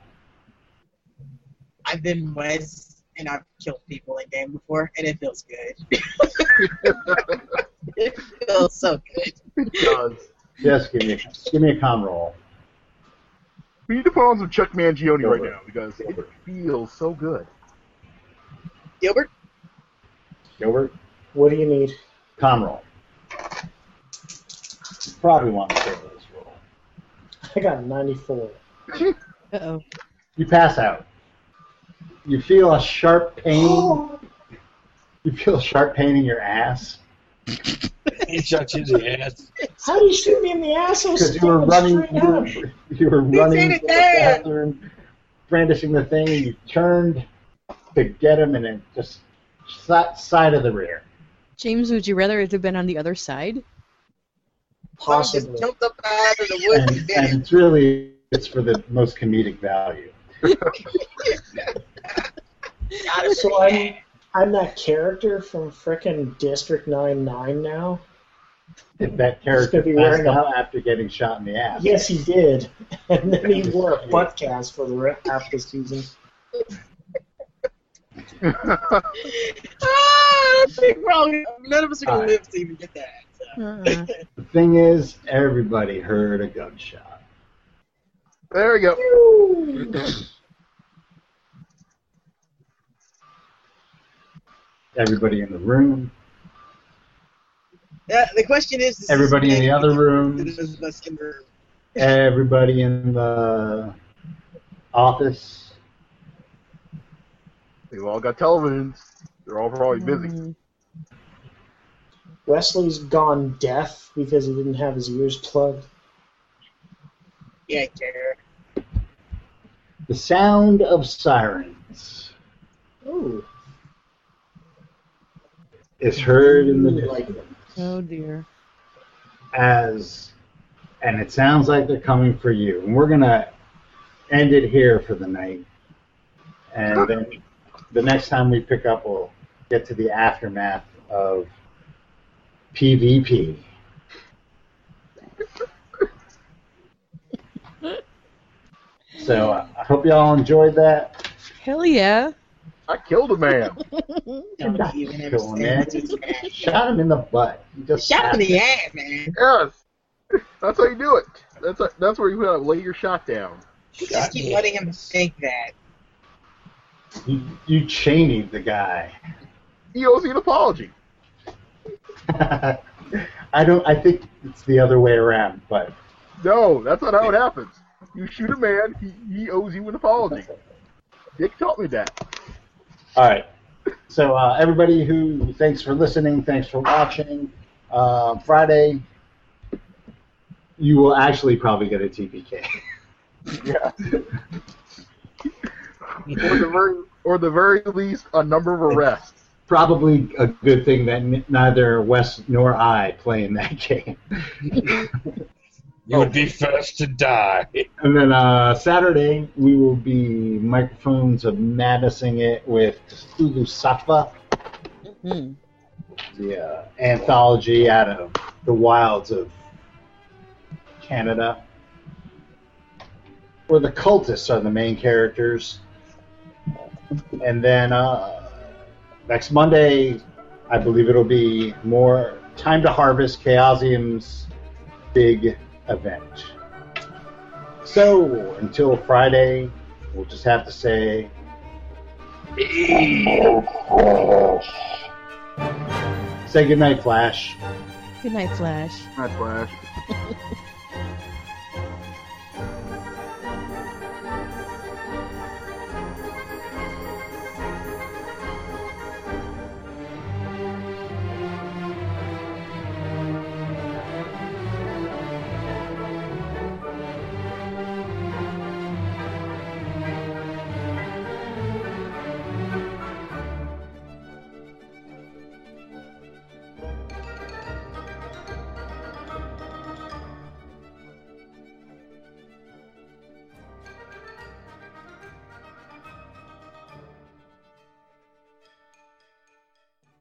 S4: I've been Wes and I've killed people in game before, and it feels good. it feels so good.
S3: Does.
S1: Just give me a, give me a con roll.
S3: We need to put on some Chuck Mangione right
S1: Over.
S3: now because it feels so good.
S4: Gilbert,
S1: Gilbert,
S6: What do you need?
S1: con roll. You probably want to fail this roll.
S6: I got 94.
S5: Uh-oh.
S1: You pass out. You feel a sharp
S6: Oh.
S1: pain. you feel a sharp pain in your ass
S8: He shot you in the ass.
S6: How do you shoot me in the ass? I was
S1: because you were
S6: staring
S1: running. You
S6: straight
S1: were,
S6: at him.
S1: you were
S4: He's
S1: running
S4: in
S1: to
S4: it
S1: the
S4: there.
S1: bathroom, brandishing the thing, and you turned to get him, and then just si- side of the rear.
S5: James, would you rather it had been on the other side?
S4: Tom just
S6: Possibly.
S4: jumped up out of the woods and
S1: And,
S4: did
S1: and
S4: it.
S1: it's really it's for the most comedic value.
S4: Gotta be
S6: So
S4: mad.
S6: I'm, I'm that character from frickin' District 9-9 now?
S1: If that
S6: gonna
S1: character
S6: be
S1: passed
S6: wearing a-
S1: out after getting shot in the ass.
S6: Yes, he did. And then he wore a butt cast for the re- half the season.
S4: ah, that's big wrong. None of us are gonna
S1: Alright.
S4: live to even get that. So.
S5: Uh-uh.
S1: The thing is, everybody heard a gunshot.
S3: There we go.
S1: Everybody in the room.
S4: Yeah, the question is, is this
S1: Everybody in the
S4: game-
S1: other room.
S4: Those of us in the room.
S1: everybody in the office.
S3: They've all got televisions. They're all probably busy.
S5: Mm.
S6: Wesley's gone deaf because he didn't have his ears plugged.
S4: Yeah, Kara.
S1: The sound of sirens
S6: Ooh,
S1: is heard in the
S6: like
S1: distance
S5: Oh dear.
S1: as, and it sounds like they're coming for you. And we're gonna end it here for the night, and then the next time we pick up, we'll get to the aftermath of PvP. So uh, I hope y'all enjoyed that.
S5: Hell yeah.
S3: I killed a man.
S4: Don't
S1: not
S4: even
S1: killing
S4: understand.
S1: it.
S4: what's happening.
S1: Shot him in the butt. He just
S4: Shot
S1: happened.
S4: in the ass, man.
S3: yes. That's how you do it. That's how, that's where you uh, lay your shot down.
S4: You just keep letting him think that.
S1: You, you chained the guy.
S3: He owes you an apology.
S1: I don't. I think it's the other way around, but
S3: No, that's not how it happens. You shoot a man, he, he owes you an apology. Dick taught me that.
S1: All right. So uh, everybody who thanks for listening, thanks for watching. Uh, Friday, you will actually probably get a TPK.
S3: Yeah. or, the very, or the very least, a number of arrests.
S1: probably a good thing that n- neither Wes nor I play in that game.
S8: Oh.
S2: You would be first to die.
S1: And then uh, Saturday, we will be microphones of madnessing it with Hulu Safa,
S5: Hmm.
S1: the uh, anthology out of the wilds of Canada, where the cultists are the main characters. And then uh, next Monday, I believe it'll be more Time to Harvest Chaosium's big event. So until Friday, we'll just have to say say goodnight, Flash.
S5: Good night, Flash.
S3: That's Flash.